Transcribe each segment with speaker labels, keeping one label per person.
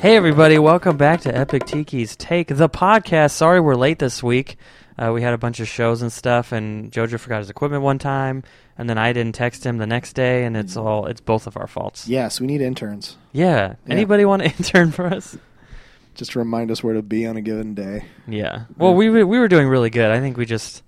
Speaker 1: Hey, everybody, welcome back to Epic Tiki's Take, the podcast. Sorry we're late this week. Uh, we had a bunch of shows and stuff, and Jojo forgot his equipment one time, and then I didn't text him the next day, and it's all, it's both of our faults.
Speaker 2: Mm-hmm. Yes, we need interns.
Speaker 1: Yeah.
Speaker 2: Yeah.
Speaker 1: Anybody want to intern for us?
Speaker 2: Just to remind us where to be on a given day.
Speaker 1: Yeah. Well, we, were- we were doing really good. I think we just,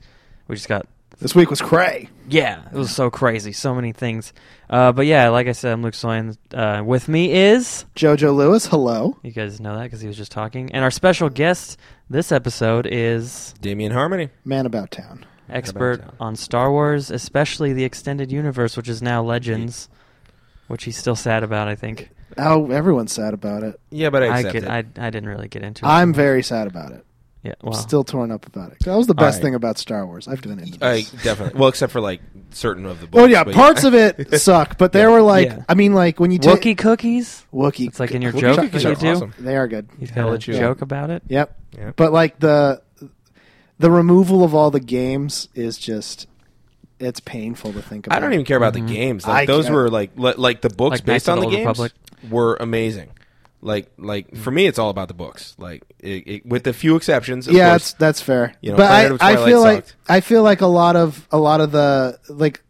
Speaker 1: we just got
Speaker 2: This week was cray.
Speaker 1: Yeah, it was so crazy. So many things. Uh, but yeah, like I said, I'm Luke Soyan. Uh, with me is.
Speaker 2: Jojo Lewis, hello.
Speaker 1: You guys know that because he was just talking. And our special guest this episode is
Speaker 3: Damien Harmony.
Speaker 2: Man about town.
Speaker 1: expert
Speaker 3: How about that?
Speaker 1: on Star Wars, especially the extended universe, which is now Legends, which he's still sad about, I think.
Speaker 2: Oh, everyone's sad about it.
Speaker 3: Yeah, but I
Speaker 1: I,
Speaker 3: accept
Speaker 1: could-
Speaker 3: it.
Speaker 1: I, I didn't really get into it.
Speaker 2: I'm very sad about it.
Speaker 1: yeah,
Speaker 2: I'm
Speaker 1: well,
Speaker 2: still torn up about it. That was the best
Speaker 3: Alright.
Speaker 2: thing about Star Wars. I've been into
Speaker 3: I
Speaker 2: this.
Speaker 3: definitely. Well, except for like certain of the books.
Speaker 2: Oh yeah,
Speaker 3: but
Speaker 2: parts of it suck, but there
Speaker 3: Yeah.
Speaker 2: were like,
Speaker 1: Yeah.
Speaker 2: I mean, like when you take
Speaker 1: Wookie cookies.
Speaker 2: Wookie,
Speaker 1: It's like in your
Speaker 2: Wookie
Speaker 1: joke
Speaker 2: cookies
Speaker 1: that you
Speaker 2: are
Speaker 1: do.
Speaker 3: awesome.
Speaker 2: They are good.
Speaker 1: He's
Speaker 3: I'll
Speaker 1: got a
Speaker 3: let you-
Speaker 1: joke about it.
Speaker 2: Yep.
Speaker 3: Yeah.
Speaker 2: But like the the removal of all the games is just it's painful to think about.
Speaker 3: I don't even care about the games. Like
Speaker 2: I
Speaker 3: those
Speaker 2: can't-
Speaker 3: were like li- like the books
Speaker 1: Mm-hmm. Like Knights
Speaker 3: based
Speaker 1: of the
Speaker 3: on the,
Speaker 1: Old
Speaker 3: games
Speaker 1: Republic. Mm-hmm.
Speaker 3: were amazing. Like like for me, it's all about the books. Like it, it, with a few exceptions. Of
Speaker 2: yeah,
Speaker 3: course.
Speaker 2: that's that's fair.
Speaker 3: You know,
Speaker 2: but
Speaker 3: Planet
Speaker 2: I,
Speaker 3: of
Speaker 2: I
Speaker 3: Twilight
Speaker 2: feel like
Speaker 3: sucked.
Speaker 2: I feel like a lot of a lot of the like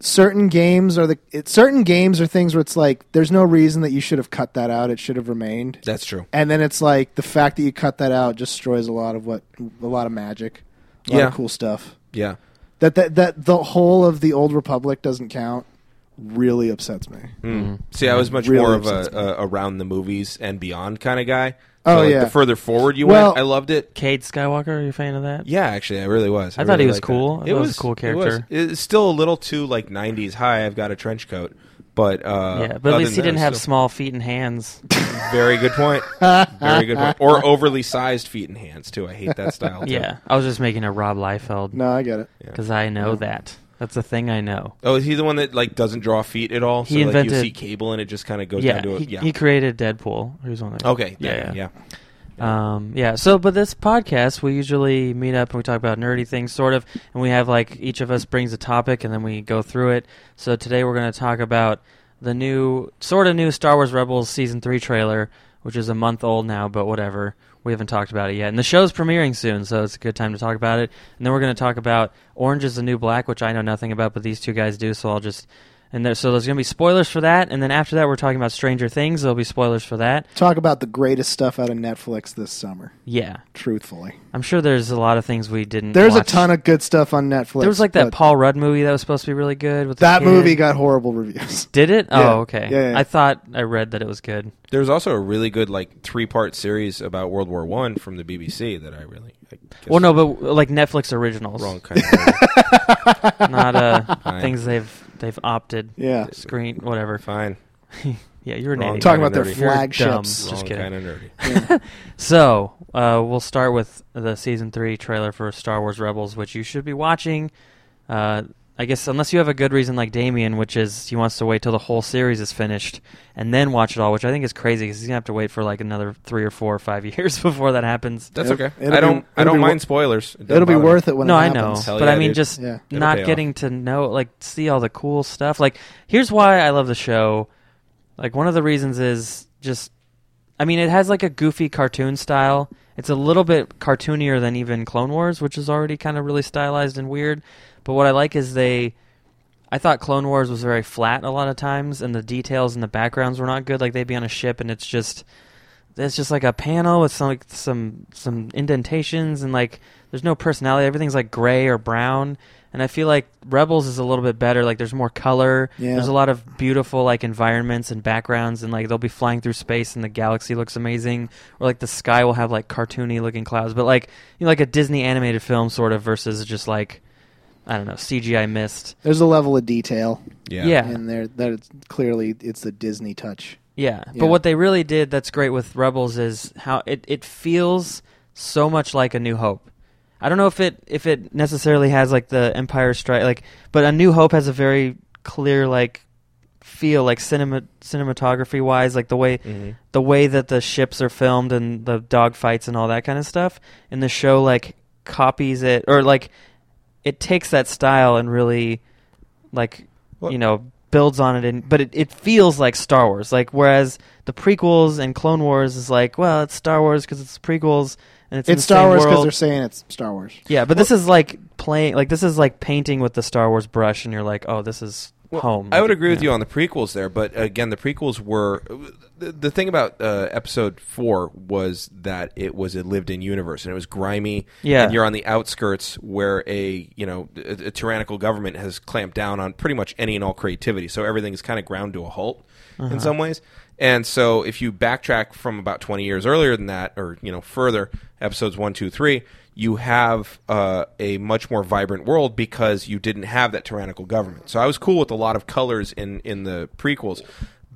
Speaker 2: certain games are the it, certain games are things where it's like there's no reason that you should have cut that out. It should have remained.
Speaker 3: that's true.
Speaker 2: and then it's like the fact that you cut that out destroys a lot of what a lot of magic, a lot
Speaker 3: Yeah.
Speaker 2: of cool stuff.
Speaker 3: Yeah,
Speaker 2: That that that the whole of the old republic doesn't count really upsets me.
Speaker 1: Mm-hmm.
Speaker 3: Mm. See, I was much
Speaker 2: Really
Speaker 3: more of
Speaker 2: upsets me.
Speaker 3: a, a around the movies and beyond kind of guy.
Speaker 2: Oh,
Speaker 3: like,
Speaker 2: yeah.
Speaker 3: The further forward you
Speaker 2: Well-
Speaker 3: went, I loved it.
Speaker 1: Cade Skywalker, are you a fan of that?
Speaker 3: Yeah, actually, I really was.
Speaker 1: I thought he
Speaker 3: really
Speaker 1: was
Speaker 3: liked
Speaker 1: cool. I
Speaker 3: That.
Speaker 1: thought it was a cool character.
Speaker 3: It was. It's still a little too like '90s. Hi, I've got a trench coat, but uh,
Speaker 1: Yeah, but at
Speaker 3: other
Speaker 1: least he
Speaker 3: than that,
Speaker 1: didn't have
Speaker 3: it's still-
Speaker 1: small feet and hands.
Speaker 3: Very good point. Very good point. Or overly sized feet and hands too. I hate that style. Too.
Speaker 1: yeah, I was just making a Rob Liefeld
Speaker 2: No, I get it.
Speaker 1: because I know that. That's a thing I know.
Speaker 3: Oh, is he the one that like doesn't draw feet at all?
Speaker 1: He
Speaker 3: so
Speaker 1: invented-
Speaker 3: like you see cable and it just kind of goes
Speaker 1: yeah,
Speaker 3: down to a
Speaker 1: he,
Speaker 3: yeah.
Speaker 1: he created Deadpool. He was one of the-
Speaker 3: okay. Yeah. Yeah.
Speaker 1: Um, yeah. So, but this podcast, we usually meet up and we talk about nerdy things, sort of, and we have like each of us brings a topic and then we go through it. So today we're going to talk about the new, sort of new Star Wars Rebels season three trailer, which is a month old now, but whatever. We haven't talked about it yet, and the show's premiering soon, so it's a good time to talk about it. And then we're going to talk about Orange is the New Black, which I know nothing about, but these two guys do. So I'll just and there, so there's going to be spoilers for that, and then after that we're talking about Stranger Things. There'll be spoilers for that.
Speaker 2: Talk about the greatest stuff out of Netflix this summer.
Speaker 1: Yeah.
Speaker 2: Truthfully,
Speaker 1: I'm sure there's a lot of things we didn't.
Speaker 2: there's
Speaker 1: Mm, watch.
Speaker 2: a ton of good stuff on Netflix.
Speaker 1: There was like that
Speaker 2: but
Speaker 1: Paul Rudd movie that was supposed to be really good. With the
Speaker 2: that
Speaker 1: kid.
Speaker 2: movie got horrible reviews.
Speaker 1: Did it?
Speaker 2: Yeah.
Speaker 1: Oh, okay.
Speaker 2: Yeah, yeah.
Speaker 1: I thought I read that it was good.
Speaker 3: There was also a really good like three part series about World War One from the BBC that I really. I guess,
Speaker 1: Well, no, but like Netflix originals,
Speaker 3: wrong kind of.
Speaker 1: not uh,
Speaker 3: Fine.
Speaker 1: things they've they've opted.
Speaker 2: Yeah.
Speaker 1: Screen whatever.
Speaker 3: Fine.
Speaker 1: Yeah, you're an
Speaker 3: Wrong
Speaker 1: idiot.
Speaker 2: Talking about their
Speaker 3: Nerdy.
Speaker 1: You're dumb.
Speaker 2: flagships.
Speaker 1: Just
Speaker 3: wrong
Speaker 1: kidding.
Speaker 3: kind of nerdy.
Speaker 1: So, uh, we'll start with the season three trailer for Star Wars Rebels, which you should be watching. Uh, I guess unless you have a good reason like Damien, which is he wants to wait till the whole series is finished and then watch it all, which I think is crazy because he's gonna have to wait for like another three or four or five years before that happens.
Speaker 3: That's
Speaker 2: It'll-
Speaker 3: okay.
Speaker 2: it'll
Speaker 3: I don't.
Speaker 2: be-
Speaker 3: I
Speaker 2: it'll
Speaker 3: don't
Speaker 2: be
Speaker 3: mind
Speaker 2: wor-
Speaker 3: spoilers. It doesn't
Speaker 2: It'll be
Speaker 3: bother me.
Speaker 2: worth it when
Speaker 1: no,
Speaker 2: it
Speaker 1: I know,
Speaker 2: happens.
Speaker 3: Hell
Speaker 1: but
Speaker 3: yeah,
Speaker 1: I mean,
Speaker 3: dude.
Speaker 1: just
Speaker 2: Yeah.
Speaker 3: It'll
Speaker 1: not
Speaker 3: pay off.
Speaker 1: getting to know, like, see all the cool stuff. Like, here's why I love the show. Like, one of the reasons is just, I mean, it has like a goofy cartoon style. It's a little bit cartoonier than even Clone Wars, which is already kind of really stylized and weird. But what I like is they I thought Clone Wars was very flat a lot of times, and the details and the backgrounds were not good. Like they'd be on a ship, and it's just it's just like a panel with some like, some some indentations, and like there's no personality. Everything's like gray or brown. And I feel like Rebels is a little bit better. Like there's more color.
Speaker 2: Yeah.
Speaker 1: There's a lot of beautiful like environments and backgrounds, and like they'll be flying through space, and the galaxy looks amazing. Or like the sky will have like cartoony looking clouds, but like you know, like a Disney animated film sort of versus just like I don't know CGI mist.
Speaker 2: There's a level of detail
Speaker 3: Yeah.
Speaker 1: Yeah.
Speaker 2: in there that it's clearly it's the Disney touch.
Speaker 1: Yeah,
Speaker 2: Yeah.
Speaker 1: but what they really did that's great with Rebels is how it, it feels so much like a New Hope. I don't know if it if it necessarily has like the Empire Strike like, but a New Hope has a very clear like feel like cinema cinematography wise like the way
Speaker 3: Mhm.
Speaker 1: the way that the ships are filmed and the dogfights and all that kind of stuff and the show like copies it or like it takes that style and really like
Speaker 3: Well-
Speaker 1: you know builds on it, and but it, it feels like Star Wars. Like whereas the prequels and Clone Wars is like, well, it's Star Wars because it's prequels and it's, in
Speaker 2: It's
Speaker 1: the
Speaker 2: Star
Speaker 1: same
Speaker 2: Wars because
Speaker 1: world.
Speaker 2: they're saying it's Star Wars.
Speaker 1: Yeah, but this is like playing, like this is like painting with the Star Wars brush, and you're like, oh, this is
Speaker 3: Well,
Speaker 1: home.
Speaker 3: I would agree with
Speaker 1: Yeah.
Speaker 3: you on the prequels there, but again, the prequels were the, the thing about uh, episode four was that it was a lived-in universe and it was grimy.
Speaker 1: Yeah.
Speaker 3: and you're on the outskirts where a you know a, a tyrannical government has clamped down on pretty much any and all creativity, so everything is kind of ground to a halt in some ways. And so, if you backtrack from about 20 years earlier than that, or you know further, episodes one, two, three, you have uh, a much more vibrant world because you didn't have that tyrannical government. So I was cool with a lot of colors in in the prequels,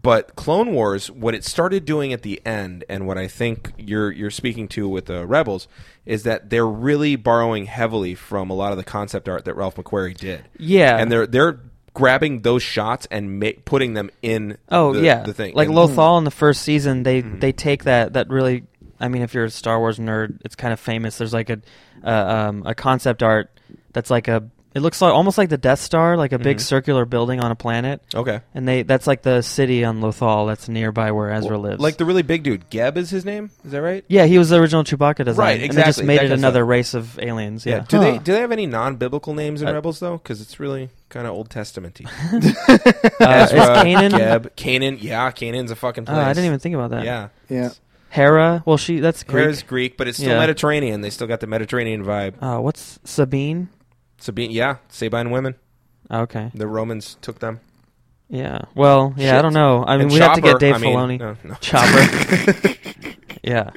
Speaker 3: but Clone Wars, what it started doing at the end, and what I think you're you're speaking to with the Rebels, is that they're really borrowing heavily from a lot of the concept art that Ralph McQuarrie did.
Speaker 1: Yeah.
Speaker 3: and they're they're grabbing those shots and ma- putting them in.
Speaker 1: Oh
Speaker 3: the,
Speaker 1: yeah,
Speaker 3: the thing
Speaker 1: like
Speaker 3: And- Mm-hmm.
Speaker 1: Lothal in the first season, they they take that that really. I mean, if you're a Star Wars nerd, it's kind of famous. There's like a uh, um, a concept art that's like a. It looks like almost like the Death Star, like a big
Speaker 3: Mhm.
Speaker 1: circular building on a planet,
Speaker 3: Okay.
Speaker 1: and they that's like the city on Lothal that's nearby where Ezra lives.
Speaker 3: Like the really big dude, Geb is his name. Is that right?
Speaker 1: yeah, he was the original Chewbacca design,
Speaker 3: Right,
Speaker 1: and they just
Speaker 3: exactly,
Speaker 1: made
Speaker 3: that
Speaker 1: it
Speaker 3: kind of
Speaker 1: another
Speaker 3: stuff.
Speaker 1: race of aliens. Yeah,
Speaker 3: Do they
Speaker 2: Huh.
Speaker 3: do they have any non-biblical names in
Speaker 1: Uh,
Speaker 3: Rebels though? Because it's really kind of Old Testamenty.
Speaker 1: Uh, is
Speaker 3: Ezra,
Speaker 1: Kanan?
Speaker 3: Geb, Canaan. Yeah, Canaan's a fucking
Speaker 1: Oh,
Speaker 3: place.
Speaker 1: I didn't even think about that.
Speaker 3: Yeah.
Speaker 2: Yeah.
Speaker 1: Hera. Well, she that's Greek.
Speaker 3: Hera's Greek, but it's still
Speaker 1: Yeah.
Speaker 3: Mediterranean. They still got the Mediterranean vibe.
Speaker 1: uh, what's Sabine? Oh,
Speaker 3: Sabine, yeah, Sabine women.
Speaker 1: Okay.
Speaker 3: The Romans took them.
Speaker 1: Yeah. Well, yeah, I
Speaker 3: Shit.
Speaker 1: don't know. I mean,
Speaker 3: And
Speaker 1: we have to
Speaker 3: Chopper,
Speaker 1: get Dave
Speaker 3: I mean,
Speaker 1: Filoni.
Speaker 3: no, no.
Speaker 1: Chopper. yeah.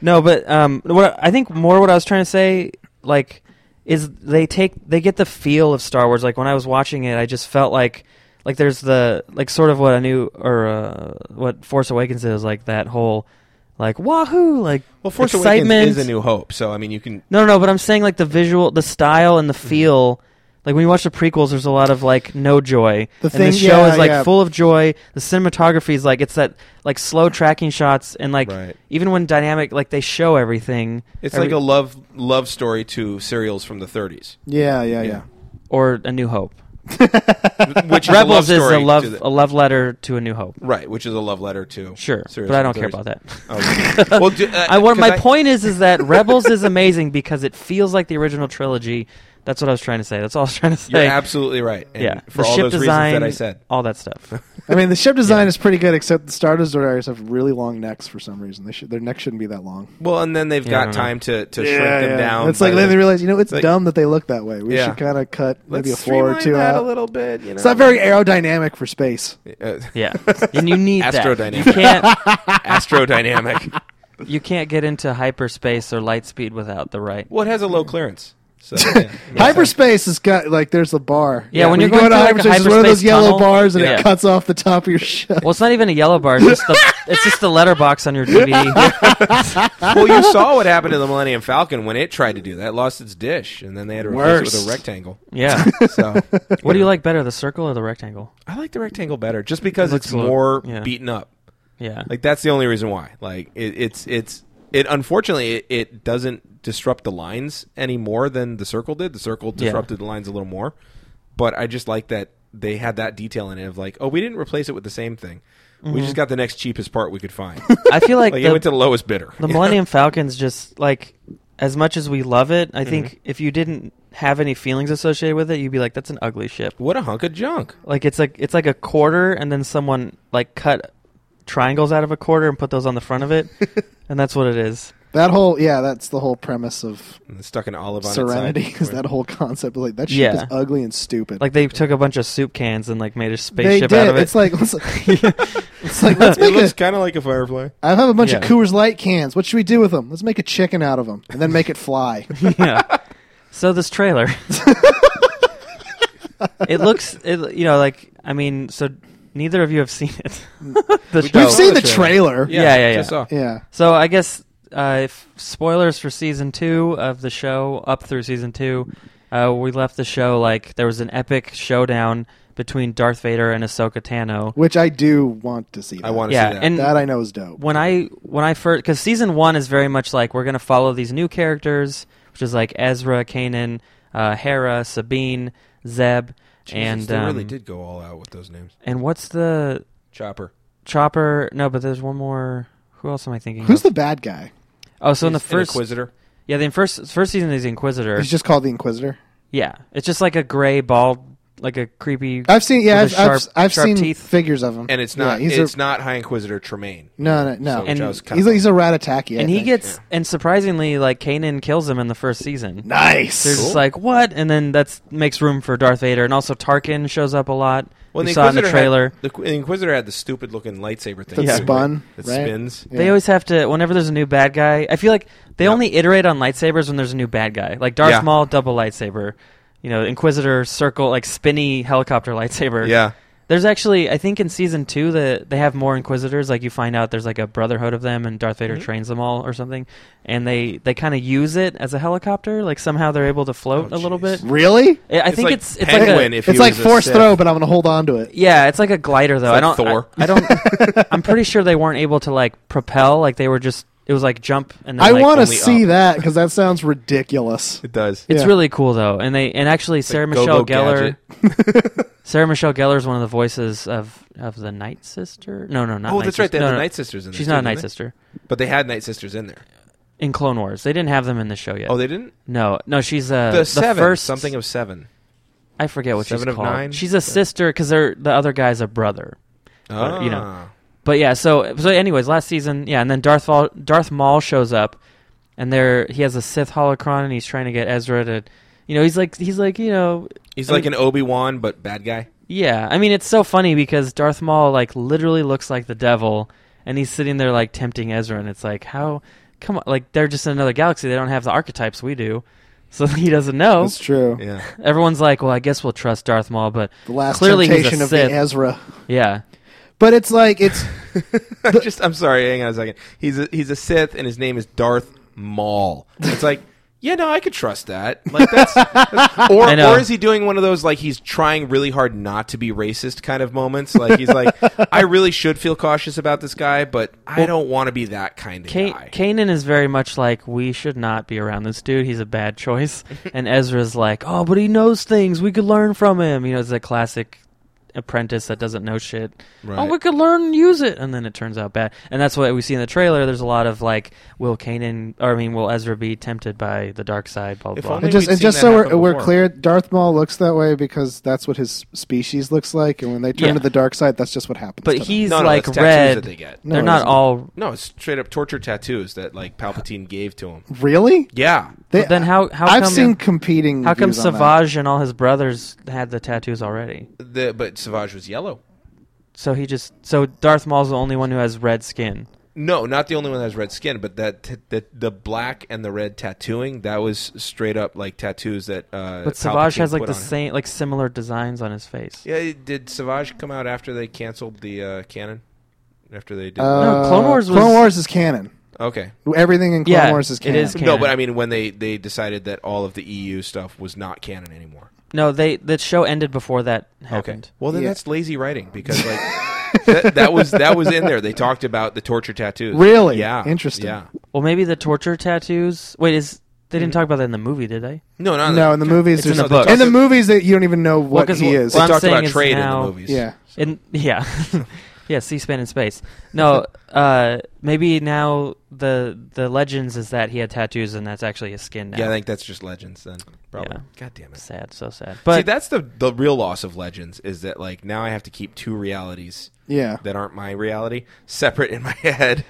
Speaker 1: No, but um, what I I think more what I was trying to say, like, is they take they get the feel of Star Wars. Like when I was watching it, I just felt like like there's the like sort of what I knew or uh, what Force Awakens is like that whole like wahoo like
Speaker 3: Well, Force
Speaker 1: excitement
Speaker 3: Awakens is a new hope, so I mean, you can.
Speaker 1: No, no, no, but I'm saying like the visual, the style, and the
Speaker 3: Mm-hmm.
Speaker 1: feel. Like when you watch the prequels, there's a lot of like no joy.
Speaker 2: The
Speaker 1: and
Speaker 2: thing-
Speaker 1: this show
Speaker 2: yeah,
Speaker 1: is like
Speaker 2: yeah.
Speaker 1: full of joy. The cinematography is like it's that like slow tracking shots and like
Speaker 3: Right.
Speaker 1: even when dynamic, like they show everything.
Speaker 3: It's
Speaker 1: Every-
Speaker 3: like a love love story to serials from the 30s,
Speaker 2: Yeah, yeah,
Speaker 3: Yeah.
Speaker 2: yeah.
Speaker 1: or A New Hope.
Speaker 3: which
Speaker 1: Rebels
Speaker 3: is a
Speaker 1: is
Speaker 3: love story
Speaker 1: a love
Speaker 3: to the-
Speaker 1: a love letter to A New Hope.
Speaker 3: right? Which is a love letter to
Speaker 1: Sure,
Speaker 3: serials
Speaker 1: but I
Speaker 3: from
Speaker 1: don't care
Speaker 3: the 30s.
Speaker 1: about that.
Speaker 3: Okay. Well, do- uh,
Speaker 1: I want
Speaker 3: 'cause
Speaker 1: my
Speaker 3: I-
Speaker 1: point is is that Rebels is amazing because it feels like the original trilogy. That's what I was trying to say. That's all I was trying to say.
Speaker 3: You're absolutely right. And
Speaker 1: yeah,
Speaker 3: for
Speaker 1: the
Speaker 3: all
Speaker 1: ship
Speaker 3: those
Speaker 1: design,
Speaker 3: reasons that I said.
Speaker 1: all that stuff.
Speaker 2: I mean, the ship design
Speaker 1: Yeah.
Speaker 2: is pretty good, except the Star Destroyers have really long necks for some reason. They should, their neck shouldn't be that long.
Speaker 3: Well, and then they've
Speaker 1: Yeah, I
Speaker 3: got
Speaker 1: don't know.
Speaker 3: time to, to shrink them down.
Speaker 2: It's like
Speaker 3: by
Speaker 2: then
Speaker 3: the-
Speaker 2: they realize, you know, it's
Speaker 3: like-
Speaker 2: dumb that they look that way. We
Speaker 3: Yeah.
Speaker 2: should kind of cut
Speaker 3: Let's
Speaker 2: maybe a floor or
Speaker 3: streamline
Speaker 2: two
Speaker 3: that
Speaker 2: out.
Speaker 3: a little bit. You know?
Speaker 2: It's not very aerodynamic for space.
Speaker 3: Uh,
Speaker 1: Yeah, and you need that.
Speaker 3: Astrodynamic.
Speaker 1: You can't
Speaker 3: astrodynamic.
Speaker 1: you can't get into hyperspace or light speed without the right.
Speaker 3: Well, it has a low clearance. So, yeah.
Speaker 2: Hyperspace has got like there's a bar.
Speaker 1: Yeah, when
Speaker 2: you
Speaker 1: you're
Speaker 2: go
Speaker 1: going
Speaker 2: to
Speaker 1: through, like, a
Speaker 2: hyperspace, it's one of those
Speaker 1: hyperspace
Speaker 2: yellow
Speaker 1: tunnel.
Speaker 2: bars, and
Speaker 1: Yeah.
Speaker 2: it cuts off the top of your ship.
Speaker 1: Well, it's not even a yellow bar. It's just the it's just the letterbox on your DVD.
Speaker 3: well, you saw what happened to the Millennium Falcon when it tried to do that. It lost its dish, and then they had to replace it
Speaker 2: Worse.
Speaker 3: with a rectangle.
Speaker 1: yeah.
Speaker 3: So,
Speaker 1: What do you like better, the circle or the rectangle?
Speaker 3: I like the rectangle better, just because
Speaker 1: It
Speaker 3: it's
Speaker 1: looks a little-
Speaker 3: more
Speaker 1: yeah.
Speaker 3: beaten up.
Speaker 1: Yeah.
Speaker 3: Like that's the only reason why. Like it, it's it's it. Unfortunately, it, it doesn't disrupt the lines any more than the circle did. The circle
Speaker 1: Yeah.
Speaker 3: disrupted the lines a little more, but I just like that they had that detail in it of like, oh, we didn't replace it with the same thing. We just got the next cheapest part we could find.
Speaker 1: Mm-hmm. I feel like,
Speaker 3: like
Speaker 1: the,
Speaker 3: it went to the lowest bidder.
Speaker 1: the Millennium Falcon's just like as much as we love it, I
Speaker 3: Mm-hmm.
Speaker 1: think if you didn't have any feelings associated with it, you'd be like, "That's an ugly ship."
Speaker 3: What a hunk of junk!
Speaker 1: Like it's like it's like a quarter, and then someone like cut triangles out of a quarter and put those on the front of it, and that's what it is.
Speaker 2: That whole yeah, that's the whole premise of
Speaker 3: And stuck an olive on
Speaker 2: Serenity.
Speaker 3: Its side.
Speaker 2: Is that whole concept? Like that ship
Speaker 1: Yeah.
Speaker 2: is ugly and stupid.
Speaker 1: Like they took a bunch of soup cans and like made a
Speaker 2: they
Speaker 1: spaceship
Speaker 2: did.
Speaker 1: out of it.
Speaker 2: It's like let's, it's like let's
Speaker 3: It
Speaker 2: make
Speaker 3: looks
Speaker 2: a.
Speaker 3: kind of like a firefly.
Speaker 2: I have a bunch of
Speaker 1: Yeah.
Speaker 2: Coors Light cans. What should we do with them? Let's make a chicken out of them and then make it fly.
Speaker 1: yeah. So this trailer, it looks, it, you know, like I mean, so neither of you have seen it. the
Speaker 3: We've
Speaker 1: show.
Speaker 2: We've seen
Speaker 3: the
Speaker 2: the trailer.
Speaker 1: Yeah, yeah, yeah.
Speaker 3: just saw.
Speaker 2: Yeah.
Speaker 1: So I guess uh, if spoilers for season two of the show, up through season two, uh, we left the show like there was an epic showdown between Darth Vader and Ahsoka Tano.
Speaker 2: Which I do want to see. That.
Speaker 3: I want to
Speaker 1: Yeah,
Speaker 3: see that.
Speaker 1: and-
Speaker 2: that. I know is dope.
Speaker 1: when I when I first because season one is very much like we're gonna follow these new characters, which is like Ezra, Kanan, uh, Hera, Sabine, Zeb, and
Speaker 3: they really
Speaker 1: um,
Speaker 3: did go all out with those names.
Speaker 1: And what's the
Speaker 3: Chopper.
Speaker 1: Chopper? No, but there's one more. Who else am I thinking?
Speaker 2: Who's
Speaker 1: of?
Speaker 2: the bad guy?
Speaker 1: Oh, so in the
Speaker 3: He's an
Speaker 1: first,
Speaker 3: Inquisitor.
Speaker 1: yeah, the first first season is the Inquisitor.
Speaker 2: He's just called the Inquisitor.
Speaker 1: yeah, it's just like a gray bald, like a creepy.
Speaker 2: I've seen yeah, I've,
Speaker 1: With the
Speaker 2: I've,
Speaker 1: sharp-
Speaker 2: I've
Speaker 1: sharp
Speaker 2: seen
Speaker 1: teeth.
Speaker 2: figures of him,
Speaker 3: And it's
Speaker 2: Yeah,
Speaker 3: not
Speaker 2: he's
Speaker 3: it's
Speaker 2: a,
Speaker 3: not High Inquisitor Tremaine.
Speaker 2: no, no, no.
Speaker 3: So, which
Speaker 1: And
Speaker 3: I was kind
Speaker 2: he's
Speaker 3: of
Speaker 2: a, he's a ratataki. I
Speaker 1: and he
Speaker 2: think.
Speaker 1: gets and surprisingly, like Kanan kills him in the first season.
Speaker 2: nice.
Speaker 1: They're just
Speaker 3: Cool.
Speaker 1: like what, and then that's makes room for Darth Vader, and also Tarkin shows up a lot.
Speaker 3: Well,
Speaker 1: we saw in the
Speaker 3: Inquisitor had-
Speaker 1: trailer.
Speaker 3: the Qu- Inquisitor had the stupid looking lightsaber thing
Speaker 2: That
Speaker 3: too,
Speaker 2: spun,
Speaker 3: right? that
Speaker 2: right?
Speaker 3: spins.
Speaker 2: Yeah.
Speaker 1: They always have to. Whenever there's a new bad guy, I feel like they
Speaker 3: Yeah.
Speaker 1: only iterate on lightsabers when there's a new bad guy. Like Darth
Speaker 3: Yeah.
Speaker 1: Maul, double lightsaber. You know, Inquisitor circle, like spinny helicopter lightsaber.
Speaker 3: Yeah,
Speaker 1: There's actually, I think in season two, the they have more Inquisitors. Like you find out there's like a brotherhood of them, and Darth Vader
Speaker 3: Mhm.
Speaker 1: trains them all or something. And they they kind of use it as a helicopter. Like somehow they're able to float
Speaker 3: Oh,
Speaker 1: a little bit.
Speaker 3: jeez.
Speaker 2: really.
Speaker 1: I- I
Speaker 3: It's
Speaker 1: think
Speaker 3: like
Speaker 1: it's it's like
Speaker 3: Penguin
Speaker 1: a,
Speaker 3: if he
Speaker 2: it's like
Speaker 3: was a
Speaker 2: force
Speaker 3: Sith.
Speaker 2: throw, but I'm gonna hold on to it.
Speaker 1: yeah, it's like a glider though.
Speaker 3: It's
Speaker 1: I
Speaker 3: like
Speaker 1: don't. I-
Speaker 3: Thor.
Speaker 1: I, don't. I'm pretty sure they weren't able to like propel. Like they were just. It was like jump and. Then,
Speaker 2: I
Speaker 1: like,
Speaker 2: want to
Speaker 3: only
Speaker 2: see that 'cause
Speaker 3: up.
Speaker 2: that because that sounds ridiculous.
Speaker 3: it does.
Speaker 1: It's
Speaker 2: Yeah.
Speaker 1: really cool though, and they and actually Sarah
Speaker 3: like
Speaker 1: Michelle
Speaker 3: Go-Go
Speaker 1: Gellar.
Speaker 3: Gadget.
Speaker 1: Sarah Michelle Gellar is one of the voices of of the Night Sister. No, no, not.
Speaker 3: oh,
Speaker 1: Night
Speaker 3: that's right. They
Speaker 1: Sister.
Speaker 3: had
Speaker 1: no,
Speaker 3: the
Speaker 1: no.
Speaker 3: Night Sisters in there.
Speaker 1: She's
Speaker 3: too,
Speaker 1: not a
Speaker 3: didn't
Speaker 1: Night
Speaker 3: they?
Speaker 1: Sister
Speaker 3: But they had Night Sisters in there.
Speaker 1: in Clone Wars. They didn't have them in the show yet.
Speaker 3: Oh, they didn't?
Speaker 1: no, no, she's uh,
Speaker 3: the, seven.
Speaker 1: first
Speaker 3: something of seven.
Speaker 1: I forget what
Speaker 3: Seven
Speaker 1: she's
Speaker 3: of
Speaker 1: called.
Speaker 3: Nine?
Speaker 1: She's a sister because they're the other guy's a brother.
Speaker 3: Ah.
Speaker 1: But, you know. But yeah, so so anyways, last season, yeah, and then Darth Maul, Darth Maul shows up, and there he has a Sith holocron, and he's trying to get Ezra to, you know, he's like he's like you know
Speaker 3: He's
Speaker 1: I
Speaker 3: like
Speaker 1: mean-
Speaker 3: an Obi Wan, but bad guy.
Speaker 1: Yeah, I mean it's so funny because Darth Maul like literally looks like the devil, and he's sitting there like tempting Ezra, and it's like how come on like they're just in another galaxy, they don't have the archetypes we do, so he doesn't know.
Speaker 2: That's true.
Speaker 3: Yeah.
Speaker 1: Everyone's like, well, I guess we'll trust Darth Maul, but
Speaker 2: The last
Speaker 1: clearly
Speaker 2: temptation
Speaker 1: he's a
Speaker 2: of
Speaker 1: Sith.
Speaker 2: the Ezra.
Speaker 1: yeah,
Speaker 2: But it's like it's
Speaker 3: I'm just I'm sorry. Hang on a second. He's a, he's a Sith, and his name is Darth Maul. It's like. Yeah, no, I could trust that. Like that's, that's- or
Speaker 1: I know.
Speaker 3: or is he doing one of those like he's trying really hard not to be racist kind of moments? Like he's like, I really should feel cautious about this guy, but I don't want to be that kind of
Speaker 1: Ka-
Speaker 3: guy.
Speaker 1: Kanan is very much like we should not be around this dude. He's a bad choice, and Ezra's like, oh, but he knows things. We could learn from him. You know, it's a classic apprentice that doesn't know shit.
Speaker 3: Right.
Speaker 1: Oh, we could learn and use it, and then it turns out bad. And that's what we see in the trailer. There's a lot of like, will Kanan, or I mean, will Ezra be tempted by the dark side? Blah blah.
Speaker 3: If
Speaker 1: blah.
Speaker 3: only-
Speaker 2: and just
Speaker 3: we'd
Speaker 2: and
Speaker 3: seen
Speaker 2: just
Speaker 3: that
Speaker 2: so we're,
Speaker 3: happen
Speaker 2: we're
Speaker 3: before.
Speaker 2: clear, Darth Maul looks that way because that's what his species looks like, and when they turn
Speaker 1: Yeah.
Speaker 2: to the dark side, that's just what happens.
Speaker 1: But
Speaker 2: to them.
Speaker 1: he's
Speaker 3: No, no,
Speaker 1: like
Speaker 3: it's tattoos
Speaker 1: red.
Speaker 3: that they get.
Speaker 2: No,
Speaker 1: are
Speaker 2: it
Speaker 1: not
Speaker 2: isn't.
Speaker 1: all.
Speaker 3: No, it's straight up torture tattoos that like Palpatine gave to him.
Speaker 2: really.
Speaker 3: Yeah,
Speaker 2: They-
Speaker 1: But then how- how
Speaker 2: I've
Speaker 1: come-
Speaker 2: seen competing.
Speaker 1: How come
Speaker 2: views on that.
Speaker 1: Savage and all his brothers had the tattoos already?
Speaker 3: the, but Savage was yellow.
Speaker 1: So he just so Darth Maul's the only one who has red skin.
Speaker 3: No, not the only one that has red skin, but that t- the, the black and the red tattooing that was straight up like tattoos that. Uh,
Speaker 1: But Savage
Speaker 3: Palpatine
Speaker 1: has like
Speaker 3: put
Speaker 1: the
Speaker 3: on him.
Speaker 1: same, like similar designs on his face.
Speaker 3: Yeah, it- did Savage come out after they canceled the uh, canon? After they did.
Speaker 2: Uh,
Speaker 1: Clone Wars
Speaker 2: Clone
Speaker 1: was-
Speaker 2: Wars is canon.
Speaker 3: okay.
Speaker 2: Everything in Clone
Speaker 1: Yeah,
Speaker 2: Wars is
Speaker 1: it
Speaker 2: canon.
Speaker 1: is
Speaker 3: No,
Speaker 1: canon.
Speaker 3: but I mean when they they decided that all of the EU stuff was not canon anymore.
Speaker 1: No, they the show ended before that happened.
Speaker 3: Okay. Well, then
Speaker 2: Yeah.
Speaker 3: that's lazy writing because like that, that was that was in there. They talked about the torture tattoos.
Speaker 2: Really?
Speaker 3: Yeah.
Speaker 2: Interesting.
Speaker 3: Yeah.
Speaker 1: Well, maybe the torture tattoos. Wait, is they
Speaker 2: Mm.
Speaker 1: didn't talk about that in the movie, did they?
Speaker 3: No, not
Speaker 2: No, in the movies,
Speaker 1: It's in the
Speaker 2: there's-
Speaker 1: book.
Speaker 2: in the movies that you don't even know what
Speaker 1: 'cause
Speaker 2: he
Speaker 1: what-
Speaker 2: is.
Speaker 1: what
Speaker 3: They
Speaker 1: I'm
Speaker 3: talked
Speaker 1: saying
Speaker 3: about
Speaker 1: is
Speaker 3: trade in
Speaker 1: now-
Speaker 3: the movies.
Speaker 2: yeah,
Speaker 1: And yeah, yeah, C-SPAN in space. No, uh, maybe now the the legends is that he had tattoos and that's actually his skin now.
Speaker 3: Yeah, I think that's just legends then. Probably.
Speaker 1: Yeah.
Speaker 3: God damn it.
Speaker 1: sad, so sad.
Speaker 3: But
Speaker 1: But
Speaker 3: See, that's the the real loss of legends is that like now I have to keep two realities
Speaker 2: yeah.
Speaker 3: that aren't my reality separate in my head.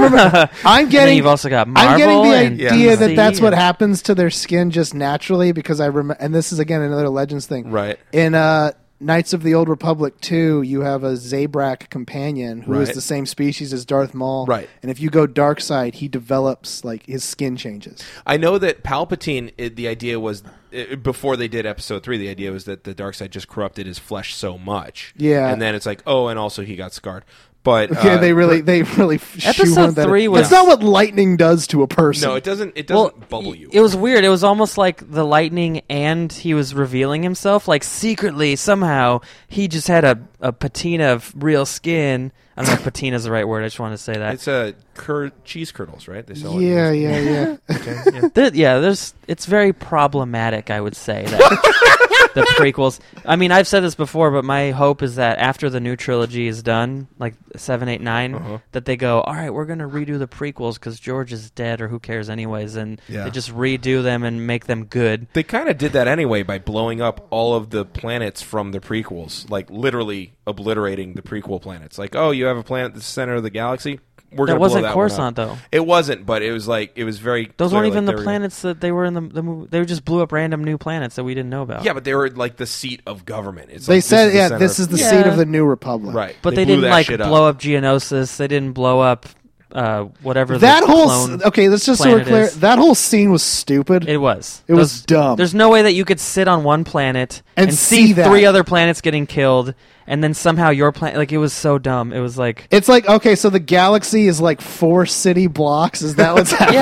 Speaker 2: remember, I'm
Speaker 1: And then
Speaker 2: getting
Speaker 1: you've also got
Speaker 2: I'm getting
Speaker 1: Marvel
Speaker 2: the
Speaker 1: and
Speaker 2: idea
Speaker 3: Yeah.
Speaker 2: that
Speaker 1: DC
Speaker 2: that's what
Speaker 1: and-
Speaker 2: happens to their skin just naturally because I remember and this is again another legends thing.
Speaker 3: Right.
Speaker 2: In uh Knights of the Old Republic 2, you have a Zabrak companion who is
Speaker 3: Right.
Speaker 2: the same species as Darth Maul.
Speaker 3: Right.
Speaker 2: And if you go dark side, he develops like his skin changes.
Speaker 3: I know that Palpatine. It, the idea was it, before they did Episode Three. The idea was that the dark side just corrupted his flesh so much.
Speaker 2: Yeah.
Speaker 3: and then it's like, oh, and also he got scarred. But uh,
Speaker 2: yeah, they really they really
Speaker 1: Episode
Speaker 2: shoehorned that in.
Speaker 1: three was-
Speaker 2: That's not what lightning does to a person.
Speaker 3: no, it doesn't. It doesn't bubble
Speaker 1: y-
Speaker 3: you.
Speaker 1: It was weird. It was almost like the lightning, and he was revealing himself. Like secretly, somehow, he just had a, a patina of real skin. I don't know if patina is the right word. I just want to say that.
Speaker 3: it's a cur- cheese curdles, right? They sell it.
Speaker 2: yeah, yeah, yeah.
Speaker 3: Okay, yeah.
Speaker 1: There- yeah, there's. It's very problematic. I would say that. the prequels. I mean, I've said this before, but my hope is that after the new trilogy is done, like seven, eight, nine,
Speaker 3: Uh-huh.
Speaker 1: that they go, all right, we're going to redo the prequels because George is dead or who cares anyways, and
Speaker 4: Yeah.
Speaker 1: they just redo them and make them good.
Speaker 3: They kind of did that anyway by blowing up all of the planets from the prequels, like literally obliterating the prequel planets. Like, oh, you have a planet at the center of the galaxy. We're
Speaker 1: That
Speaker 3: gonna
Speaker 1: wasn't
Speaker 3: blow that one up.
Speaker 1: Coruscant though.
Speaker 3: It wasn't, but it was like it was very.
Speaker 1: Those
Speaker 3: clear,
Speaker 1: weren't
Speaker 3: like,
Speaker 1: even
Speaker 3: they
Speaker 1: the
Speaker 3: were-
Speaker 1: planets that they were in the the movie. They just blew up random new planets that we didn't know about.
Speaker 3: Yeah, but they were like the seat of government. It's
Speaker 2: They
Speaker 3: like,
Speaker 2: said,
Speaker 3: the
Speaker 2: yeah,
Speaker 3: center
Speaker 2: this
Speaker 3: of-
Speaker 2: is the
Speaker 1: Yeah.
Speaker 2: seat of the new republic.
Speaker 3: right.
Speaker 1: but they,
Speaker 3: blew
Speaker 1: didn't
Speaker 3: that
Speaker 1: like
Speaker 3: shit
Speaker 1: blow up Geonosis. They didn't blow up uh, whatever
Speaker 2: That
Speaker 1: the
Speaker 2: whole
Speaker 1: clone-
Speaker 2: s- okay. Let's just so we're
Speaker 1: planet
Speaker 2: clear.
Speaker 1: is.
Speaker 2: That whole scene was stupid.
Speaker 1: It was.
Speaker 2: It was dumb.
Speaker 1: There's no way that you could sit on one planet
Speaker 2: And
Speaker 1: and, see,
Speaker 2: see that.
Speaker 1: three other planets getting killed, and then somehow your planet. Like it was so dumb. It was like,
Speaker 2: it's like okay, so the galaxy is like four city blocks. Is that what's happening?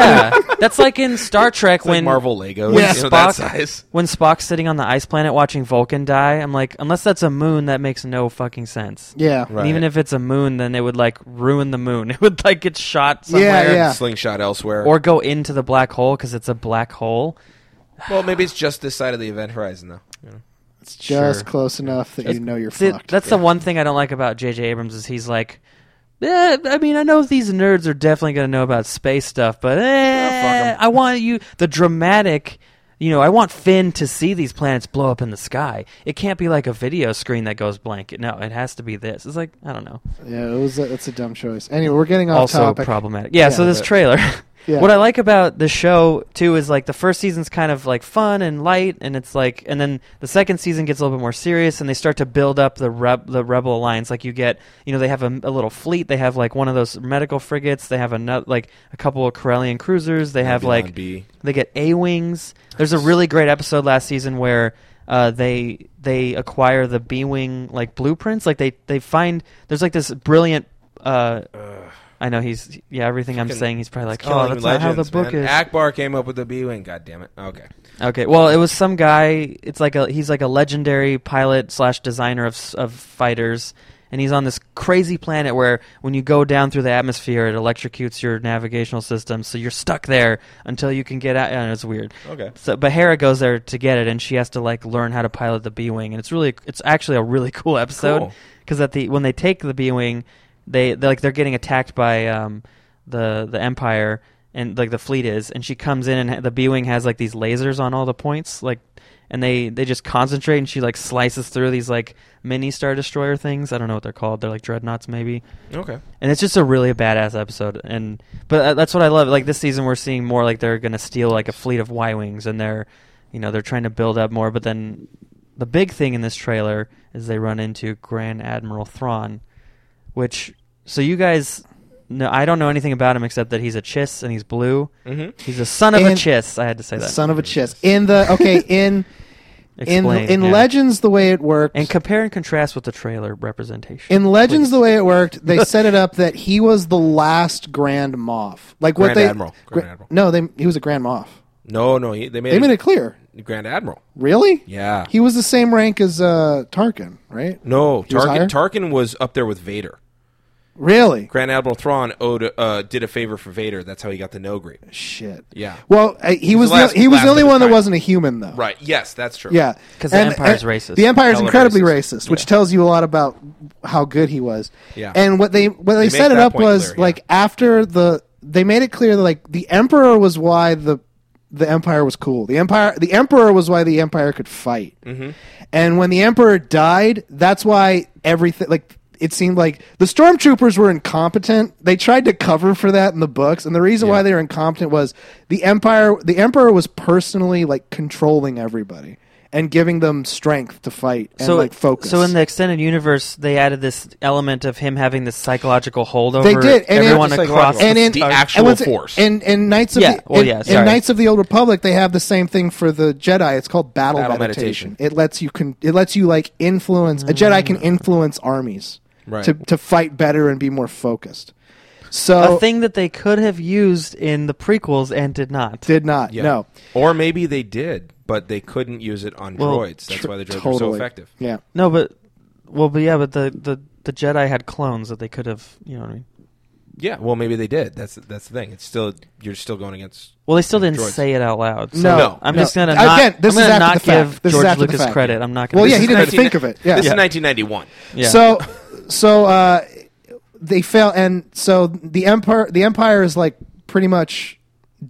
Speaker 1: yeah, that's like in Star Trek
Speaker 3: It's like
Speaker 1: when
Speaker 3: Marvel Legos,
Speaker 2: Yeah.
Speaker 3: you know, that
Speaker 1: Spock-
Speaker 3: size.
Speaker 1: when Spock's sitting on the ice planet watching Vulcan die. I'm like, unless that's a moon, that makes no fucking sense.
Speaker 2: Yeah.
Speaker 1: And even
Speaker 3: Right.
Speaker 1: if it's a moon, then it would like ruin the moon. It would like get shot somewhere
Speaker 2: yeah.
Speaker 3: slingshot elsewhere,
Speaker 1: or go into the black hole because it's a black hole.
Speaker 3: well, maybe it's just this side of the event horizon, though. you know.
Speaker 2: It's just
Speaker 1: Sure.
Speaker 2: close enough that you know you're
Speaker 1: See,
Speaker 2: fucked.
Speaker 1: that's the one thing I don't like about J.J. Abrams is he's like, eh, I mean, I know these nerds are definitely going to know about space stuff, but
Speaker 3: fuck
Speaker 1: eh,
Speaker 3: 'em.
Speaker 1: I want you the dramatic. You know, I want Finn to see these planets blow up in the sky. It can't be like a video screen that goes blank. No, it has to be this. It's like I don't know.
Speaker 2: yeah, it was. A, that's a dumb choice. Anyway, we're getting off
Speaker 1: also
Speaker 2: topic.
Speaker 1: problematic. Yeah, so
Speaker 2: Yeah,
Speaker 1: this
Speaker 3: but-
Speaker 1: trailer.
Speaker 2: Yeah.
Speaker 1: What I like about the show too is like the first season's kind of like fun and light, and it's like, and then the second season gets a little bit more serious, and they start to build up the reb- the rebel alliance. Like you get, you know, they have a, a little fleet. They have like one of those medical frigates. They have another like a couple of Corellian cruisers. They have
Speaker 3: Beyond
Speaker 1: like
Speaker 3: B.
Speaker 1: they get A wings. There's a really great episode last season where uh, they they acquire the B wing like blueprints. Like they they find there's like this brilliant. Uh, I know he's yeah. Everything I'm
Speaker 3: Fucking-
Speaker 1: saying, he's probably like,
Speaker 3: It's
Speaker 1: oh,
Speaker 3: killing
Speaker 1: that's not how the
Speaker 3: legends,
Speaker 1: book
Speaker 3: man.
Speaker 1: is.
Speaker 3: Akbar came up with the B wing. God damn it. Okay.
Speaker 1: okay, well, it was some guy. It's like a he's like a legendary pilot slash designer of s- of fighters, and he's on this crazy planet where when you go down through the atmosphere, it electrocutes your navigational system, so you're stuck there until you can get out. And it's weird.
Speaker 3: Okay.
Speaker 1: So, but Hera goes there to get it, and she has to like learn how to pilot the B wing, and it's really, it's actually a really cool episode
Speaker 3: Cool.
Speaker 1: because at the when they take the B wing, they they're, like they're getting attacked by um the the Empire and like the fleet is, and she comes in and ha- the B wing has like these lasers on all the points, like, and they they just concentrate, and she like slices through these like mini star destroyer things. I don't know what they're called. They're like dreadnoughts maybe
Speaker 3: Okay.
Speaker 1: and it's just a really badass episode and but uh, that's what i love like this season we're seeing more like they're gonna steal like a fleet of y-wings and they're you know they're trying to build up more but then the big thing in this trailer is they run into grand admiral thrawn which so you guys no i don't know anything about him except that he's a chiss and he's blue
Speaker 3: hmm
Speaker 1: he's a son of a
Speaker 2: And-
Speaker 1: chiss i had to say that
Speaker 2: Son of a chiss. In the okay in
Speaker 1: Explain,
Speaker 2: in in
Speaker 1: yeah.
Speaker 2: Legends the way it worked.
Speaker 1: and compare and contrast with the trailer representation
Speaker 2: in Legends
Speaker 1: please.
Speaker 2: the way it worked, they set it up that he was the last Grand Moff. Like what
Speaker 3: Grand
Speaker 2: they
Speaker 3: Admiral.
Speaker 2: Gra-
Speaker 3: Grand Admiral.
Speaker 2: No, they he was a Grand Moff.
Speaker 3: No, no. He, they made,
Speaker 2: They made
Speaker 3: it,
Speaker 2: it clear.
Speaker 3: Grand Admiral.
Speaker 2: Really?
Speaker 3: Yeah.
Speaker 2: He was the same rank as uh, Tarkin, right?
Speaker 3: no,
Speaker 2: He was higher?
Speaker 3: Tarkin, Tarkin was up there with Vader.
Speaker 2: Really?
Speaker 3: Grand Admiral Thrawn owed, uh, did a favor for Vader. That's how he got the no grade.
Speaker 2: Shit.
Speaker 3: Yeah.
Speaker 2: Well, uh, he was
Speaker 3: the
Speaker 2: the,
Speaker 3: last-
Speaker 2: he was
Speaker 3: last
Speaker 2: the only
Speaker 3: of his
Speaker 2: one that
Speaker 3: kind.
Speaker 2: wasn't a human though.
Speaker 3: Right. Yes, that's true.
Speaker 2: Yeah,
Speaker 1: 'Cause the Empire's racist.
Speaker 2: The Empire's
Speaker 3: Hella
Speaker 2: incredibly
Speaker 3: racist.
Speaker 2: racist, which tells you a lot about how good he was.
Speaker 3: Yeah.
Speaker 2: And what they what they,
Speaker 3: They
Speaker 2: set
Speaker 3: make
Speaker 2: it
Speaker 3: that
Speaker 2: up
Speaker 3: point
Speaker 2: was
Speaker 3: clear, yeah.
Speaker 2: like after the they made it clear that like the Emperor was why the the Empire was cool. The Empire the Emperor was why the Empire could fight.
Speaker 1: Mm-hmm.
Speaker 2: And when the Emperor died, that's why everything like. It seemed like the stormtroopers were incompetent. They tried to cover for that in the books, and the reason why they were incompetent was the empire. The emperor was personally like controlling everybody and giving them strength to fight and like focus.
Speaker 1: So in the extended universe, they added this element of him having this psychological hold over
Speaker 2: They did, and it-
Speaker 1: everyone
Speaker 2: Just
Speaker 1: across.
Speaker 3: psychological.
Speaker 2: and in
Speaker 3: The
Speaker 2: and
Speaker 3: actual
Speaker 2: what's it-
Speaker 3: force.
Speaker 2: and and Knights of
Speaker 1: Yeah,
Speaker 2: the,
Speaker 1: well,
Speaker 2: in-
Speaker 1: yeah,
Speaker 2: in
Speaker 1: sorry.
Speaker 2: Knights of the Old Republic they have the same thing for the Jedi. It's called battle,
Speaker 3: Battle
Speaker 2: meditation.
Speaker 3: meditation. Mm.
Speaker 2: It lets you con- it lets you like influence a Jedi can influence armies
Speaker 3: Right.
Speaker 2: to to fight better and be more focused. So
Speaker 1: a thing that they could have used in the prequels and did not.
Speaker 2: did not
Speaker 3: Yeah.
Speaker 2: no
Speaker 3: Or maybe they did, but they couldn't use it on
Speaker 1: Well,
Speaker 3: droids. That's why the droids
Speaker 2: totally
Speaker 3: were so effective.
Speaker 2: Yeah.
Speaker 1: no, but well, but yeah, but the, the the Jedi had clones that they could have. You know what I mean?
Speaker 3: Yeah, well, maybe they did. That's that's the thing. It's still you're still going against.
Speaker 1: Well, they still didn't
Speaker 3: Droids.
Speaker 1: say it out loud. So
Speaker 2: No,
Speaker 3: No.
Speaker 1: I'm
Speaker 2: no.
Speaker 1: just gonna
Speaker 2: Again,
Speaker 1: not,
Speaker 2: this
Speaker 1: I'm
Speaker 2: is
Speaker 1: gonna
Speaker 2: after
Speaker 1: not
Speaker 2: the fact.
Speaker 1: give
Speaker 2: This is
Speaker 1: George
Speaker 2: after the
Speaker 1: Lucas
Speaker 2: fact.
Speaker 1: credit. I'm not gonna.
Speaker 2: Well,
Speaker 1: this
Speaker 2: Oh, yeah, he
Speaker 1: is-
Speaker 2: didn't
Speaker 3: 19
Speaker 2: think of it. Yeah.
Speaker 3: This
Speaker 2: Yeah.
Speaker 3: is 1991.
Speaker 1: yeah.
Speaker 2: So, so uh, they fail, and so the empire, the empire is like pretty much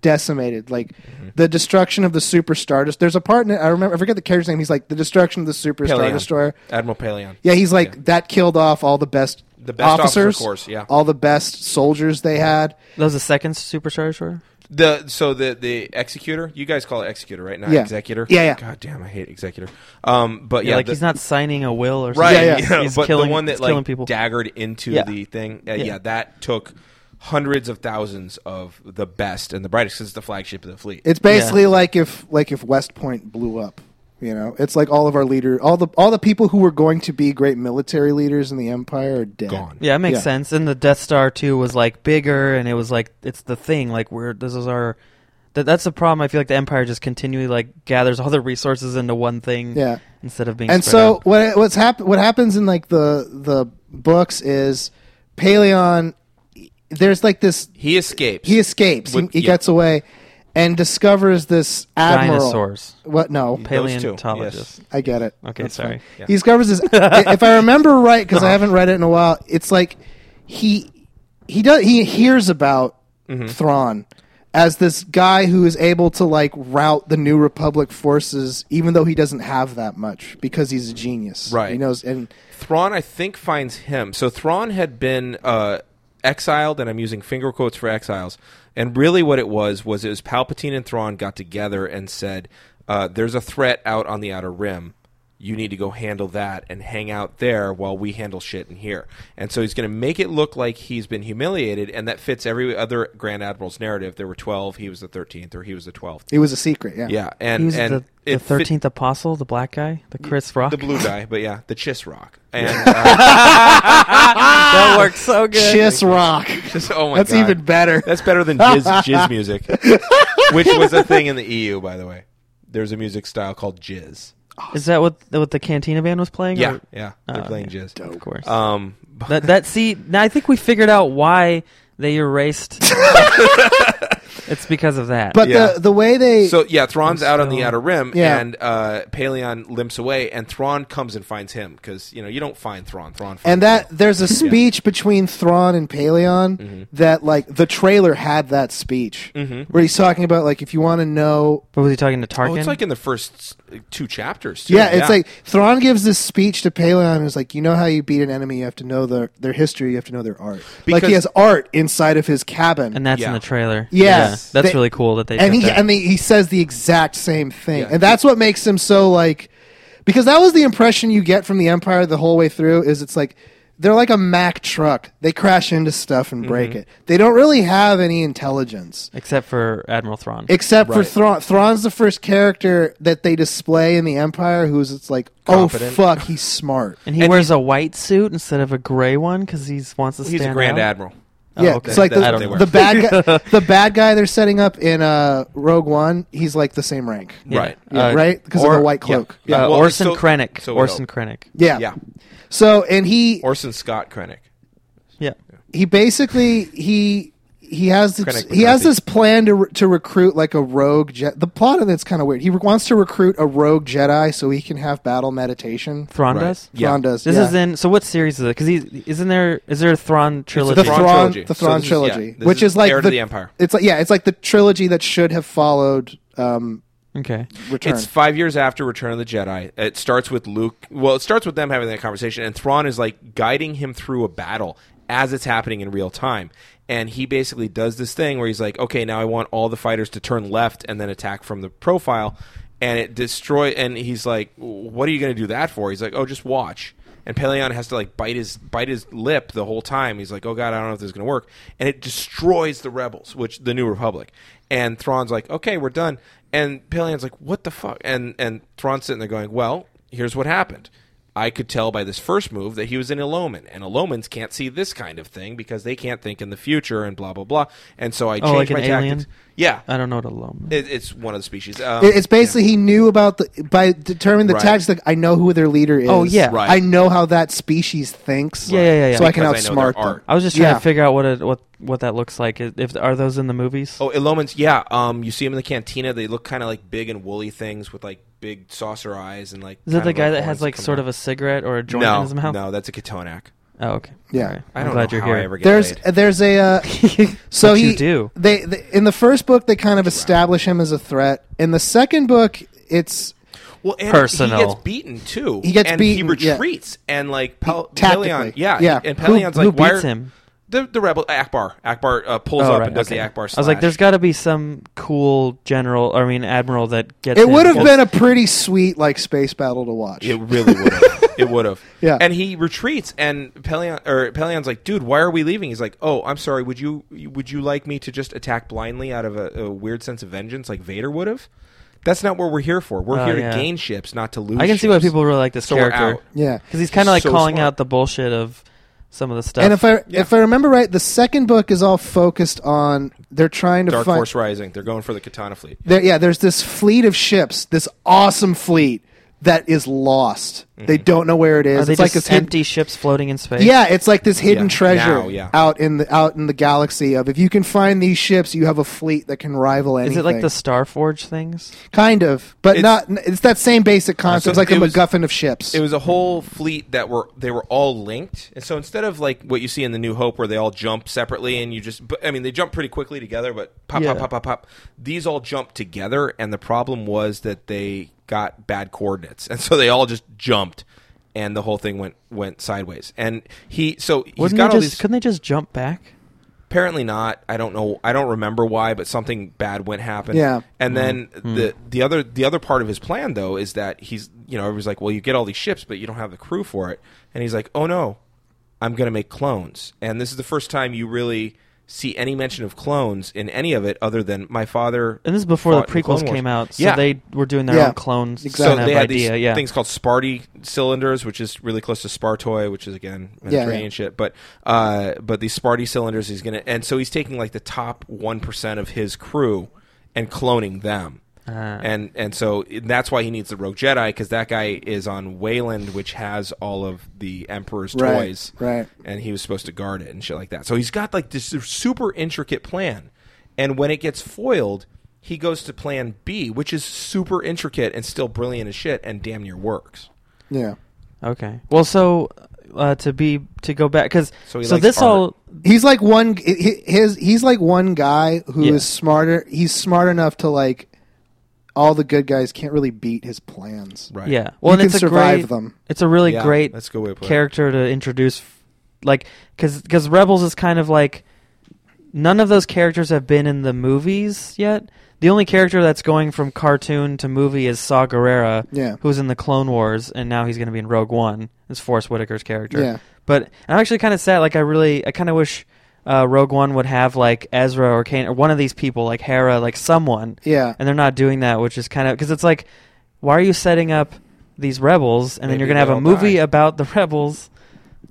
Speaker 2: decimated. Like
Speaker 3: Mm-hmm.
Speaker 2: the destruction of the super star. Des- There's a part in it. I remember. I forget the character's name. He's like the destruction of the super star
Speaker 3: Paleon.
Speaker 2: destroyer.
Speaker 3: Admiral Paleon.
Speaker 2: Yeah, he's like that killed off all the best
Speaker 3: The best officer
Speaker 2: officers,
Speaker 3: corps, yeah.
Speaker 2: all the best soldiers they had.
Speaker 1: that was the second Super Star Destroyer.
Speaker 3: The so the the executor. You guys call it executor, right? Not
Speaker 2: Yeah.
Speaker 3: executor.
Speaker 2: Yeah, yeah.
Speaker 3: God damn, I hate executor. Um, but yeah,
Speaker 1: Yeah, like
Speaker 3: the-
Speaker 1: he's not signing a will or
Speaker 3: right.
Speaker 1: something.
Speaker 2: yeah.
Speaker 1: He's,
Speaker 3: yeah,
Speaker 1: he's
Speaker 3: but
Speaker 1: killing,
Speaker 3: the one
Speaker 1: he's
Speaker 3: that
Speaker 1: killing
Speaker 3: like
Speaker 1: people.
Speaker 3: daggered into
Speaker 1: Yeah.
Speaker 3: the thing. Uh, yeah.
Speaker 1: Yeah.
Speaker 3: that took hundreds of thousands of the best and the brightest. 'cause it's the flagship of the fleet.
Speaker 2: It's basically like if like if West Point blew up. You know, it's like all of our leader, all the all the people who were going to be great military leaders in the empire are dead.
Speaker 3: Gone.
Speaker 1: yeah, it makes
Speaker 2: Yeah.
Speaker 1: sense. And the Death Star too was like bigger, and it was like it's the thing. Like we're this is our. That, that's the problem. I feel like the Empire just continually like gathers all the resources into one thing.
Speaker 2: Yeah.
Speaker 1: Instead of being
Speaker 2: And
Speaker 1: spread
Speaker 2: so
Speaker 1: out.
Speaker 2: what what's hap- what happens in like the the books is Paleon there's like this
Speaker 3: He escapes.
Speaker 2: he escapes.
Speaker 3: With-
Speaker 2: he he
Speaker 3: yeah.
Speaker 2: gets away and discovers this admiral.
Speaker 1: dinosaurs,
Speaker 2: What no.
Speaker 3: Those two,
Speaker 1: paleontologists.
Speaker 2: I get it.
Speaker 1: Okay,
Speaker 2: That's
Speaker 1: sorry.
Speaker 2: fine.
Speaker 3: Yeah.
Speaker 2: He discovers this. if I remember right, because I haven't read it in a while, it's like he he does he hears about
Speaker 3: Mm-hmm.
Speaker 2: Thrawn as this guy who is able to like rout the New Republic forces, even though he doesn't have that much because he's a genius.
Speaker 3: Right.
Speaker 2: He knows and
Speaker 3: Thrawn, I think, finds him. So Thrawn had been uh, exiled, and I'm using finger quotes for exiles. And really, what it was was it was Palpatine and Thrawn got together and said, uh, "There's a threat out on the Outer Rim. You need to go handle that and hang out there while we handle shit in here." And so he's going to make it look like he's been humiliated, and that fits every other Grand Admiral's narrative. There were twelve; he was the thirteenth, or he was the twelfth.
Speaker 2: it was a secret. Yeah.
Speaker 3: Yeah, and
Speaker 1: He was
Speaker 3: and
Speaker 1: the
Speaker 3: it
Speaker 1: the
Speaker 3: fit-
Speaker 1: thirteenth apostle, the black guy, the Chris Rock.
Speaker 3: the blue guy, but yeah, the Chiss Rock. And, uh,
Speaker 1: Ah, that works so good.
Speaker 2: Chiss Rock.
Speaker 3: just, oh my
Speaker 2: That's
Speaker 3: God.
Speaker 2: even better.
Speaker 3: That's better than jizz, jizz music, which was a thing in the EU, by the way. There's a music style called jizz.
Speaker 1: Is that what what the Cantina band was playing?
Speaker 3: Yeah,
Speaker 1: or-
Speaker 3: yeah, they're
Speaker 2: Ah,
Speaker 1: Oh,
Speaker 3: playing
Speaker 1: okay.
Speaker 3: jizz.
Speaker 1: of course.
Speaker 3: Um, but
Speaker 1: that that see, now I think we figured out why they erased. it's because of that.
Speaker 2: But
Speaker 3: Yeah.
Speaker 2: the the way they
Speaker 3: so yeah, Thrawn's out on the
Speaker 1: still-
Speaker 3: outer rim,
Speaker 2: Yeah.
Speaker 3: and uh, Paleon limps away, and Thrawn comes and finds him because you know you don't find Thrawn. Thrawn finds
Speaker 2: And that there's a speech between Thrawn and Paleon that like the trailer had that speech where he's talking about like if you want to know
Speaker 1: But was he talking to Tarkin?
Speaker 3: Oh, it's like in the first uh, two chapters. Too.
Speaker 2: yeah, it's like Thrawn gives this speech to Paleon and is like, you know how you beat an enemy, you have to know their their history, you have to know their art. like
Speaker 3: Because-
Speaker 2: he has art inside of his cabin.
Speaker 1: and that's
Speaker 3: Yeah.
Speaker 1: in the trailer.
Speaker 2: Yes.
Speaker 1: that's
Speaker 2: They-
Speaker 1: really cool that they.
Speaker 2: and
Speaker 1: did
Speaker 2: he
Speaker 1: that.
Speaker 2: and he, he says the exact same thing,
Speaker 3: Yeah.
Speaker 2: and that's what makes him so like because that was the impression you get from the Empire the whole way through is it's like they're like a Mack truck. They crash into stuff and break it. They don't really have any intelligence.
Speaker 1: except for Admiral Thrawn.
Speaker 2: Except for
Speaker 3: Right.
Speaker 2: Thrawn. Thrawn's the first character that they display in the Empire who's it's like, oh
Speaker 3: Competent.
Speaker 2: fuck, he's smart.
Speaker 1: and he
Speaker 3: and
Speaker 1: wears a white suit instead of a gray one because he wants to
Speaker 3: he's
Speaker 1: stand
Speaker 3: a grand
Speaker 1: out.
Speaker 3: admiral.
Speaker 1: Oh,
Speaker 2: yeah,
Speaker 1: okay.
Speaker 2: it's like
Speaker 3: That's what
Speaker 1: they
Speaker 2: the,
Speaker 1: were.
Speaker 2: the bad guy, the bad guy they're setting up in uh, Rogue One. He's like the same rank,
Speaker 1: Yeah.
Speaker 3: Right.
Speaker 2: Yeah,
Speaker 1: Uh,
Speaker 2: right? Because of
Speaker 1: or-
Speaker 2: the white
Speaker 3: yeah.
Speaker 2: cloak.
Speaker 3: Yeah,
Speaker 1: uh,
Speaker 3: well,
Speaker 1: Orson
Speaker 3: so-
Speaker 1: Krennic.
Speaker 3: so we
Speaker 1: Orson
Speaker 3: don't-
Speaker 1: Krennic.
Speaker 2: Yeah.
Speaker 3: Yeah.
Speaker 2: So and he
Speaker 3: Orson Scott Krennic.
Speaker 1: Yeah.
Speaker 2: he basically he he has this,
Speaker 3: Krennic
Speaker 2: he has
Speaker 3: McCarthy.
Speaker 2: this plan to re- to recruit like a rogue Jedi. The plot of it's kind of weird. He re- wants to recruit a rogue Jedi so he can have battle meditation.
Speaker 1: Thrawn
Speaker 3: Right.
Speaker 1: does.
Speaker 3: Yeah.
Speaker 2: Thrawn does.
Speaker 1: This
Speaker 2: yeah.
Speaker 1: is in. So what series is it? Because he isn't there. Is there a Thrawn trilogy?
Speaker 2: the
Speaker 3: Thrawn
Speaker 2: Thrawn,
Speaker 3: trilogy.
Speaker 2: the Thrawn
Speaker 3: So this is- yeah,
Speaker 2: trilogy,
Speaker 3: this
Speaker 2: which
Speaker 3: is
Speaker 2: is, like
Speaker 3: Heir
Speaker 2: the,
Speaker 3: to the Empire.
Speaker 2: It's like yeah, it's like the trilogy that should have followed um,
Speaker 1: okay.
Speaker 2: Return.
Speaker 3: It's five years after Return of the Jedi. It starts with Luke. Well, it starts with them having that conversation, and Thrawn is like guiding him through a battle as it's happening in real time. And he basically does this thing where he's like, "Okay, now I want all the fighters to turn left and then attack from the profile." And it destroy. And he's like, "What are you going to do that for?" He's like, "Oh, just watch." And Paleon has to like bite his bite his lip the whole time. He's like, "Oh God, I don't know if this is going to work." And it destroys the rebels, which the New Republic. And Thrawn's like, "Okay, we're done." And Paleon's like, "What the fuck?" And and Thrawn's sitting there going, "Well, here's what happened. I could tell by this first move that he was an Illoman, and Illomans can't see this kind of thing because they can't think in the future and blah blah blah. And so I changed
Speaker 1: Oh, like an
Speaker 3: my
Speaker 1: alien?
Speaker 3: tactics. Yeah,
Speaker 1: I don't know what a loam.
Speaker 3: it, it's one of the species. Um,
Speaker 2: It- it's basically he knew about the by determining the
Speaker 3: Right.
Speaker 2: tactics. Like I know who their leader is.
Speaker 1: Oh, yeah.
Speaker 3: Right.
Speaker 2: I know how that species thinks.
Speaker 1: Yeah, yeah, yeah, yeah.
Speaker 2: So I can
Speaker 3: Because I know their
Speaker 2: outsmart them.
Speaker 3: art.
Speaker 1: I was just trying
Speaker 2: Yeah.
Speaker 1: to figure out what it, what what that looks like. If- If are those in the movies?
Speaker 3: Oh, Illomans, yeah. Um, you see them in the cantina. They look kind of like big and woolly things with like big saucer eyes and like.
Speaker 1: Is it
Speaker 3: kind
Speaker 1: the
Speaker 3: of,
Speaker 1: guy that
Speaker 3: horns
Speaker 1: has like
Speaker 3: come
Speaker 1: sort
Speaker 3: out.
Speaker 1: of a cigarette or a joint
Speaker 3: no,
Speaker 1: in his mouth?
Speaker 3: No, that's a Katonak.
Speaker 1: Oh, okay.
Speaker 2: Yeah.
Speaker 1: All right.
Speaker 3: I
Speaker 1: I'm
Speaker 3: don't
Speaker 1: glad
Speaker 3: know
Speaker 1: you're
Speaker 3: how
Speaker 1: here.
Speaker 3: I ever get
Speaker 2: There's
Speaker 3: laid.
Speaker 2: there's a uh, so
Speaker 1: But
Speaker 2: he
Speaker 1: you do.
Speaker 2: they, they in the first book they kind of establish him as a threat. In the second book, it's
Speaker 3: Well, and
Speaker 1: Personal.
Speaker 3: He gets beaten too.
Speaker 2: He gets
Speaker 3: and
Speaker 2: beaten,
Speaker 3: He
Speaker 2: yeah.
Speaker 3: retreats and like Pel-
Speaker 2: Tactically.
Speaker 3: Pelion. Yeah,
Speaker 2: Yeah.
Speaker 3: And
Speaker 1: Who,
Speaker 3: Pelion's like,
Speaker 1: who
Speaker 3: why
Speaker 1: beats
Speaker 3: are-
Speaker 1: him?
Speaker 3: The, the rebel Akbar. Akbar uh, pulls
Speaker 1: Oh,
Speaker 3: up
Speaker 1: right,
Speaker 3: and does
Speaker 1: okay.
Speaker 3: the Akbar. Slash.
Speaker 1: I was like, there's got to be some cool general. Or, I mean, admiral that gets.
Speaker 2: it
Speaker 1: him.
Speaker 2: would have
Speaker 1: Well,
Speaker 2: been a pretty sweet like space battle to watch.
Speaker 3: It really would have. it would have.
Speaker 2: Yeah.
Speaker 3: And he retreats, and Pelion or Pelion's like, "Dude, why are we leaving?" He's like, "Oh, I'm sorry. Would you would you like me to just attack blindly out of a, a weird sense of vengeance, like Vader would have? That's not what we're here for. We're
Speaker 1: Oh,
Speaker 3: here
Speaker 1: yeah.
Speaker 3: to gain ships, not to lose.
Speaker 1: I can see why
Speaker 3: ships."
Speaker 1: people really like this
Speaker 3: So we're
Speaker 1: character
Speaker 3: out.
Speaker 2: yeah.
Speaker 1: because he's kind of like
Speaker 3: So
Speaker 1: calling
Speaker 3: smart.
Speaker 1: out the bullshit of some of the stuff.
Speaker 2: And if I
Speaker 3: Yeah.
Speaker 2: if I remember right, the second book is all focused on they're trying to
Speaker 3: Dark
Speaker 2: find
Speaker 3: Force Rising. They're going for the Katana fleet.
Speaker 2: there, yeah, there's this fleet of ships, this awesome fleet that is lost. They don't know where it is.
Speaker 1: Mm-hmm. are they
Speaker 2: it's like
Speaker 1: just
Speaker 2: this hid-
Speaker 1: empty ships floating in space?
Speaker 2: yeah, it's like this hidden
Speaker 3: Yeah,
Speaker 2: treasure
Speaker 3: now, yeah.
Speaker 2: out in the out in the galaxy of if you can find these ships, you have a fleet that can rival anything.
Speaker 1: Is it like the Starforge things?
Speaker 2: kind of, but
Speaker 3: It's-
Speaker 2: not. It's that same basic
Speaker 1: Uh,
Speaker 2: concept.
Speaker 3: So
Speaker 2: it's like the
Speaker 3: it was-
Speaker 2: MacGuffin of ships.
Speaker 3: It was a whole fleet that were they were all linked, and so instead of like what you see in the New Hope, where they all jump separately, and you just but, I mean they jump pretty quickly together, but pop
Speaker 1: Yeah.
Speaker 3: pop pop pop pop. These all jumped together, and the problem was that they got bad coordinates, and so they all just jumped, and the whole thing went went sideways. And he so he's
Speaker 1: Wouldn't
Speaker 3: got
Speaker 1: they
Speaker 3: all
Speaker 1: just?
Speaker 3: these.
Speaker 1: Couldn't they just jump back?
Speaker 3: Apparently not. I don't know. I don't remember why, but something bad went happen.
Speaker 2: Yeah.
Speaker 3: And then
Speaker 1: Hmm.
Speaker 3: the the other the other part of his plan though is that he's you know everybody's like, well, you get all these ships, but you don't have the crew for it. And he's like, oh no, I'm gonna make clones. And this is the first time you really see any mention of clones in any of it, other than my father.
Speaker 1: And this is before
Speaker 3: fought
Speaker 1: the
Speaker 3: in Clone
Speaker 1: prequels
Speaker 3: Wars.
Speaker 1: came out, so
Speaker 3: yeah.
Speaker 1: they were doing their
Speaker 2: Yeah.
Speaker 1: own clones
Speaker 2: Exactly.
Speaker 1: kind
Speaker 3: So
Speaker 1: of
Speaker 3: they had
Speaker 1: idea.
Speaker 3: these
Speaker 1: yeah,
Speaker 3: things called Sparty cylinders, which is really close to Spartoi, which is again Mediterranean
Speaker 2: yeah.
Speaker 3: shit. But uh, but these Sparty cylinders, he's gonna, and so he's taking like the top one percent of his crew and cloning them.
Speaker 2: Uh.
Speaker 1: Ah.
Speaker 3: And and so that's why he needs the Rogue Jedi because that guy is on Wayland, which has all of the Emperor's
Speaker 2: Right,
Speaker 3: toys,
Speaker 2: right.
Speaker 3: And he was supposed to guard it and shit like that. So he's got like this super intricate plan, and when it gets foiled, he goes to Plan B, which is super intricate and still brilliant as shit, and damn near works.
Speaker 2: yeah,
Speaker 1: Okay. Well, so uh, to be to go back because so,
Speaker 3: So he likes
Speaker 1: this
Speaker 3: art.
Speaker 1: all
Speaker 2: he's like one. he- His he's like one guy who is
Speaker 1: Yeah.
Speaker 2: smarter. He's smart enough to like all the good guys can't really beat his plans.
Speaker 3: Right?
Speaker 1: yeah. Well, and
Speaker 2: You can
Speaker 1: it's a
Speaker 2: survive
Speaker 1: great,
Speaker 2: them.
Speaker 1: It's a really
Speaker 3: Yeah,
Speaker 1: great
Speaker 3: that's a good way to put it.
Speaker 1: character to introduce, f- like because Rebels is kind of like none of those characters have been in the movies yet. The only character that's going from cartoon to movie is Saw Gerrera,
Speaker 2: Yeah.
Speaker 1: who's in the Clone Wars, and now he's going to be in Rogue One. It's Forrest Whitaker's character.
Speaker 2: Yeah.
Speaker 1: But I'm actually kind of sad. Like I really, I kind of wish uh, Rogue One would have like Ezra or Kane or one of these people, like Hera, like someone.
Speaker 2: Yeah.
Speaker 1: And they're not doing that, which is kind of because it's like, why are you setting up these rebels and then
Speaker 3: Maybe
Speaker 1: you're gonna have
Speaker 3: they
Speaker 1: a
Speaker 3: all
Speaker 1: movie
Speaker 3: die.
Speaker 1: about the rebels?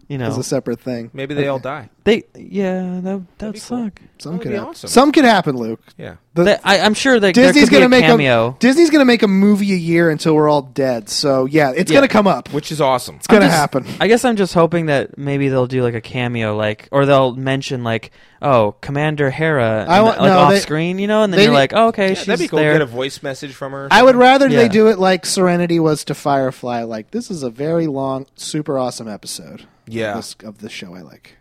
Speaker 1: You know,
Speaker 2: As a separate thing.
Speaker 3: Maybe they all die.
Speaker 1: they yeah, that that would
Speaker 3: be cool.
Speaker 1: suck.
Speaker 2: Some
Speaker 3: That would
Speaker 2: could
Speaker 3: be
Speaker 2: happen.
Speaker 3: awesome.
Speaker 2: Some could happen, Luke.
Speaker 3: Yeah.
Speaker 2: The-
Speaker 1: That- I, I'm sure that there
Speaker 2: Disney's
Speaker 1: could be
Speaker 2: gonna
Speaker 1: a
Speaker 2: make
Speaker 1: cameo.
Speaker 2: a Disney's gonna make a movie a year until we're all dead. So yeah, it's
Speaker 1: Yeah.
Speaker 2: gonna come up.
Speaker 3: Which is awesome.
Speaker 2: It's gonna
Speaker 1: just-
Speaker 2: happen.
Speaker 1: I guess I'm just hoping that maybe they'll do like a cameo, like or they'll mention like, oh, Commander Hera,
Speaker 2: I
Speaker 1: and,
Speaker 2: want-
Speaker 1: like
Speaker 2: no,
Speaker 1: off
Speaker 2: they-
Speaker 1: screen, you know, and then
Speaker 2: they
Speaker 1: you're
Speaker 2: need-
Speaker 1: like, oh, okay,
Speaker 3: Yeah,
Speaker 1: she's
Speaker 3: that'd be cool.
Speaker 1: there.
Speaker 3: Get a voice message from her. or
Speaker 2: I would
Speaker 3: something.
Speaker 2: rather they
Speaker 1: Yeah.
Speaker 2: do it like Serenity was to Firefly. Like this is a very long, super awesome episode.
Speaker 3: Yeah.
Speaker 2: of this, of this show I like.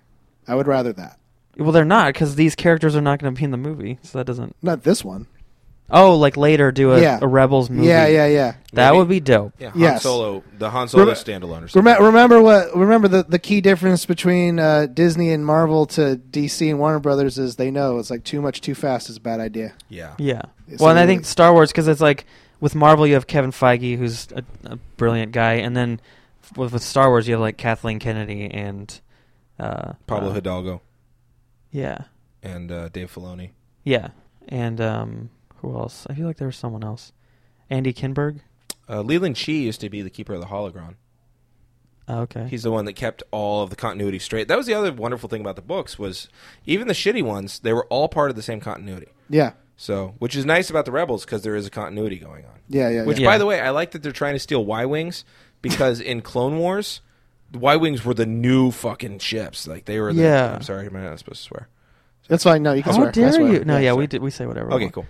Speaker 2: I would rather that.
Speaker 1: Well, they're not because these characters are not going to be in the movie, so that doesn't.
Speaker 2: Not this one.
Speaker 1: Oh, like later do a,
Speaker 2: Yeah.
Speaker 1: a Rebels movie.
Speaker 2: Yeah, yeah, yeah.
Speaker 1: That
Speaker 3: Maybe.
Speaker 1: would be dope.
Speaker 3: Yeah, Han
Speaker 2: Yes.
Speaker 3: Solo, the Han Solo
Speaker 2: Rem-
Speaker 3: standalone or something.
Speaker 2: Remember, remember what? Remember the, the key difference between uh, Disney and Marvel to DC and Warner Brothers is they know it's like too much, too fast is a bad idea.
Speaker 3: yeah.
Speaker 1: Yeah.
Speaker 2: It's
Speaker 1: Well, and I
Speaker 2: really-
Speaker 1: think Star Wars because it's like with Marvel you have Kevin Feige who's a, a brilliant guy, and then f- with, with Star Wars you have like Kathleen Kennedy and uh,
Speaker 3: Pablo
Speaker 1: uh,
Speaker 3: Hidalgo
Speaker 1: Yeah,
Speaker 3: and uh, Dave Filoni.
Speaker 1: yeah, and um, who else? I feel like there was someone else. Andy Kinberg.
Speaker 3: Uh, Leland Chi used to be the keeper of the hologram.
Speaker 1: Oh, okay.
Speaker 3: He's the one that kept all of the continuity straight. That was the other wonderful thing about the books was even the shitty ones, they were all part of the same continuity.
Speaker 2: Yeah.
Speaker 3: So, which is nice about the Rebels because there is a continuity going on.
Speaker 2: Yeah, yeah,
Speaker 3: Which,
Speaker 2: yeah.
Speaker 3: by
Speaker 1: Yeah.
Speaker 3: the way, I like that they're trying to steal Y wings because in Clone Wars, Y wings were the new fucking ships. Like they were. The,
Speaker 1: Yeah.
Speaker 3: I'm sorry, I'm not supposed to swear.
Speaker 2: That's fine. No, you can
Speaker 1: How
Speaker 2: swear. I
Speaker 1: dare
Speaker 2: swear.
Speaker 1: you? No, yeah,
Speaker 2: sorry.
Speaker 1: we did, we say whatever. we
Speaker 3: Okay,
Speaker 1: want.
Speaker 3: cool.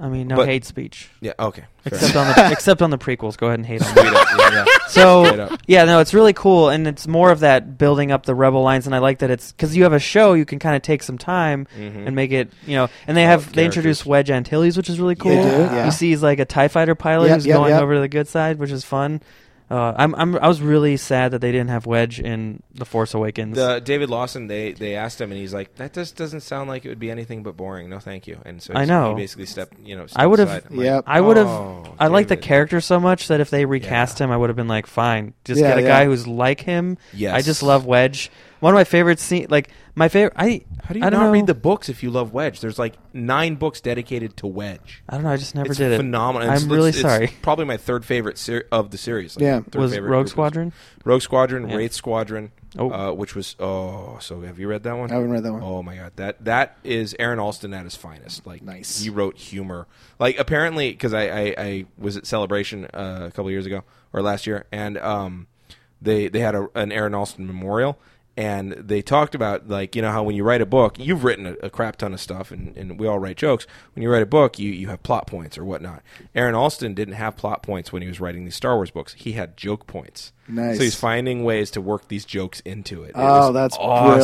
Speaker 1: I mean, no
Speaker 3: But-
Speaker 1: hate speech
Speaker 3: Yeah. Okay. fair
Speaker 1: except
Speaker 3: enough.
Speaker 1: on the except on the prequels. Go ahead and hate on them.
Speaker 3: Straight up, yeah, yeah. Straight
Speaker 1: So
Speaker 3: up.
Speaker 1: yeah, no, it's really cool, and it's more of that building up the rebel lines, and I like that it's because you have a show, you can kind of take some time
Speaker 3: Mhm.
Speaker 1: and make it, you know, and they have they
Speaker 3: characters.
Speaker 1: introduce Wedge Antilles, which is really cool.
Speaker 2: They do, yeah.
Speaker 1: You see, he's like a Tie Fighter pilot
Speaker 2: Yep,
Speaker 1: who's
Speaker 2: yep,
Speaker 1: going
Speaker 2: yep.
Speaker 1: over to the good side, which is fun. Uh, I'm, I'm I was really sad that they didn't have Wedge in the Force Awakens.
Speaker 3: The David Lawson, they they asked him, and he's like, "That just doesn't sound like it would be anything but boring. No, thank you." And so
Speaker 1: I
Speaker 3: he-
Speaker 1: know.
Speaker 3: he basically stepped. You know,
Speaker 1: I would've-
Speaker 3: stepped aside. I'm
Speaker 2: Yep.
Speaker 1: I would have.
Speaker 3: "Oh,
Speaker 1: I like the
Speaker 3: David."
Speaker 1: character so much that if they recast him, I would have been like, fine, just
Speaker 2: Yeah,
Speaker 1: get a
Speaker 2: yeah.
Speaker 1: guy who's like him.
Speaker 3: Yes.
Speaker 1: I just love Wedge. One of my favorite scene, like my favorite. I
Speaker 3: How do you
Speaker 1: I
Speaker 3: not
Speaker 1: don't know,
Speaker 3: read the books if you love Wedge? There's like nine books dedicated to Wedge.
Speaker 1: I don't know. I just never
Speaker 3: it's
Speaker 1: did it.
Speaker 3: phenomenal.
Speaker 1: I'm
Speaker 3: It's-
Speaker 1: really
Speaker 3: it's-
Speaker 1: sorry.
Speaker 3: It's probably my third favorite ser- of the series. Like,
Speaker 2: Yeah.
Speaker 3: third
Speaker 1: was
Speaker 3: favorite
Speaker 1: Rogue
Speaker 3: group.
Speaker 1: Squadron?
Speaker 3: Rogue Squadron,
Speaker 1: Yeah.
Speaker 3: Wraith Squadron,
Speaker 1: Oh.
Speaker 3: uh, which was oh, so have you read that one?
Speaker 2: I haven't read that one.
Speaker 3: Oh my god, that that is Aaron Alston at his finest. Like
Speaker 2: Nice.
Speaker 3: he wrote humor. Like apparently, because I, I I was at Celebration uh, a couple years ago or last year, and um, they they had a, an Aaron Alston memorial. And they talked about like you know how when you write a book, you've written a, a crap ton of stuff, and, and we all write jokes. When you write a book, you, you have plot points or whatnot. Aaron Alston didn't have plot points when he was writing these Star Wars books. He had joke points.
Speaker 2: Nice.
Speaker 3: So he's finding ways to work these jokes into it. It
Speaker 2: Oh,
Speaker 3: was
Speaker 2: that's
Speaker 3: awesome.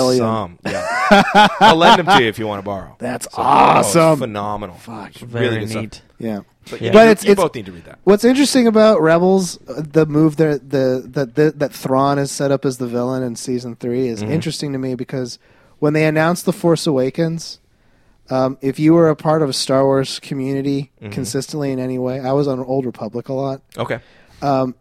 Speaker 2: brilliant.
Speaker 3: Yeah. I'll lend them to you if you want to borrow.
Speaker 2: That's
Speaker 3: So- oh,
Speaker 2: awesome.
Speaker 3: phenomenal.
Speaker 2: Fuck.
Speaker 1: Very
Speaker 3: good stuff.
Speaker 1: neat.
Speaker 2: Yeah.
Speaker 3: But,
Speaker 1: Yeah.
Speaker 3: yeah,
Speaker 1: But
Speaker 3: you,
Speaker 2: it's-
Speaker 3: you
Speaker 2: it's-
Speaker 3: both need to read that.
Speaker 2: What's interesting about Rebels, uh, the move there, the that the, that Thrawn is set up as the villain in season three is interesting to me because when they announced the Force Awakens, um, if you were a part of a Star Wars community consistently in any way, I was on Old Republic a lot. um,
Speaker 3: Okay.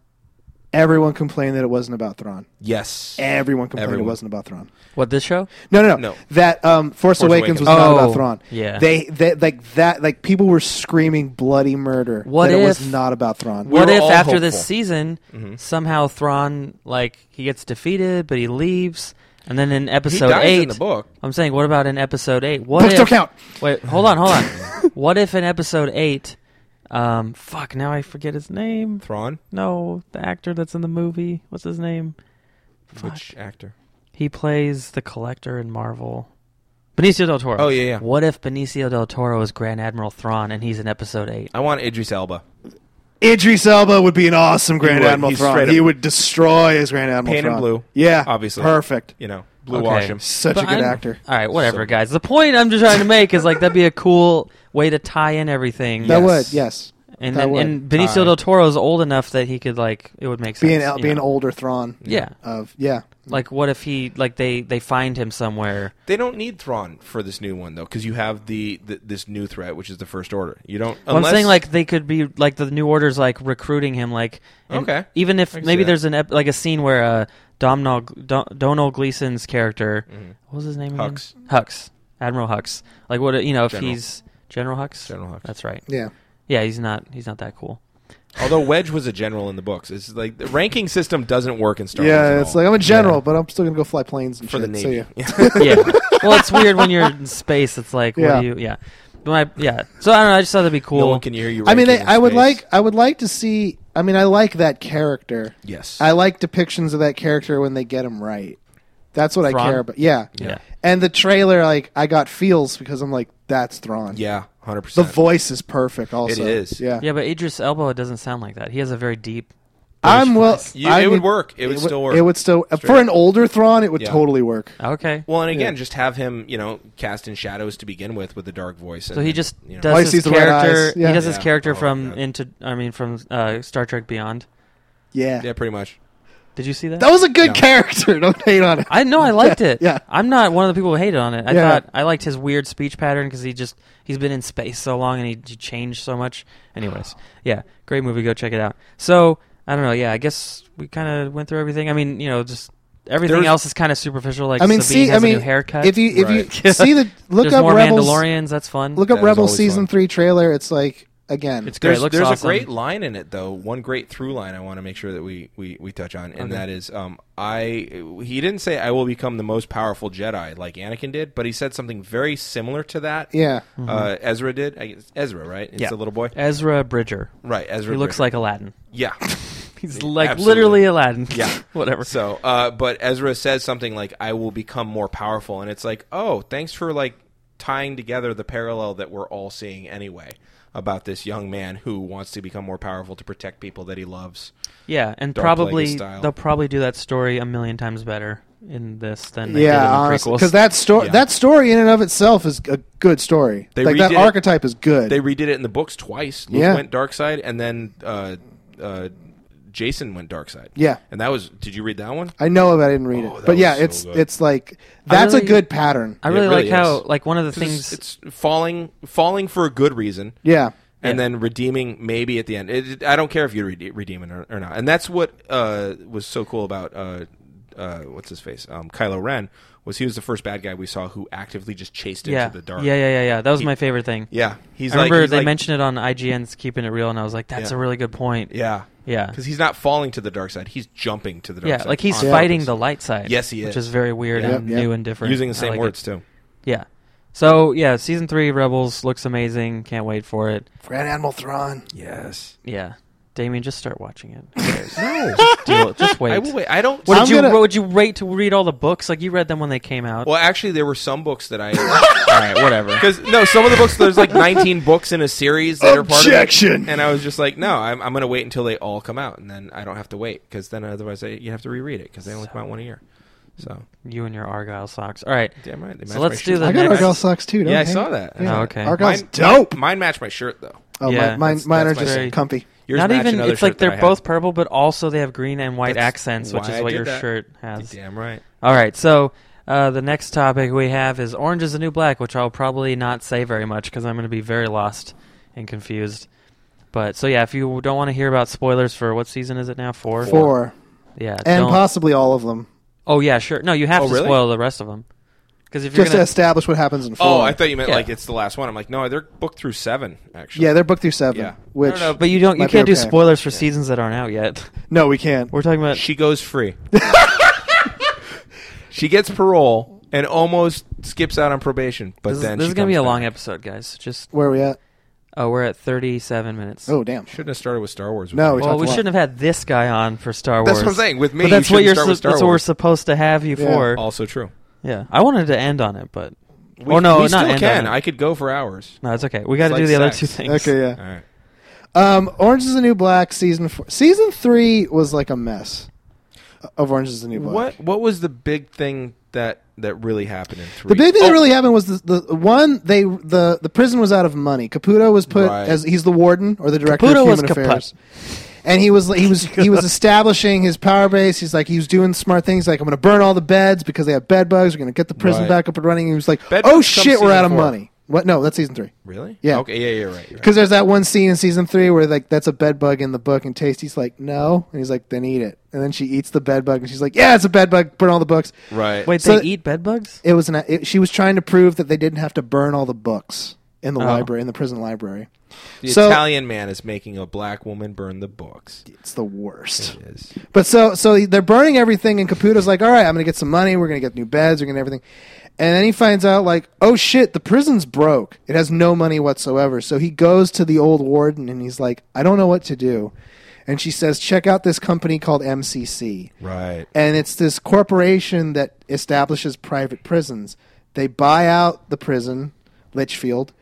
Speaker 2: Everyone complained that it wasn't about Thrawn.
Speaker 3: Yes.
Speaker 2: Everyone complained
Speaker 3: Everyone.
Speaker 2: it wasn't about Thrawn.
Speaker 1: What this show?
Speaker 2: No, no, no.
Speaker 3: No.
Speaker 2: That um, Force,
Speaker 3: Force
Speaker 2: Awakens, was
Speaker 3: Awakens.
Speaker 2: not
Speaker 1: Oh,
Speaker 2: about Thrawn.
Speaker 1: yeah.
Speaker 2: They, they like that like people were screaming bloody murder.
Speaker 1: What
Speaker 2: that it
Speaker 1: if-
Speaker 2: was not about Thrawn.
Speaker 3: We
Speaker 1: what
Speaker 3: were
Speaker 1: if
Speaker 3: all
Speaker 1: after
Speaker 3: hopeful. Mm-hmm.
Speaker 1: this season somehow Thrawn like he gets defeated but he leaves and then in
Speaker 3: he
Speaker 1: episode
Speaker 3: dies
Speaker 1: eight
Speaker 3: in the book.
Speaker 1: I'm saying what about in episode eight? What
Speaker 2: Books
Speaker 1: if,
Speaker 2: don't count.
Speaker 1: Wait, hold on, hold on. what if in episode eight um fuck now I forget his name.
Speaker 3: Thrawn,
Speaker 1: No, the actor that's in the movie. What's his name?
Speaker 3: which actor?
Speaker 1: He plays the collector in Marvel. Benicio del Toro.
Speaker 3: Oh, yeah, yeah.
Speaker 1: What if Benicio del Toro is Grand Admiral Thrawn and he's in episode eight?
Speaker 3: I want Idris Elba.
Speaker 2: Idris Elba would be an awesome Grand
Speaker 3: would.
Speaker 2: Admiral
Speaker 3: He's
Speaker 2: Thrawn.
Speaker 3: straight
Speaker 2: He
Speaker 3: up-
Speaker 2: would destroy his Grand Admiral
Speaker 3: Paint him
Speaker 2: Thrawn.
Speaker 3: blue,
Speaker 2: Yeah,
Speaker 3: obviously.
Speaker 2: perfect.
Speaker 3: You know, blue wash
Speaker 1: Okay.
Speaker 3: him.
Speaker 2: Such a
Speaker 1: But
Speaker 2: good
Speaker 1: I'm-
Speaker 2: actor.
Speaker 1: All right, whatever,
Speaker 3: So-
Speaker 1: guys. The point I'm just trying to make is like that'd be a cool way to tie in everything.
Speaker 2: That
Speaker 3: Yes.
Speaker 2: would yes.
Speaker 1: and
Speaker 2: that
Speaker 1: and,
Speaker 2: would.
Speaker 1: and Benicio
Speaker 3: Tie.
Speaker 1: del Toro's old enough that he could like it would make sense.
Speaker 2: Be an
Speaker 1: you
Speaker 2: be an
Speaker 1: know?
Speaker 2: older Thrawn.
Speaker 1: Yeah.
Speaker 2: Of yeah.
Speaker 1: Like what if he like they they find him somewhere?
Speaker 3: They don't need Thrawn for this new one though, because you have the, the this new threat, which is the First Order. You don't.
Speaker 1: Well,
Speaker 3: unless,
Speaker 1: I'm saying like they could be like the new orders like recruiting him like and
Speaker 3: Okay.
Speaker 1: even if
Speaker 3: I can see
Speaker 1: maybe
Speaker 3: that.
Speaker 1: there's an ep- like a scene where uh Domhnall Don- Donal Gleason's character what was his name again?
Speaker 3: Mm-hmm. Hux.
Speaker 1: Hux Admiral Hux like what you know if
Speaker 3: General.
Speaker 1: he's General Hux
Speaker 3: General Hux.
Speaker 1: that's right
Speaker 2: Yeah.
Speaker 1: yeah he's not he's not that cool
Speaker 3: although Wedge was a general in the books, it's like the ranking system doesn't work in Star Wars.
Speaker 2: Yeah,
Speaker 3: at
Speaker 2: it's
Speaker 3: all.
Speaker 2: like I'm a general, but I'm still gonna go fly planes and
Speaker 3: for the
Speaker 2: shit,
Speaker 3: Navy.
Speaker 2: so yeah.
Speaker 1: yeah. Well, it's weird when you're in space. It's like, what
Speaker 2: Yeah.
Speaker 1: do you? Yeah. But my, yeah. So I don't know. I just thought that'd be cool.
Speaker 3: No one can hear you.
Speaker 2: I mean,
Speaker 3: ranking
Speaker 2: I,
Speaker 3: in
Speaker 2: I would
Speaker 3: space.
Speaker 2: like I would like to see. I mean, I like that character.
Speaker 3: Yes.
Speaker 2: I like depictions of that character when they get him right. That's what I
Speaker 1: Thrawn?
Speaker 2: care about. Yeah.
Speaker 1: Yeah.
Speaker 2: And the trailer, like, I got feels because I'm like, that's Thrawn.
Speaker 3: Yeah, hundred
Speaker 2: The
Speaker 3: percent.
Speaker 2: voice is perfect. Also,
Speaker 3: is.
Speaker 2: Yeah.
Speaker 1: yeah, but Idris Elba doesn't sound like that. He has a very deep.
Speaker 2: I'm well.
Speaker 3: You-
Speaker 2: I
Speaker 3: it would
Speaker 2: mean,
Speaker 3: work. It would still work.
Speaker 2: It would still for
Speaker 3: Straight
Speaker 2: an older Thrawn. It would
Speaker 3: Yeah.
Speaker 2: totally work.
Speaker 1: Okay.
Speaker 3: Well, and again, just have him, you know, cast in shadows to begin with, with the dark voice. And
Speaker 1: So he
Speaker 3: then,
Speaker 1: just
Speaker 3: you know,
Speaker 1: does
Speaker 2: Why Oh, he
Speaker 1: his
Speaker 2: sees the red eyes.
Speaker 1: character.
Speaker 2: Yeah.
Speaker 1: He does his
Speaker 3: Yeah.
Speaker 1: character
Speaker 3: Oh,
Speaker 1: from
Speaker 3: yeah.
Speaker 1: into. I mean, from uh, Star Trek Beyond.
Speaker 2: Yeah.
Speaker 3: yeah, pretty much.
Speaker 1: Did you see that?
Speaker 2: That was a good
Speaker 3: Yeah.
Speaker 2: character. Don't hate on it.
Speaker 1: I know I liked it.
Speaker 2: yeah.
Speaker 1: I'm not one of the people who hated on it. I
Speaker 2: Yeah.
Speaker 1: thought I liked his weird speech pattern because he just he's been in space so long and he, he changed so much. Anyways, yeah, great movie. Go check it out. So I don't know. Yeah, I guess we kind of went through everything. I mean, you know, just everything
Speaker 3: There's-
Speaker 1: else is kind of superficial. Like
Speaker 2: I mean,
Speaker 1: Sabine
Speaker 2: see.
Speaker 1: has
Speaker 2: I mean,
Speaker 1: a new haircut.
Speaker 2: if you if
Speaker 3: Right.
Speaker 2: you see the look
Speaker 1: There's
Speaker 2: up
Speaker 1: more
Speaker 2: Rebels,
Speaker 1: Mandalorians. That's fun.
Speaker 2: look up
Speaker 3: That was
Speaker 2: Rebels
Speaker 3: always
Speaker 2: season
Speaker 3: fun.
Speaker 2: three trailer. It's like again.
Speaker 1: It's great.
Speaker 3: There's,
Speaker 1: it looks
Speaker 3: there's
Speaker 1: awesome.
Speaker 3: a great line in it though. One great through line I want to make sure that we we, we touch on, and that is, um, I he didn't say I will become the most powerful Jedi like Anakin did, but he said something very similar to that.
Speaker 2: Yeah.
Speaker 3: uh, Ezra did. I guess Ezra, right?
Speaker 1: Mm-hmm.
Speaker 3: It's
Speaker 1: Yeah.
Speaker 3: a little boy,
Speaker 1: Ezra Bridger.
Speaker 3: right? Ezra.
Speaker 1: He looks
Speaker 3: Bridger.
Speaker 1: like Aladdin.
Speaker 3: yeah.
Speaker 1: He's like
Speaker 3: Absolutely.
Speaker 1: literally Aladdin.
Speaker 3: Yeah.
Speaker 1: whatever.
Speaker 3: So, uh, but Ezra says something like, "I will become more powerful," and it's like, "Oh, thanks for like tying together the parallel that we're all seeing anyway about this young man who wants to become more powerful to protect people that he loves."
Speaker 1: yeah, and
Speaker 3: Darth Plagueis
Speaker 1: probably
Speaker 3: style.
Speaker 1: they'll probably do that story a million times better in this than they did in
Speaker 2: yeah,
Speaker 1: the
Speaker 2: honestly,
Speaker 1: prequels.
Speaker 2: because that story
Speaker 3: Yeah.
Speaker 2: that story in and of itself is a good story.
Speaker 3: They
Speaker 2: like that
Speaker 3: redid it.
Speaker 2: archetype is good.
Speaker 3: They redid it in the books twice. Luke
Speaker 2: Yeah.
Speaker 3: went dark side, and then uh, uh, Jason went dark side.
Speaker 2: Yeah.
Speaker 3: and that was. Did you read that one?
Speaker 2: I know of it. I didn't read
Speaker 3: Oh,
Speaker 2: it,
Speaker 3: that
Speaker 2: but
Speaker 3: was
Speaker 2: yeah,
Speaker 3: so
Speaker 2: it's
Speaker 3: good.
Speaker 2: it's like that's
Speaker 1: really-
Speaker 2: a good pattern.
Speaker 1: I really,
Speaker 3: really
Speaker 1: like how
Speaker 3: is.
Speaker 1: like one of the
Speaker 3: It's,
Speaker 1: things
Speaker 3: it's falling, falling for a good reason.
Speaker 2: yeah,
Speaker 3: and
Speaker 1: Yeah.
Speaker 3: then redeeming maybe at the end. It, it- I don't care if you rede- redeem it or, or not. And that's what uh, was so cool about uh, uh, what's his face, um, Kylo Ren, was he was the first bad guy we saw who actively just chased
Speaker 1: yeah.
Speaker 3: into the dark.
Speaker 1: yeah, yeah, yeah, yeah. That was my favorite thing.
Speaker 3: yeah. He's
Speaker 1: I remember
Speaker 3: like, he's
Speaker 1: they
Speaker 3: like-
Speaker 1: mentioned it on IGN's Keeping It Real, and I was like, "That's
Speaker 3: Yeah.
Speaker 1: a really good point."
Speaker 3: yeah,
Speaker 1: yeah,
Speaker 3: because he's not falling to the dark side. He's jumping to the dark
Speaker 1: yeah.
Speaker 3: side.
Speaker 1: Like he's
Speaker 3: on
Speaker 1: fighting
Speaker 3: purpose.
Speaker 1: the light side.
Speaker 3: Yes, he
Speaker 1: which
Speaker 3: is.
Speaker 1: is very weird
Speaker 2: Yeah.
Speaker 1: and
Speaker 2: Yep, yep.
Speaker 1: new and different.
Speaker 3: using
Speaker 1: I
Speaker 3: the same
Speaker 1: like it.
Speaker 3: words too.
Speaker 1: Yeah. So yeah, season three Rebels looks amazing. Can't wait for it.
Speaker 2: Grand Admiral Thrawn.
Speaker 3: Yes.
Speaker 1: Yeah, Damien, just start watching it. Who cares? just, do it. Just wait.
Speaker 3: I will wait. I don't.
Speaker 1: What did
Speaker 2: I'm
Speaker 1: you?
Speaker 2: gonna-
Speaker 1: What would you rate to read all the books? Like you read them when they came out.
Speaker 3: Well, actually, there were some books that I. All right, whatever. Because no, some of the books there's like 19 books in a series that are part of
Speaker 2: Objection.
Speaker 3: it, and I was just like, no, I'm, I'm going to wait until they all come out, and then I don't have to wait because then otherwise I, you have to reread it because they only come out one a year. So
Speaker 1: You and your Argyle socks. All right.
Speaker 3: damn right. They
Speaker 1: So
Speaker 3: match
Speaker 1: let's do
Speaker 3: my shirt.
Speaker 1: the
Speaker 2: I got
Speaker 1: next-
Speaker 2: Argyle socks too. Don't
Speaker 3: Yeah, I
Speaker 2: hang-
Speaker 3: saw that.
Speaker 1: Oh, okay.
Speaker 2: Argyle's
Speaker 3: Mine-
Speaker 2: dope.
Speaker 3: Mine match my shirt though.
Speaker 2: Oh,
Speaker 1: Yeah,
Speaker 2: mine, mine,
Speaker 3: that's-
Speaker 2: mine are
Speaker 3: that's my
Speaker 2: just
Speaker 1: very-
Speaker 2: comfy.
Speaker 3: Yours
Speaker 1: Not
Speaker 3: match
Speaker 1: even.
Speaker 3: another
Speaker 1: It's like
Speaker 3: shirt that
Speaker 1: they're
Speaker 3: I
Speaker 1: both
Speaker 3: had.
Speaker 1: purple, but also they have green and white
Speaker 3: That's
Speaker 1: accents, which
Speaker 3: why
Speaker 1: is
Speaker 3: I
Speaker 1: what
Speaker 3: did
Speaker 1: your
Speaker 3: that.
Speaker 1: shirt has.
Speaker 3: Damn right.
Speaker 1: All right. So uh, the next topic we have is Orange is the New Black, which I'll probably not say very much because I'm going to be very lost and confused. But so yeah, if you don't want to hear about spoilers for what season is it now? Four.
Speaker 2: Four
Speaker 1: Yeah.
Speaker 2: and
Speaker 1: don't-
Speaker 2: possibly all of them,
Speaker 1: oh yeah, sure. No, you have
Speaker 3: Oh,
Speaker 1: to
Speaker 3: really?
Speaker 1: spoil the rest of them because if you're
Speaker 2: just to
Speaker 1: gonna
Speaker 2: establish what happens in four.
Speaker 3: Oh, I thought you meant
Speaker 1: Yeah.
Speaker 3: like it's the last one. I'm like, no, they're booked through seven actually.
Speaker 2: yeah, they're booked through seven.
Speaker 3: Yeah.
Speaker 2: Which
Speaker 3: No, no,
Speaker 1: But you don't.
Speaker 2: My
Speaker 1: You can't do
Speaker 2: favorite pack.
Speaker 1: spoilers for seasons that aren't out yet.
Speaker 2: no, we can't.
Speaker 1: We're talking about.
Speaker 3: She goes free. she gets parole and almost skips out on probation, but
Speaker 1: This, is-
Speaker 3: then
Speaker 1: this
Speaker 3: she
Speaker 1: is gonna be a
Speaker 3: comes
Speaker 1: long
Speaker 3: back.
Speaker 1: episode, guys. Just
Speaker 2: Where are we at?
Speaker 1: oh, we're at 37 minutes.
Speaker 2: Oh, damn.
Speaker 3: Shouldn't have started with Star Wars.
Speaker 2: No,
Speaker 3: with
Speaker 2: we
Speaker 3: me.
Speaker 1: well,
Speaker 2: talked
Speaker 1: we
Speaker 2: a lot.
Speaker 1: shouldn't have had this guy on for Star Wars.
Speaker 3: that's what I'm saying. With me,
Speaker 1: But that's
Speaker 3: you
Speaker 1: what
Speaker 3: shouldn't
Speaker 1: you're.
Speaker 3: Start
Speaker 1: su-
Speaker 3: with Star
Speaker 1: that's what we're
Speaker 3: Wars.
Speaker 1: supposed to have you
Speaker 2: Yeah.
Speaker 1: for.
Speaker 3: also true.
Speaker 1: Yeah, I wanted to end on it, but
Speaker 3: We,
Speaker 1: oh no,
Speaker 3: we
Speaker 1: not
Speaker 3: still
Speaker 1: end
Speaker 3: can.
Speaker 1: On
Speaker 3: I
Speaker 1: it.
Speaker 3: could go for hours.
Speaker 1: No, it's okay. We got to
Speaker 3: It's
Speaker 1: do
Speaker 3: like
Speaker 1: the other
Speaker 3: sex.
Speaker 1: two things.
Speaker 2: Okay, yeah.
Speaker 3: All right.
Speaker 2: Um, Orange is the New Black season four. Season three was like a mess of Orange is the New Black.
Speaker 3: What What was the big thing that that really happened in three?
Speaker 2: The big thing
Speaker 3: Oh,
Speaker 2: that really happened was the, the one they the the prison was out of money. Caputo was put
Speaker 3: Right.
Speaker 2: as he's the warden or the director
Speaker 1: Caputo
Speaker 2: of
Speaker 1: was
Speaker 2: human
Speaker 1: kaput.
Speaker 2: affairs. And he was he was he was establishing his power base. He's like he was doing smart things. Like I'm going to burn all the beds because they have bed bugs. We're going to get the prison
Speaker 3: Right.
Speaker 2: back up and running. He was like,
Speaker 3: Bed
Speaker 2: oh
Speaker 3: bugs come
Speaker 2: shit, we're
Speaker 3: season
Speaker 2: out of
Speaker 3: four.
Speaker 2: money. What? No, that's season three.
Speaker 3: really?
Speaker 2: Yeah.
Speaker 3: Okay. Yeah. You're right. You're right.
Speaker 2: Because there's that one scene in season three where like that's a bed bug in the book, and Tasty's like, no, and he's like, then eat it, and then she eats the bed bug, and she's like, yeah, it's a bed bug, burn all the books.
Speaker 3: Right.
Speaker 1: Wait,
Speaker 2: So-
Speaker 1: they eat bed bugs?
Speaker 2: It was an it, she was trying to prove that they didn't have to burn all the books in the
Speaker 1: Oh.
Speaker 2: library in the prison library.
Speaker 3: the
Speaker 2: so-
Speaker 3: Italian man is making a black woman burn the books.
Speaker 2: It's the worst.
Speaker 3: It is.
Speaker 2: But so so they're burning everything, and Caputo's like, all right, I'm gonna get some money, we're gonna get new beds, we're gonna everything, and then he finds out like, oh shit, the prison's broke, it has no money whatsoever. So he goes to the old warden, and he's like, I don't know what to do, and she says, check out this company called MCC.
Speaker 3: Right.
Speaker 2: and it's this corporation that establishes private prisons. They buy out the prison, Litchfield,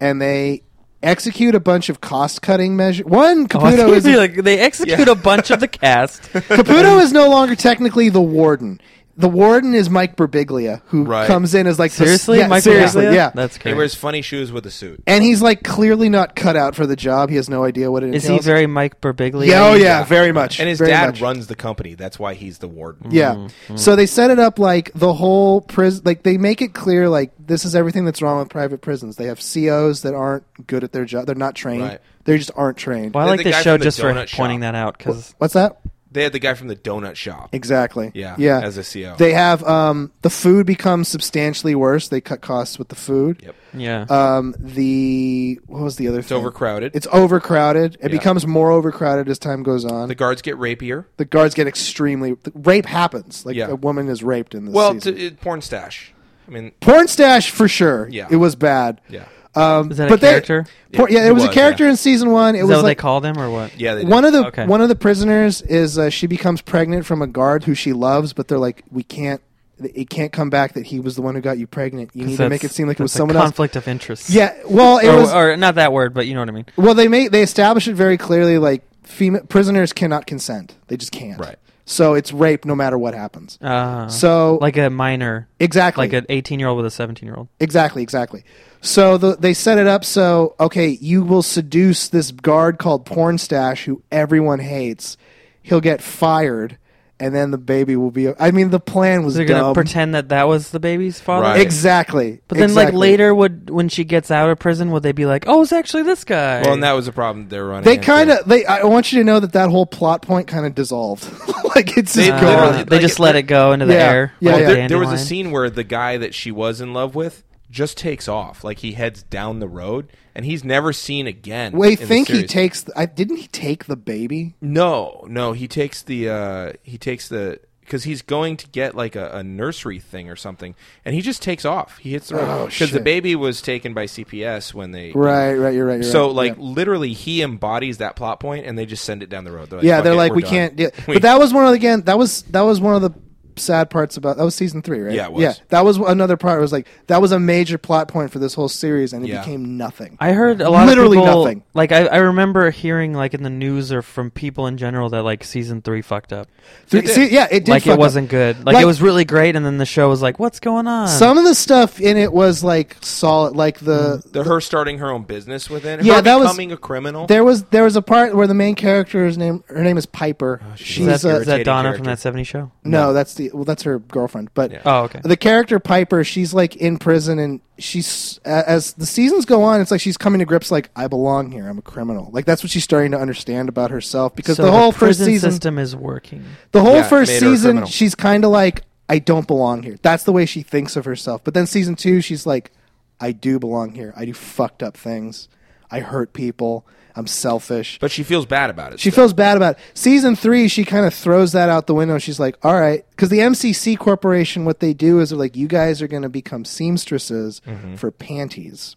Speaker 2: and they execute a bunch of cost cutting measures. One,
Speaker 1: Oh, I
Speaker 2: Caputo
Speaker 1: thought
Speaker 2: is
Speaker 1: you'd be like, they execute a bunch of the cast.
Speaker 2: Caputo is no longer technically the warden. The warden is Mike Birbiglia, who
Speaker 3: Right.
Speaker 2: comes in as like the-
Speaker 1: Seriously,
Speaker 2: yeah,
Speaker 1: Mike
Speaker 2: seriously,
Speaker 1: Birbiglia?
Speaker 2: yeah.
Speaker 1: that's
Speaker 3: He
Speaker 1: crazy.
Speaker 3: wears funny shoes with a suit.
Speaker 2: and he's like clearly not cut out for the job. He has no idea what it
Speaker 1: Is he
Speaker 2: entails.
Speaker 1: very Mike Birbiglia?
Speaker 2: Yeah, oh yeah, very much.
Speaker 3: And his
Speaker 2: very
Speaker 3: dad
Speaker 2: much.
Speaker 3: runs the company. That's why he's the warden.
Speaker 2: Yeah.
Speaker 3: Mm-hmm.
Speaker 2: So they set it up like the whole prison, like they make it clear, like this is everything that's wrong with private prisons. They have COs that aren't good at their job. They're not trained.
Speaker 3: Right.
Speaker 2: They just aren't trained.
Speaker 1: Well, I
Speaker 3: Then
Speaker 1: like
Speaker 3: the
Speaker 1: this
Speaker 3: guy
Speaker 1: show
Speaker 3: from the
Speaker 1: just for
Speaker 3: donut shop.
Speaker 1: pointing that out because
Speaker 2: What's that?
Speaker 3: They had the guy from the donut shop.
Speaker 2: Exactly.
Speaker 3: Yeah,
Speaker 2: Yeah.
Speaker 3: as a CO.
Speaker 2: They have um, the food becomes substantially worse. They cut costs with the food.
Speaker 3: Yep.
Speaker 1: Yeah.
Speaker 2: Um, the what was the other
Speaker 3: It's
Speaker 2: thing?
Speaker 3: overcrowded.
Speaker 2: It's overcrowded. It
Speaker 3: Yeah.
Speaker 2: becomes more overcrowded as time goes on.
Speaker 3: the
Speaker 2: The,
Speaker 3: guards get rapier.
Speaker 2: guards get extremely. the- rape happens. Like
Speaker 3: Yeah.
Speaker 2: a woman is raped in this.
Speaker 3: Well,
Speaker 2: season.
Speaker 3: t- it, porn stash. I mean,
Speaker 2: porn stash for sure.
Speaker 3: Yeah.
Speaker 2: it was bad.
Speaker 3: yeah,
Speaker 2: Um,
Speaker 1: Is that a
Speaker 2: but they-
Speaker 1: character?
Speaker 2: por- yeah,
Speaker 3: It
Speaker 2: it was a
Speaker 3: was,
Speaker 2: character in season one. It
Speaker 1: Is that
Speaker 2: was
Speaker 1: what
Speaker 2: like
Speaker 1: they called him or what?
Speaker 3: yeah. They did.
Speaker 2: one of the
Speaker 1: Okay.
Speaker 2: one of the prisoners is uh, she becomes pregnant from a guard who she loves, but they're like, we can't, it can't come back that he was the one who got you pregnant. You need to
Speaker 1: That's-
Speaker 2: make it seem like it
Speaker 1: that's
Speaker 2: was
Speaker 1: a
Speaker 2: someone else.
Speaker 1: conflict of interest.
Speaker 2: Yeah, well, it
Speaker 1: or,
Speaker 2: was.
Speaker 1: or not that word, but you know what I mean.
Speaker 2: well, they make they establish it very clearly. Like, fema- prisoners cannot consent; they just can't.
Speaker 3: Right.
Speaker 2: So it's rape, no matter what happens.
Speaker 1: Uh,
Speaker 2: so
Speaker 1: like a minor,
Speaker 2: exactly,
Speaker 1: like an 18 year old with a 17 year old.
Speaker 2: Exactly, exactly. So the, they set it up so okay, you will seduce this guard called Pornstash, who everyone hates. He'll get fired, and then the baby will be. I mean, the plan was
Speaker 1: They're
Speaker 2: dumb.
Speaker 1: gonna pretend that that was the baby's father.
Speaker 3: Right.
Speaker 2: exactly,
Speaker 1: But then, like
Speaker 2: exactly.
Speaker 1: later, would when she gets out of prison, would they be like, "Oh, it's actually this guy"?
Speaker 3: Well, and that was a problem they were running.
Speaker 2: they
Speaker 3: into.
Speaker 2: kind of they. I want you to know that that whole plot point kind of dissolved. like it's
Speaker 3: They
Speaker 2: just
Speaker 1: Uh,
Speaker 3: literally-
Speaker 2: gone.
Speaker 1: they
Speaker 3: like,
Speaker 1: just
Speaker 3: it-
Speaker 1: let it go into the
Speaker 2: Yeah,
Speaker 1: air.
Speaker 2: yeah,
Speaker 1: like
Speaker 2: yeah.
Speaker 1: a
Speaker 3: Oh, there, there was a
Speaker 1: dandelion.
Speaker 3: scene where the guy that she was in love with just takes off. Like he heads down the road, and he's never seen again.
Speaker 2: They
Speaker 3: in the
Speaker 2: think he
Speaker 3: series.
Speaker 2: takes. The, I didn't he take the baby?
Speaker 3: No, no, he takes the uh he takes the because he's going to get like a, a nursery thing or something, and he just takes off. He hits the road
Speaker 2: Oh,
Speaker 3: because the
Speaker 2: shit.
Speaker 3: baby was taken by CPS when they
Speaker 2: Right, right. You're right. You're
Speaker 3: So
Speaker 2: right.
Speaker 3: like
Speaker 2: Yeah.
Speaker 3: literally, he embodies that plot point, and they just send it down the road. They're like,
Speaker 2: yeah,
Speaker 3: "Fuck
Speaker 2: they're
Speaker 3: it,
Speaker 2: like,
Speaker 3: we're
Speaker 2: we
Speaker 3: done."
Speaker 2: can't deal.
Speaker 3: We-
Speaker 2: But that was one of the, again. That was that was one of the sad parts about that was season three, right?
Speaker 3: Yeah, it was.
Speaker 2: yeah. That was another part. It was like that was a major plot point for this whole series, and it
Speaker 3: Yeah.
Speaker 2: became nothing.
Speaker 1: I heard a lot
Speaker 2: Literally
Speaker 1: of people,
Speaker 2: nothing.
Speaker 1: Like I, I remember hearing like in the news or from people in general that like season three fucked up.
Speaker 2: Three-
Speaker 3: did.
Speaker 2: see, yeah, it did.
Speaker 1: like it
Speaker 2: fuck up.
Speaker 1: wasn't good. Like,
Speaker 2: Like-
Speaker 1: it was really great, and then the show was like, "What's going on?"
Speaker 2: Some of the stuff in it was like solid. Like the
Speaker 3: The, her starting her own business within.
Speaker 2: Yeah,
Speaker 3: her
Speaker 2: that was-
Speaker 3: becoming a criminal.
Speaker 2: there was there was a part where the main character's name her name is Piper.
Speaker 3: Oh,
Speaker 1: is
Speaker 2: she's
Speaker 1: that,
Speaker 2: uh,
Speaker 1: is that
Speaker 3: irritating
Speaker 1: Donna from
Speaker 3: character.
Speaker 1: that '70s show?
Speaker 2: no, that's the well, that's her girlfriend, but.
Speaker 3: Yeah.
Speaker 1: Oh, okay.
Speaker 2: The character Piper, she's like in prison, and she's a- as the seasons go on, it's like she's coming to grips like I belong here. I'm a criminal. Like that's what she's starting to understand about herself because
Speaker 1: so
Speaker 2: the whole first
Speaker 1: prison
Speaker 2: season,
Speaker 1: system is working.
Speaker 2: the whole
Speaker 3: Yeah,
Speaker 2: first
Speaker 3: made her a
Speaker 2: season,
Speaker 3: criminal.
Speaker 2: she's kind of like I don't belong here. That's the way she thinks of herself. But then season two, she's like I do belong here. I do fucked up things. I hurt people. I'm selfish.
Speaker 3: but she feels bad about it.
Speaker 2: She
Speaker 3: still.
Speaker 2: feels bad about it. season three. She kind of throws that out the window. She's like, "All right," because the MCC Corporation, what they do is they're like, "You guys are going to become seamstresses for panties,"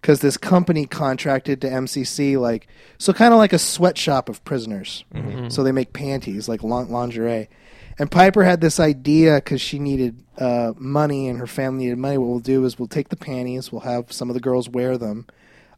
Speaker 2: because this company contracted to MCC, like so, kind of like a sweatshop of prisoners. So they make panties, like lin- lingerie. And Piper had this idea because she needed uh, money and her family needed money. What we'll do is we'll take the panties, we'll have some of the girls wear them.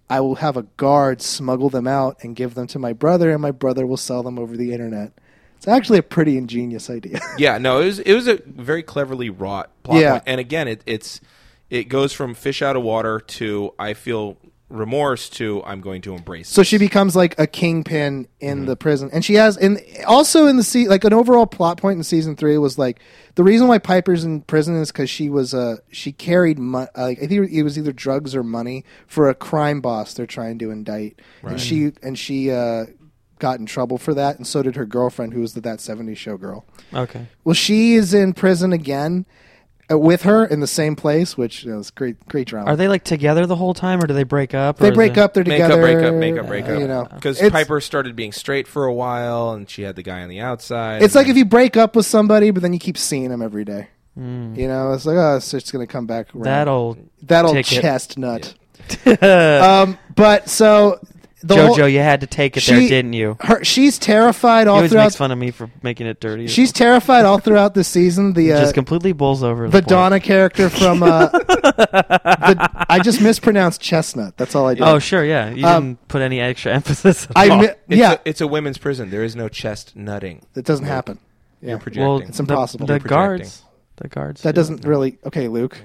Speaker 2: I will have a guard smuggle them out and give them to my brother, and my brother will sell them over the internet. It's actually a pretty ingenious idea.
Speaker 3: Yeah, no, it was it was a very cleverly wrought plot
Speaker 2: Yeah.
Speaker 3: point. And again, it, it's it goes from fish out of water to I feel remorse to I'm going to embrace.
Speaker 2: so
Speaker 3: this.
Speaker 2: she becomes like a kingpin in
Speaker 1: Mm-hmm.
Speaker 2: the prison, and she has, and also in the se- like an overall plot point in season three was like the reason why Piper's in prison is because she was uh, she carried mo- uh, like I think it was either drugs or money for a crime boss they're trying to indict, and she and she uh, got in trouble for that, and so did her girlfriend who was the that '70s show girl.
Speaker 1: Okay.
Speaker 2: Well, she is in prison again uh, with her in the same place, which you know, is great, great drama.
Speaker 1: Are they like together the whole time, or do they break up?
Speaker 2: they
Speaker 1: or is
Speaker 2: break
Speaker 1: it-
Speaker 2: up, they're
Speaker 3: make up,
Speaker 2: together.
Speaker 3: break up, make up, break
Speaker 2: uh,
Speaker 3: up.
Speaker 2: You know,
Speaker 3: because
Speaker 2: It's-
Speaker 3: Piper started being straight for a while, and she had the guy on the outside.
Speaker 2: It's like if you break up with somebody, but then you keep seeing them every day. You know, it's like oh, it's just gonna come back. Around.
Speaker 1: Mm. That old
Speaker 2: that old
Speaker 1: ticket.
Speaker 2: chestnut. um, but so the
Speaker 1: JoJo,
Speaker 2: whole-
Speaker 1: you had to take it
Speaker 2: she-
Speaker 1: there, didn't you?
Speaker 2: her, she's terrified
Speaker 1: He
Speaker 2: all
Speaker 1: always makes
Speaker 2: throughout.
Speaker 1: fun of me for making it dirty.
Speaker 2: She's terrified all throughout the season. The uh,
Speaker 1: just completely bowls over
Speaker 2: the
Speaker 1: point.
Speaker 2: Donna character from uh, the, I just mispronounced chestnut. That's all I did.
Speaker 1: Oh, sure, yeah. You
Speaker 2: Um,
Speaker 1: didn't put any extra emphasis.
Speaker 2: I
Speaker 1: on
Speaker 2: mi-
Speaker 1: it.
Speaker 3: Oh, It's
Speaker 2: yeah,
Speaker 3: a, it's a women's prison. There is no chest nutting.
Speaker 2: It doesn't
Speaker 3: Nope.
Speaker 2: happen. Yeah.
Speaker 3: You're projecting.
Speaker 1: well,
Speaker 2: It's impossible.
Speaker 1: The,
Speaker 2: You're
Speaker 1: the guards, the guards.
Speaker 2: That
Speaker 1: do
Speaker 2: doesn't
Speaker 1: it.
Speaker 2: really. Okay, Luke.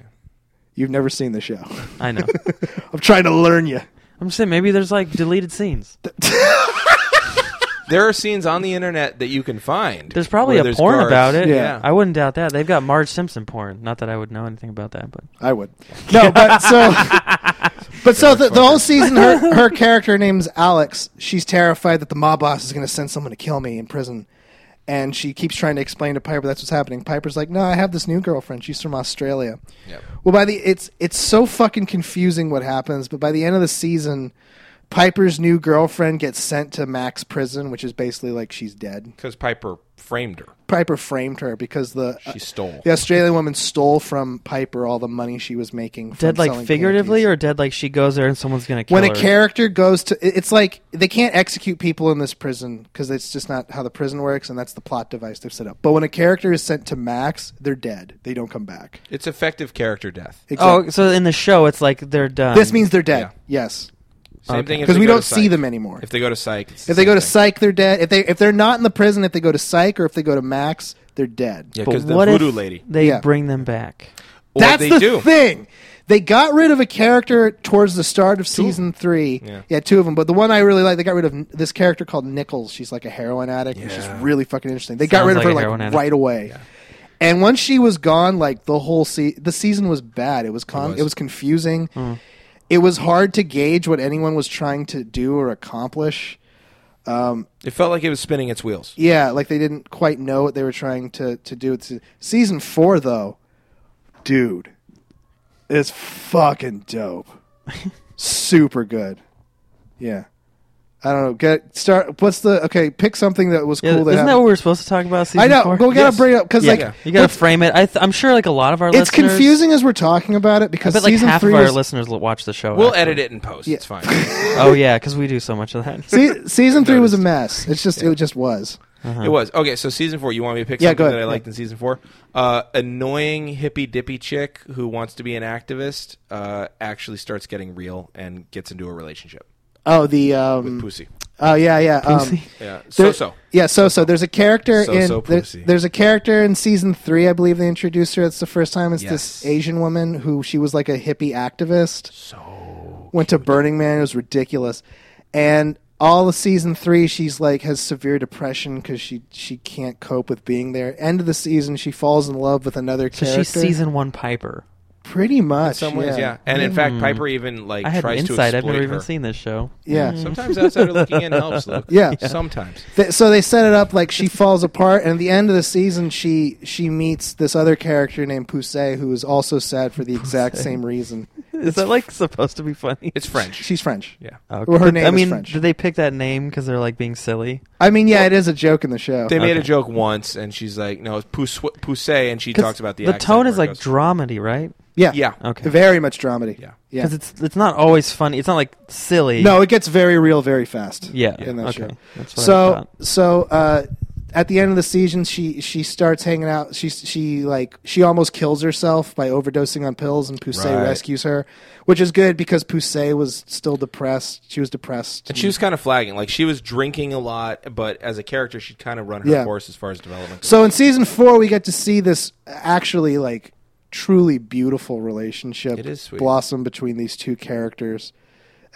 Speaker 2: You've never seen the show.
Speaker 1: I know.
Speaker 2: I'm trying to learn you.
Speaker 1: I'm just saying maybe there's like deleted scenes.
Speaker 3: there are scenes on the internet that you can find.
Speaker 1: There's probably
Speaker 3: where
Speaker 1: a porn
Speaker 3: guards-
Speaker 1: about it.
Speaker 2: Yeah.
Speaker 1: I wouldn't doubt that. They've got Marge Simpson porn. Not that I would know anything about that, but
Speaker 2: I would. No, but so. But so the, the whole season, her, her character name's Alex. She's terrified that the mob boss is going to send someone to kill me in prison. and she keeps trying to explain to Piper that's what's happening. Piper's like, "No, I have this new girlfriend. She's from Australia."
Speaker 3: Yep.
Speaker 2: Well, by the it's it's so fucking confusing what happens, but by the end of the season, Piper's new girlfriend gets sent to Max prison, which is basically like she's dead.
Speaker 3: because Piper framed her.
Speaker 2: Piper framed her because the
Speaker 3: She stole.
Speaker 2: the Australian woman stole from Piper all the money she was making. From
Speaker 1: Dead like
Speaker 2: selling
Speaker 1: figuratively,
Speaker 2: panties.
Speaker 1: or dead like she goes there and someone's gonna kill
Speaker 2: when
Speaker 1: her.
Speaker 2: a character goes to it- it's like they can't execute people in this prison because it's just not how the prison works and that's the plot device they've set up but when a character is sent to max they're dead they don't come back
Speaker 3: It's effective character death.
Speaker 2: Exact-
Speaker 1: oh, so in the show, it's like they're done.
Speaker 2: this means they're dead
Speaker 3: yeah.
Speaker 2: yes
Speaker 3: Same
Speaker 1: Okay.
Speaker 3: thing if
Speaker 2: because
Speaker 3: they
Speaker 2: we
Speaker 3: go to
Speaker 2: don't see
Speaker 3: psych.
Speaker 2: them anymore
Speaker 3: If they go to psych, it's the
Speaker 2: if they
Speaker 3: same
Speaker 2: go to
Speaker 3: thing.
Speaker 2: psych they're dead if they if they're not in the prison if they go to psych or if they go to max they're dead
Speaker 3: yeah,
Speaker 1: But
Speaker 3: because the
Speaker 1: what
Speaker 3: voodoo
Speaker 1: if
Speaker 3: lady.
Speaker 1: They
Speaker 2: Yeah.
Speaker 1: bring them back.
Speaker 3: Or
Speaker 2: That's
Speaker 3: they
Speaker 2: the
Speaker 3: do.
Speaker 2: thing. They got rid of a character towards the start of season three.
Speaker 3: Yeah.
Speaker 2: two of them. But the one I really like, they got rid of n- this character called Nichols. She's like a heroin addict, which is
Speaker 3: Yeah.
Speaker 2: really fucking interesting. They got
Speaker 1: Sounds
Speaker 2: rid of
Speaker 1: like a
Speaker 2: her
Speaker 1: heroin
Speaker 2: like
Speaker 1: addict.
Speaker 2: right away. And once she was gone, like the whole se- the season was bad. It was con- it was,
Speaker 3: was.
Speaker 2: confusing.
Speaker 1: Mm.
Speaker 2: It was hard to gauge what anyone was trying to do or accomplish.
Speaker 3: It felt like it was spinning its wheels.
Speaker 2: Yeah, like they didn't quite know what they were trying to to do. It's, season four, though, dude, is fucking dope. Super good. Yeah, I don't know. Get start. What's the okay? Pick something that was cool.
Speaker 1: Yeah,
Speaker 2: that
Speaker 1: isn't that
Speaker 2: happened.
Speaker 1: what we're supposed to talk about? Season
Speaker 2: I know.
Speaker 1: Four?
Speaker 2: Well, we gotta
Speaker 3: Yes.
Speaker 2: bring it up because
Speaker 3: Yeah.
Speaker 2: like
Speaker 3: Yeah.
Speaker 1: you gotta
Speaker 2: what's-
Speaker 1: frame it. I th- I'm sure like a lot of our
Speaker 2: it's
Speaker 1: listeners,
Speaker 2: confusing as we're talking about it
Speaker 1: I
Speaker 2: because
Speaker 1: bet like
Speaker 2: season
Speaker 1: half
Speaker 2: three
Speaker 1: of our
Speaker 2: was,
Speaker 1: listeners l- watch the show.
Speaker 3: We'll edit it in post.
Speaker 2: Yeah.
Speaker 3: It's fine.
Speaker 1: Oh yeah, because we do so much of that.
Speaker 2: se- season three was a
Speaker 3: Noticed.
Speaker 2: mess. It's just it just was.
Speaker 1: Uh-huh.
Speaker 3: It was okay. So season four. You want me to pick
Speaker 2: Yeah, go
Speaker 3: something that
Speaker 2: ahead.
Speaker 3: I liked in season four? Uh, annoying hippy dippy chick who wants to be an activist uh, actually starts getting real and gets into a relationship
Speaker 2: Oh, the
Speaker 3: with
Speaker 2: um,
Speaker 3: Pussy.
Speaker 2: oh yeah, yeah. Um,
Speaker 1: Pussy.
Speaker 3: Yeah.
Speaker 2: There-
Speaker 3: So so.
Speaker 2: Yeah, so so there's a character
Speaker 3: So-so
Speaker 2: in there-
Speaker 3: pussy.
Speaker 2: there's a character in season three, I believe they introduced her. That's the first time. It's this
Speaker 3: Yes.
Speaker 2: Asian woman who she was like a hippie activist.
Speaker 3: So
Speaker 2: Went to Burning Man. It was ridiculous. And all of season three, she's like has severe depression because she she can't cope with being there. End of the season, she falls in love with another
Speaker 1: So
Speaker 2: character.
Speaker 1: she's season one Piper.
Speaker 2: pretty much.
Speaker 3: in some ways, yeah. And in fact, Piper even like
Speaker 1: Hmm. I had an
Speaker 3: tries
Speaker 1: insight.
Speaker 3: to
Speaker 1: I've
Speaker 3: exploit
Speaker 1: never
Speaker 3: her.
Speaker 1: even seen this show. Mm.
Speaker 2: Yeah.
Speaker 3: Sometimes outsider looking in helps. Luke.
Speaker 2: Yeah. Yeah.
Speaker 3: Sometimes.
Speaker 2: Th- so they set it up like she falls apart, and at the end of the season, she she meets this other character named Poussey, who is also sad for the exact same reason.
Speaker 1: Is that like supposed to be funny?
Speaker 3: It's French.
Speaker 2: She's French.
Speaker 3: yeah.
Speaker 1: Okay.
Speaker 2: Well, her
Speaker 1: But,
Speaker 2: name
Speaker 1: I
Speaker 2: is
Speaker 1: mean,
Speaker 2: French.
Speaker 1: did they pick that name because they're like being silly?
Speaker 2: I mean, yeah, it is a joke in the show.
Speaker 3: They made
Speaker 1: Okay.
Speaker 3: a joke once, and she's like, "No, it's pousse, pousse," and she
Speaker 1: 'Cause
Speaker 3: talks about the.
Speaker 1: the
Speaker 3: accent
Speaker 1: tone
Speaker 3: where
Speaker 1: is
Speaker 3: it
Speaker 1: like
Speaker 3: goes-
Speaker 1: dramedy, right?
Speaker 2: yeah,
Speaker 3: Yeah.
Speaker 1: Okay.
Speaker 2: very much dramedy.
Speaker 3: Yeah.
Speaker 2: yeah.
Speaker 1: Because it's it's not always funny. It's not like silly.
Speaker 2: no, it gets very real very fast.
Speaker 1: Yeah.
Speaker 2: in that
Speaker 1: okay.
Speaker 2: show.
Speaker 1: That's what I
Speaker 2: So
Speaker 1: thought.
Speaker 2: so uh, at the end of the season, she she starts hanging out. She she like she almost kills herself by overdosing on pills, and Poussey
Speaker 3: Right.
Speaker 2: rescues her, which is good because Poussey was still depressed. She was depressed.
Speaker 3: And she was kind of flagging. Like she was drinking a lot, but as a character, she'd kind of run her
Speaker 2: Yeah.
Speaker 3: course as far as development.
Speaker 2: So in season four, we get to see this actually like truly beautiful relationship
Speaker 3: It is sweet.
Speaker 2: blossom between these two characters.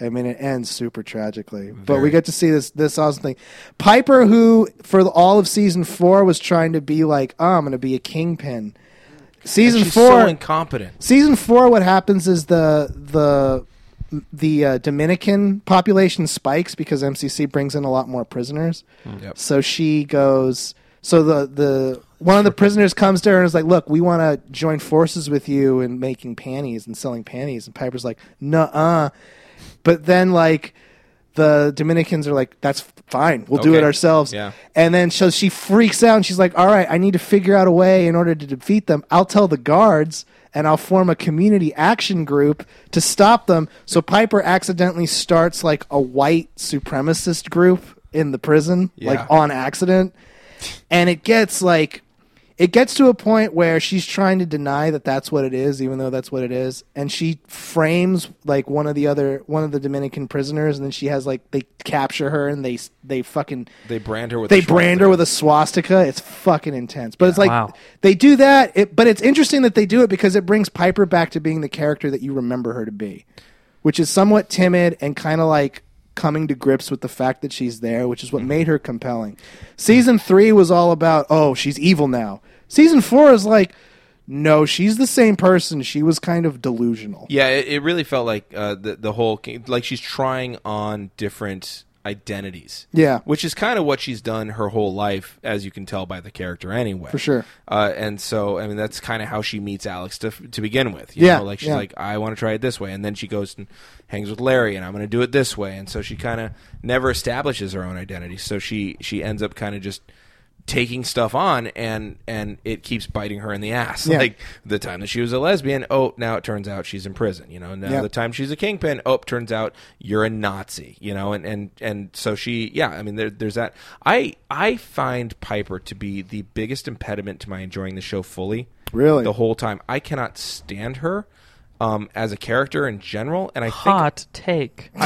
Speaker 2: I mean, it ends super tragically, but we
Speaker 3: Very.
Speaker 2: get to see this this awesome thing. Piper, who for the- all of season four was trying to be like, oh, I'm going to be a kingpin. Season
Speaker 3: she's
Speaker 2: four,
Speaker 3: so incompetent.
Speaker 2: season four what happens is the the the uh, dominican population spikes because mcc brings in a lot more prisoners
Speaker 3: Mm. Yep.
Speaker 2: so she goes so the the one of the prisoners comes to her and is like look we want to join forces with you in making panties and selling panties and piper's like nuh-uh but then like the dominicans are like that's fine we'll do
Speaker 3: Okay.
Speaker 2: it ourselves
Speaker 3: Yeah.
Speaker 2: and then so she freaks out and she's like, "All right, I need to figure out a way in order to defeat them. I'll tell the guards and I'll form a community action group to stop them." So Piper accidentally starts like a white supremacist group in the prison,
Speaker 3: Yeah.
Speaker 2: like on accident. And it gets like it gets to a point where she's trying to deny that that's what it is even though that's what it is and she frames like one of the other one of the dominican prisoners and then she has like they capture her and they they fucking
Speaker 3: They brand her with.
Speaker 2: they
Speaker 3: a swastika.
Speaker 2: brand her with a swastika. It's fucking intense. But it's like
Speaker 1: Wow.
Speaker 2: they do that. It, but it's interesting that they do it because it brings Piper back to being the character that you remember her to be, which is somewhat timid and kind of like coming to grips with the fact that she's there, which is what made her compelling. Season three was all about oh she's evil now. Season four is like no she's the same person. She was kind of delusional.
Speaker 3: Yeah, it, it really felt like uh, the the whole ca- like she's trying on different identities.
Speaker 2: Yeah.
Speaker 3: Which is kind of what she's done her whole life, as you can tell by the character anyway.
Speaker 2: For sure.
Speaker 3: Uh, and so, I mean, that's kind of how she meets Alex to, to begin with. you
Speaker 2: Yeah,
Speaker 3: know? Like, she's
Speaker 2: yeah.
Speaker 3: like, I want to try it this way. And then she goes and hangs with Larry, and I'm going to do it this way. And so she kind of never establishes her own identity. So she, she ends up kind of just taking stuff on and and it keeps biting her in the ass
Speaker 2: Yeah.
Speaker 3: like the time that she was a lesbian oh now it turns out she's in prison you know now
Speaker 2: Yeah.
Speaker 3: the time she's a kingpin oh it turns out you're a nazi you know and and and so she yeah i mean there, there's that i i find piper to be the biggest impediment to my enjoying the show fully
Speaker 2: Really?
Speaker 3: the whole time i cannot stand her um, as a character in general and i think
Speaker 1: Hot take.
Speaker 3: and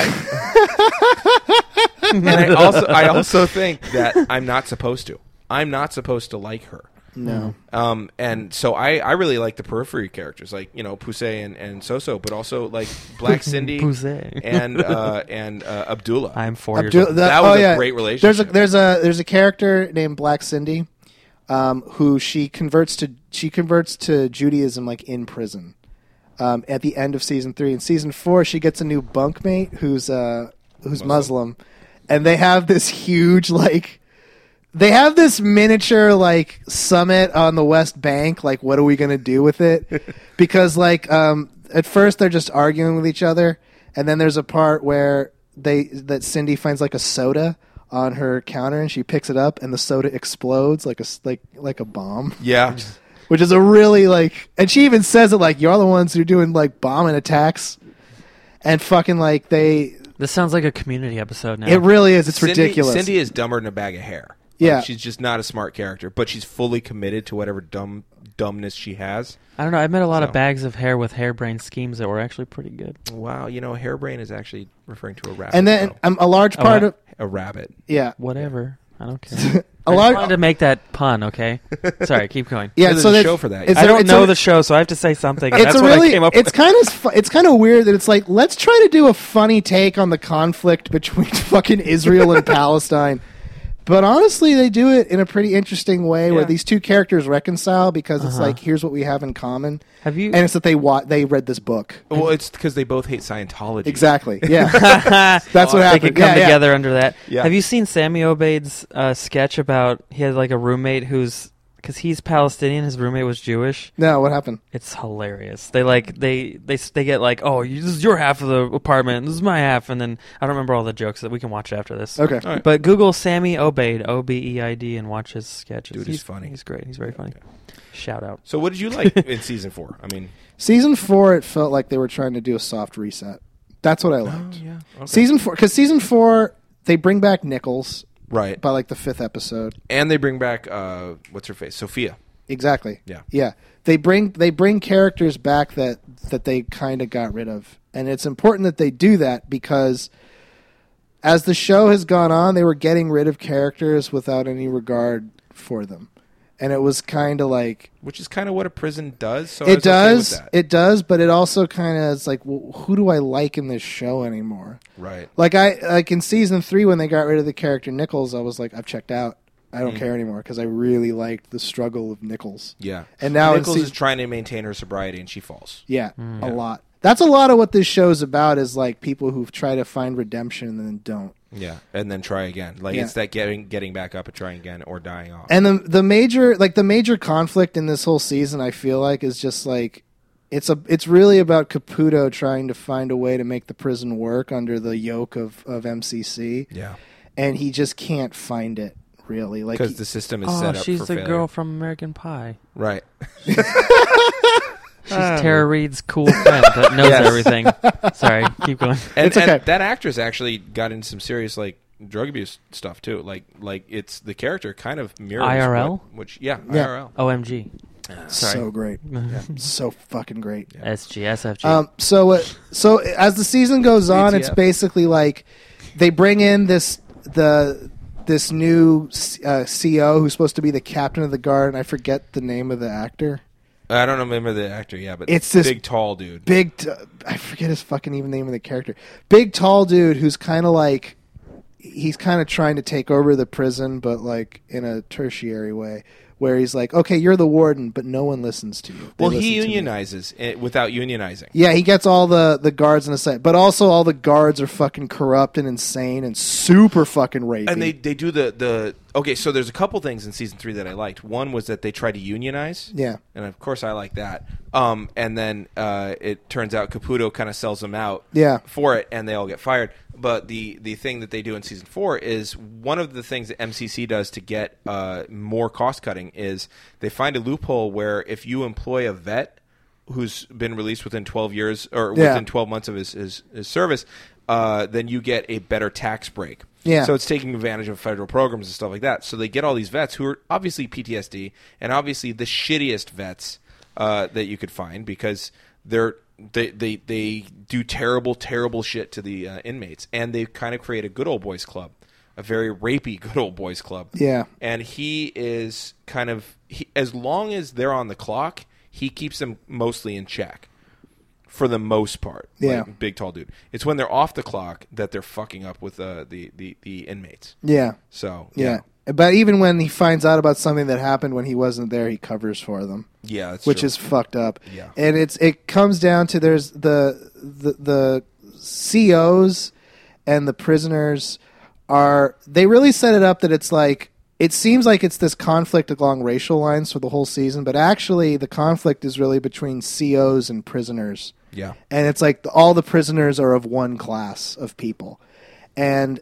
Speaker 3: I also I also think that I'm not supposed to. I'm not supposed to like her. No. Um, and so I, I really like the periphery characters, like you know Pusey and, and Soso, but also like Black Cindy
Speaker 1: Pusey.
Speaker 3: and uh, and uh, Abdullah.
Speaker 1: I'm four years
Speaker 2: Abdul-
Speaker 1: old.
Speaker 2: the-
Speaker 3: That was
Speaker 2: oh,
Speaker 3: a
Speaker 2: yeah.
Speaker 3: great
Speaker 2: There's a
Speaker 3: relationship.
Speaker 2: there's a there's a character named Black Cindy, um, who she converts to she converts to Judaism like in prison. Um, at the end of season three, in season four, she gets a new bunkmate who's uh who's Muslim, and they have this huge like. They have this miniature like summit on the West Bank. Like, what are we gonna do with it? because like um, at first they're just arguing with each other, and then there's a part where they that Cindy finds like a soda on her counter, and she picks it up, and the soda explodes like a s- like like a bomb
Speaker 3: yeah.
Speaker 2: which is a really like and she even says it like you're the ones who are doing like bombing attacks and fucking like they
Speaker 1: This sounds like a community episode now.
Speaker 2: it really is it's
Speaker 3: Cindy,
Speaker 2: ridiculous
Speaker 3: Cindy is dumber than a bag of hair. Like,
Speaker 2: Yeah.
Speaker 3: she's just not a smart character, but she's fully committed to whatever dumb dumbness she has.
Speaker 1: I don't know. I met a lot
Speaker 3: So.
Speaker 1: of bags of hair with hairbrained schemes that were actually pretty good.
Speaker 3: Wow, you know, hairbrain is actually referring to a rabbit.
Speaker 2: and then
Speaker 3: though.
Speaker 2: um, a large
Speaker 1: Oh,
Speaker 2: part
Speaker 1: I-
Speaker 2: of
Speaker 3: a rabbit.
Speaker 2: yeah
Speaker 1: Whatever. I don't care.
Speaker 2: a
Speaker 1: I just
Speaker 2: large
Speaker 1: wanted to make that pun. Okay. Sorry. Keep going.
Speaker 2: yeah
Speaker 3: there's
Speaker 2: so
Speaker 3: a
Speaker 2: that's-
Speaker 3: show for that.
Speaker 2: it's
Speaker 1: I
Speaker 2: a-
Speaker 1: don't
Speaker 2: it's
Speaker 1: know
Speaker 2: a,
Speaker 1: the show, so I have to say something. and
Speaker 2: it's
Speaker 1: that's
Speaker 2: a
Speaker 1: what
Speaker 2: really
Speaker 1: I came up
Speaker 2: it's
Speaker 1: with.
Speaker 2: kind of fu- it's kind of weird that it's like let's try to do a funny take on the conflict between fucking Israel and Palestine. But honestly, they do it in a pretty interesting way
Speaker 1: Yeah.
Speaker 2: where
Speaker 1: Uh-huh.
Speaker 2: these two characters reconcile because it's like here's what we have in common.
Speaker 1: Have you-
Speaker 2: And it's that they wa- they read this book.
Speaker 3: Well, it's because they both hate Scientology.
Speaker 2: Exactly. Yeah. That's what
Speaker 1: they
Speaker 2: happened.
Speaker 1: could come
Speaker 2: Yeah, yeah.
Speaker 1: together under that.
Speaker 3: Yeah.
Speaker 1: Have you seen Sammy Obaid's uh, sketch about he had like a roommate who's because he's Palestinian, his roommate was Jewish.
Speaker 2: no, what happened?
Speaker 1: It's hilarious. They like they they s- they get like, oh, you, this is your half of the apartment, this is my half, and then I don't remember all the jokes that we can watch after this.
Speaker 2: Okay.
Speaker 3: All right.
Speaker 1: But Google Sammy Obaid O B E I D and watch his sketches.
Speaker 3: Dude, he's funny.
Speaker 1: He's great. He's very funny. Shout out.
Speaker 3: So, what did you like in season four? I mean,
Speaker 2: Season 4 it felt like they were trying to do a soft reset. That's what I liked.
Speaker 3: yeah,
Speaker 2: Season 4 cuz season 4 they bring back Nichols
Speaker 3: right.
Speaker 2: by like the 5th episode.
Speaker 3: and they bring back uh, what's her face, Sophia.
Speaker 2: Exactly.
Speaker 3: Yeah.
Speaker 2: Yeah. They bring they bring characters back that that they kind of got rid of, and it's important that they do that because as the show has gone on, they were getting rid of characters without any regard for them, and it was kind of like
Speaker 3: which is kind of what a prison does. So Oh, I
Speaker 2: it
Speaker 3: was okay with
Speaker 2: does
Speaker 3: that.
Speaker 2: it does, but it also kind of is like well, who do I like in this show anymore?
Speaker 3: right.
Speaker 2: Like I like in season three when they got rid of the character Nichols, I was like I've checked out. I
Speaker 3: Mm-hmm.
Speaker 2: don't care anymore because I really liked the struggle of Nichols.
Speaker 3: Yeah,
Speaker 2: And now in
Speaker 3: Nichols
Speaker 2: season-
Speaker 3: is trying to maintain her sobriety, and she falls.
Speaker 2: Yeah, a lot. That's a lot of what this show's about is like people who try to find redemption and then don't.
Speaker 3: Yeah, and then try again. Like
Speaker 2: Yeah.
Speaker 3: it's that getting getting back up and trying again or dying off.
Speaker 2: And the the major like the major conflict in this whole season I feel like is just like it's a it's really about Caputo trying to find a way to make the prison work under the yoke of of MCC.
Speaker 3: yeah,
Speaker 2: And he just can't find it really. Like
Speaker 3: because the system is
Speaker 1: Oh,
Speaker 3: set up
Speaker 1: she's
Speaker 3: for
Speaker 1: the
Speaker 3: failure.
Speaker 1: girl from American Pie.
Speaker 3: Right.
Speaker 1: She's
Speaker 2: Ah,
Speaker 1: Tara Reid's cool friend that knows
Speaker 3: Yes.
Speaker 1: everything. Sorry, keep going.
Speaker 3: And,
Speaker 2: It's okay.
Speaker 3: and that actress actually got into some serious like drug abuse stuff too. Like like it's the character kind of mirrors what-
Speaker 1: IRL?
Speaker 3: which yeah,
Speaker 2: Yeah.
Speaker 3: IRL.
Speaker 1: Oh, OMG.
Speaker 2: he-
Speaker 1: sorry.
Speaker 2: so great. So fucking great.
Speaker 1: SG, SFG.
Speaker 2: Um, so uh, so as the season goes on, it's
Speaker 3: ETF.
Speaker 2: basically like they bring in this the this new uh, CO who's supposed to be the captain of the guard, and I forget the name of the actor.
Speaker 3: I don't remember the actor. Yeah, but
Speaker 2: It's this
Speaker 3: big tall dude.
Speaker 2: Big, t- I forget his fucking even name of the character. Big tall dude who's kind of like he's kind of trying to take over the prison, but like in a tertiary way, where he's like, okay, you're the warden, but no one listens to you. They
Speaker 3: Well,
Speaker 2: listen
Speaker 3: he
Speaker 2: to me.
Speaker 3: unionizes it without unionizing.
Speaker 2: Yeah, he gets all the the guards in a site, but also all the guards are fucking corrupt and insane and super fucking rapey.
Speaker 3: And they, they do the, the okay. So there's a couple things in season three that I liked. One was that they tried to unionize.
Speaker 2: Yeah.
Speaker 3: and of course I like that. Um, and then uh, it turns out Caputo kind of sells them out.
Speaker 2: Yeah.
Speaker 3: for it, and they all get fired. But the the thing that they do in season four is one of the things that MCC does to get uh, more cost cutting is they find a loophole where if you employ a vet who's been released within 12 years or
Speaker 2: Yeah.
Speaker 3: within 12 months of his, his, his service, uh, then you get a better tax break.
Speaker 2: Yeah.
Speaker 3: So it's taking advantage of federal programs and stuff like that. So they get all these vets who are obviously PTSD and obviously the shittiest vets uh, that you could find because they're they they, they do terrible terrible shit to the uh, inmates and they kind of create a good old boys club, a very rapey good old boys club.
Speaker 2: Yeah.
Speaker 3: And he is kind of he, as long as they're on the clock, he keeps them mostly in check for the most part.
Speaker 2: Yeah.
Speaker 3: Like, big tall dude. It's when they're off the clock that they're fucking up with uh, the, the the inmates.
Speaker 2: yeah,
Speaker 3: So
Speaker 2: yeah, But even when he finds out about something that happened when he wasn't there, he covers for them.
Speaker 3: yeah, that's
Speaker 2: which
Speaker 3: true.
Speaker 2: is fucked up.
Speaker 3: Yeah.
Speaker 2: And it's it comes down to there's the the the COs and the prisoners are they really set it up that it's like it seems like it's this conflict along racial lines for the whole season, but actually the conflict is really between COs and prisoners
Speaker 3: yeah.
Speaker 2: and it's like the- all the prisoners are of one class of people and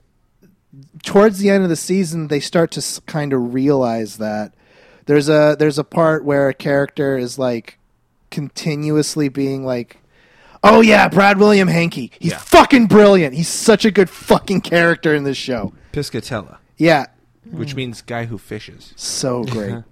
Speaker 2: towards the end of the season they start to kind of realize that there's a there's a part where a character is like continuously being like oh yeah brad william hankey he's
Speaker 3: Yeah.
Speaker 2: fucking brilliant he's such a good fucking character in this show
Speaker 3: Piscatella,
Speaker 2: yeah Mm.
Speaker 3: which means guy who fishes.
Speaker 2: so great.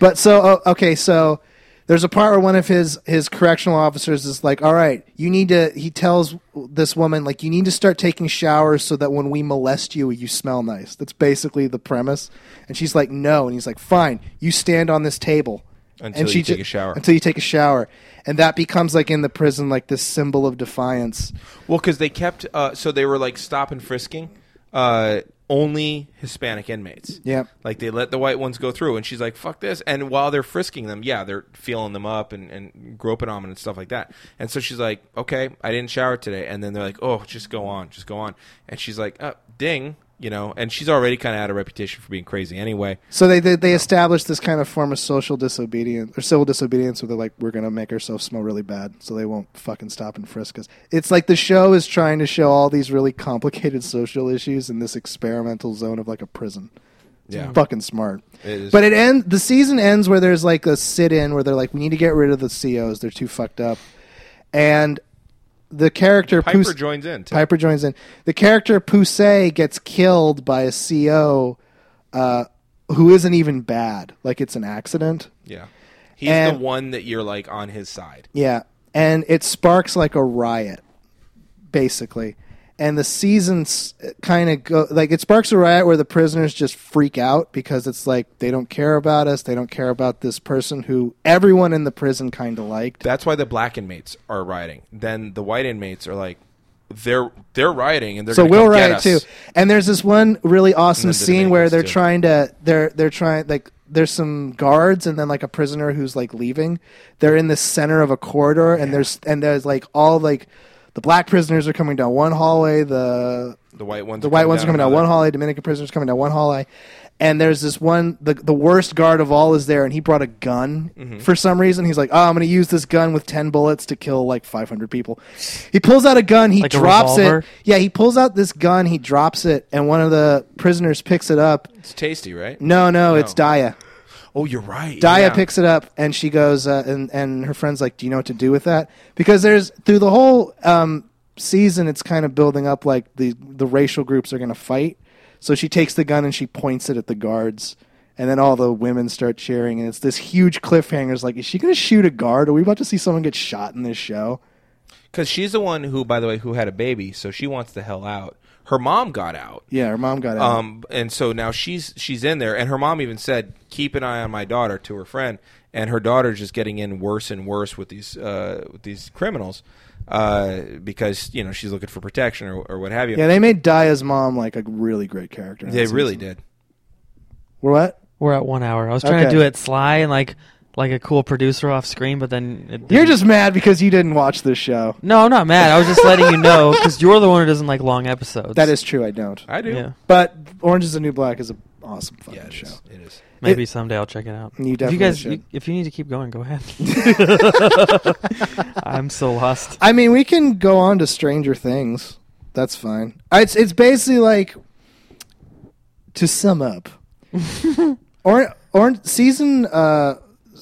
Speaker 2: but so oh, okay, so there's a part where one of his his correctional officers is like, "All right, you need to." He tells this woman like, "You need to start taking showers so that when we molest you, you smell nice." That's basically the premise. And she's like, "No," and he's like, "Fine, you stand on this table."
Speaker 3: Until
Speaker 2: and
Speaker 3: you take
Speaker 2: ju-
Speaker 3: a shower.
Speaker 2: Until you take a shower, and that becomes like in the prison, like this symbol of defiance.
Speaker 3: Well, because they kept uh, so they were like stop and frisking uh, only Hispanic inmates.
Speaker 2: Yep.
Speaker 3: like they let the white ones go through, and she's like, "Fuck this!" And while they're frisking them, yeah, they're feeling them up and, and groping on them and stuff like that. And so she's like, "Okay, I didn't shower today." And then they're like, "Oh, just go on, just go on." And she's like, uh, "Ding." You know, and she's already kind of had a reputation for being crazy anyway.
Speaker 2: So they they, they established this kind of form of social disobedience or civil disobedience, where they're like, we're gonna make ourselves smell really bad, so they won't fucking stop and frisk us. It's like the show is trying to show all these really complicated social issues in this experimental zone of like a prison. It's
Speaker 3: Yeah.
Speaker 2: fucking smart.
Speaker 3: It is.
Speaker 2: But it ends. The season ends where there's like a sit in where they're like, we need to get rid of the COs. They're too fucked up, and the character
Speaker 3: Piper
Speaker 2: Pous-
Speaker 3: joins in. Too.
Speaker 2: Piper joins in. The character Poussey gets killed by a CO uh, who isn't even bad. Like it's an accident.
Speaker 3: Yeah, he's the
Speaker 2: And-
Speaker 3: one that you're like on his side.
Speaker 2: Yeah. And it sparks like a riot, basically. And the seasons kind of go like it sparks a riot where the prisoners just freak out because it's like they don't care about us. They don't care about this person who everyone in the prison kind of liked.
Speaker 3: That's why the black inmates are rioting. Then the white inmates are like, they're they're rioting and they're
Speaker 2: so
Speaker 3: gonna
Speaker 2: we'll
Speaker 3: come get
Speaker 2: riot
Speaker 3: us.
Speaker 2: too. And there's this one really awesome
Speaker 3: And then the
Speaker 2: scene where
Speaker 3: Dominicans,
Speaker 2: they're
Speaker 3: too.
Speaker 2: trying to they're they're trying like there's some guards and then like a prisoner who's like leaving. They're in the center of a corridor and there's and there's like all like the black prisoners are coming down one hallway, the
Speaker 3: The white ones.
Speaker 2: the white ones are coming down one hallway, Dominican prisoners coming down one hallway. And there's this one, the, the worst guard of all is there, and he brought a gun for some reason. He's like, "Oh, I'm going to use this gun with ten bullets to kill like 500 people." He pulls out a gun, he
Speaker 1: Like a
Speaker 2: drops
Speaker 1: revolver?
Speaker 2: it. Yeah, he pulls out this gun, he drops it, and one of the prisoners picks it up.
Speaker 3: It's tasty, right?
Speaker 2: No, no, it's
Speaker 3: No.
Speaker 2: Daya.
Speaker 3: Oh, you're right.
Speaker 2: Daya
Speaker 3: yeah.
Speaker 2: picks it up and she goes, uh, and and her friend's like, "Do you know what to do with that?" Because there's through the whole um, season, it's kind of building up like the the racial groups are going to fight. So she takes the gun and she points it at the guards, and then all the women start cheering, and it's this huge cliffhanger. It's like, is she going to shoot a guard? Are we about to see someone get shot in this show?
Speaker 3: because she's the one who, by the way, who had a baby, so she wants the hell out. Her mom got out.
Speaker 2: Yeah, her mom got out.
Speaker 3: Um, and so now she's she's in there, and her mom even said, "Keep an eye on my daughter" to her friend, and her daughter's just getting in worse and worse with these uh, with these criminals. uh, because you know she's looking for protection or, or what have you.
Speaker 2: Yeah, they made Daya's mom like a really great character. in
Speaker 3: they
Speaker 2: that
Speaker 3: really
Speaker 2: season.
Speaker 3: did.
Speaker 2: We're what?
Speaker 1: We're at one hour. I was trying to
Speaker 2: Okay.
Speaker 1: do it sly and like like a cool producer off screen, but then it
Speaker 2: You're
Speaker 1: didn't-
Speaker 2: just mad because you didn't watch this show.
Speaker 1: no. I'm not mad. I was just letting you know because you're the one who doesn't like long episodes.
Speaker 2: That is true. I don't.
Speaker 3: I do.
Speaker 1: yeah.
Speaker 2: But Orange Is the New Black is an awesome fucking
Speaker 3: Yeah, it
Speaker 2: show.
Speaker 3: is. It is.
Speaker 1: Maybe someday I'll check it out.
Speaker 2: You
Speaker 1: if
Speaker 2: definitely
Speaker 1: you guys,
Speaker 2: should.
Speaker 1: you- if you need to keep going, go ahead. I'm so lost.
Speaker 2: I mean, we can go on to Stranger Things. That's fine. Uh, It's it's basically like to sum up, or or season uh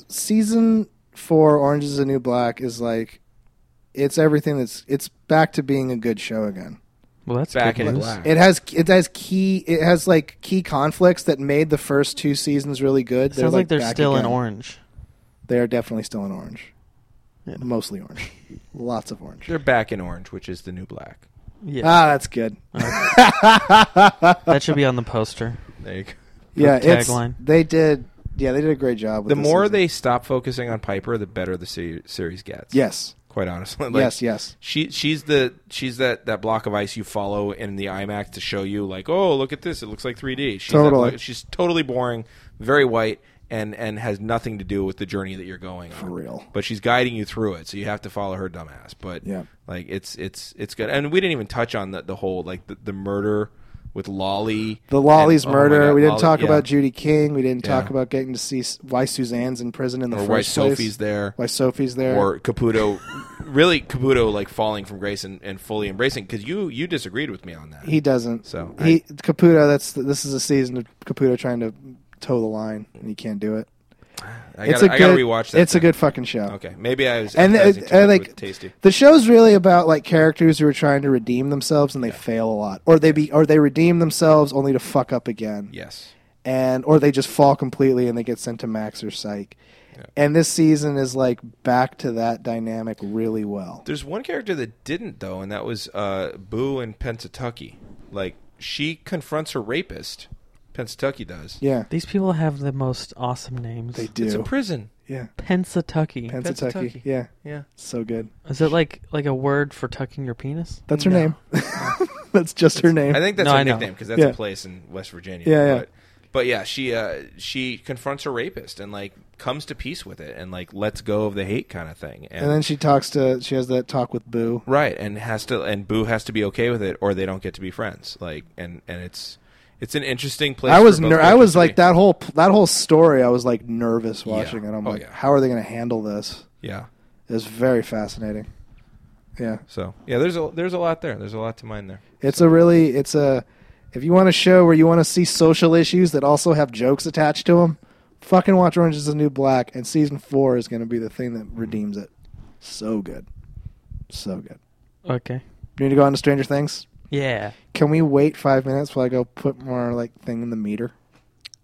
Speaker 2: season four Orange Is the New Black is like it's everything that's it's back to being a good show again.
Speaker 1: Well, that's
Speaker 3: Back
Speaker 1: good
Speaker 3: in
Speaker 1: news.
Speaker 3: black.
Speaker 2: It has it has key it has like key conflicts that made the first two seasons really good.
Speaker 1: Sounds like, they're
Speaker 2: back
Speaker 1: still in
Speaker 2: again.
Speaker 1: orange.
Speaker 2: They are definitely still in orange.
Speaker 1: Yeah.
Speaker 2: Mostly orange. Lots of orange.
Speaker 3: They're back in orange, which is the new black.
Speaker 1: Yeah,
Speaker 2: Ah, that's good.
Speaker 1: that should be on the poster.
Speaker 3: There you go.
Speaker 2: yeah,
Speaker 1: the
Speaker 2: it's,
Speaker 1: tagline.
Speaker 2: they did. Yeah, they did a great job. With
Speaker 3: The
Speaker 2: this
Speaker 3: more
Speaker 2: season.
Speaker 3: they stop focusing on Piper, the better the se- series gets.
Speaker 2: yes,
Speaker 3: Quite honestly. Like,
Speaker 2: yes, yes.
Speaker 3: She she's the she's that, that block of ice you follow in the IMAX to show you like oh look at this it looks like 3D. She's that
Speaker 2: Totally.
Speaker 3: block- she's totally boring, very white, and and has nothing to do with the journey that you're going
Speaker 2: For
Speaker 3: on.
Speaker 2: real.
Speaker 3: But she's guiding you through it, so you have to follow her dumbass. But
Speaker 2: Yeah.
Speaker 3: like it's it's it's good. And we didn't even touch on the the whole like the, the murder with Lolly.
Speaker 2: The Lolly's
Speaker 3: and- oh my
Speaker 2: murder.
Speaker 3: God,
Speaker 2: we didn't
Speaker 3: Lolly-
Speaker 2: talk
Speaker 3: yeah.
Speaker 2: about Judy King. We didn't
Speaker 3: Yeah.
Speaker 2: talk about getting to see s- why Suzanne's in prison in the
Speaker 3: or
Speaker 2: first
Speaker 3: why
Speaker 2: place.
Speaker 3: Sophie's there.
Speaker 2: Why Sophie's there?
Speaker 3: or Caputo, really Caputo like falling from grace and, and fully embracing because you you disagreed with me on that.
Speaker 2: he doesn't.
Speaker 3: So,
Speaker 2: he Caputo. That's this is a season of Caputo trying to toe the line, and he can't do it.
Speaker 3: I gotta, I gotta rewatch that.
Speaker 2: It's
Speaker 3: then.
Speaker 2: a good fucking show.
Speaker 3: Okay, maybe I was
Speaker 2: and
Speaker 3: and
Speaker 2: it, and, like
Speaker 3: like tasty.
Speaker 2: the show's really about like characters who are trying to redeem themselves and they fail a lot, or they be or they redeem themselves only to fuck up again,
Speaker 3: Yes,
Speaker 2: and or they just fall completely and they get sent to Max or Psych.
Speaker 3: Yeah.
Speaker 2: And this season is like back to that dynamic really well.
Speaker 3: there's one character that didn't though, and that was uh, Boo and Pensatucky. Like she confronts her rapist. Pensatucky does.
Speaker 2: Yeah,
Speaker 1: These people have the most awesome names.
Speaker 2: they
Speaker 3: It's a
Speaker 2: do.
Speaker 3: prison.
Speaker 2: Yeah,
Speaker 1: Pensatucky.
Speaker 2: Pensatucky.
Speaker 3: Pensatucky.
Speaker 2: Yeah,
Speaker 3: Yeah.
Speaker 2: so good.
Speaker 1: Is it like like a word for tucking your penis?
Speaker 2: That's her
Speaker 3: No.
Speaker 2: name. That's just her name.
Speaker 3: I think that's
Speaker 1: No,
Speaker 3: her
Speaker 1: I know.
Speaker 3: nickname because that's
Speaker 2: Yeah.
Speaker 3: a place in West Virginia.
Speaker 2: Yeah, yeah.
Speaker 3: But, but yeah, she uh, she confronts her rapist and like comes to peace with it and like lets go of the hate kind of thing. And,
Speaker 2: and then she talks to she has that talk with Boo.
Speaker 3: right and has to and Boo has to be okay with it or they don't get to be friends. Like and and it's it's an interesting place.
Speaker 2: I
Speaker 3: for
Speaker 2: was
Speaker 3: both
Speaker 2: ner- I was
Speaker 3: characters to
Speaker 2: like
Speaker 3: be.
Speaker 2: that whole that whole story. I was like nervous watching it. I'm
Speaker 3: Oh,
Speaker 2: like,
Speaker 3: yeah.
Speaker 2: how are they going to handle this?
Speaker 3: Yeah.
Speaker 2: It was very fascinating. Yeah,
Speaker 3: So yeah, there's a there's a lot there. There's a lot to mine there.
Speaker 2: it's a really it's a if you want a show where you want to see social issues that also have jokes attached to them, fucking watch Orange Is the New Black. And season four is going to be the thing
Speaker 3: Mm-hmm.
Speaker 2: that redeems it. So good, so good.
Speaker 1: Okay.
Speaker 2: You need to go on to Stranger Things.
Speaker 1: Yeah.
Speaker 2: Can we wait five minutes while I go put more like thing in the meter?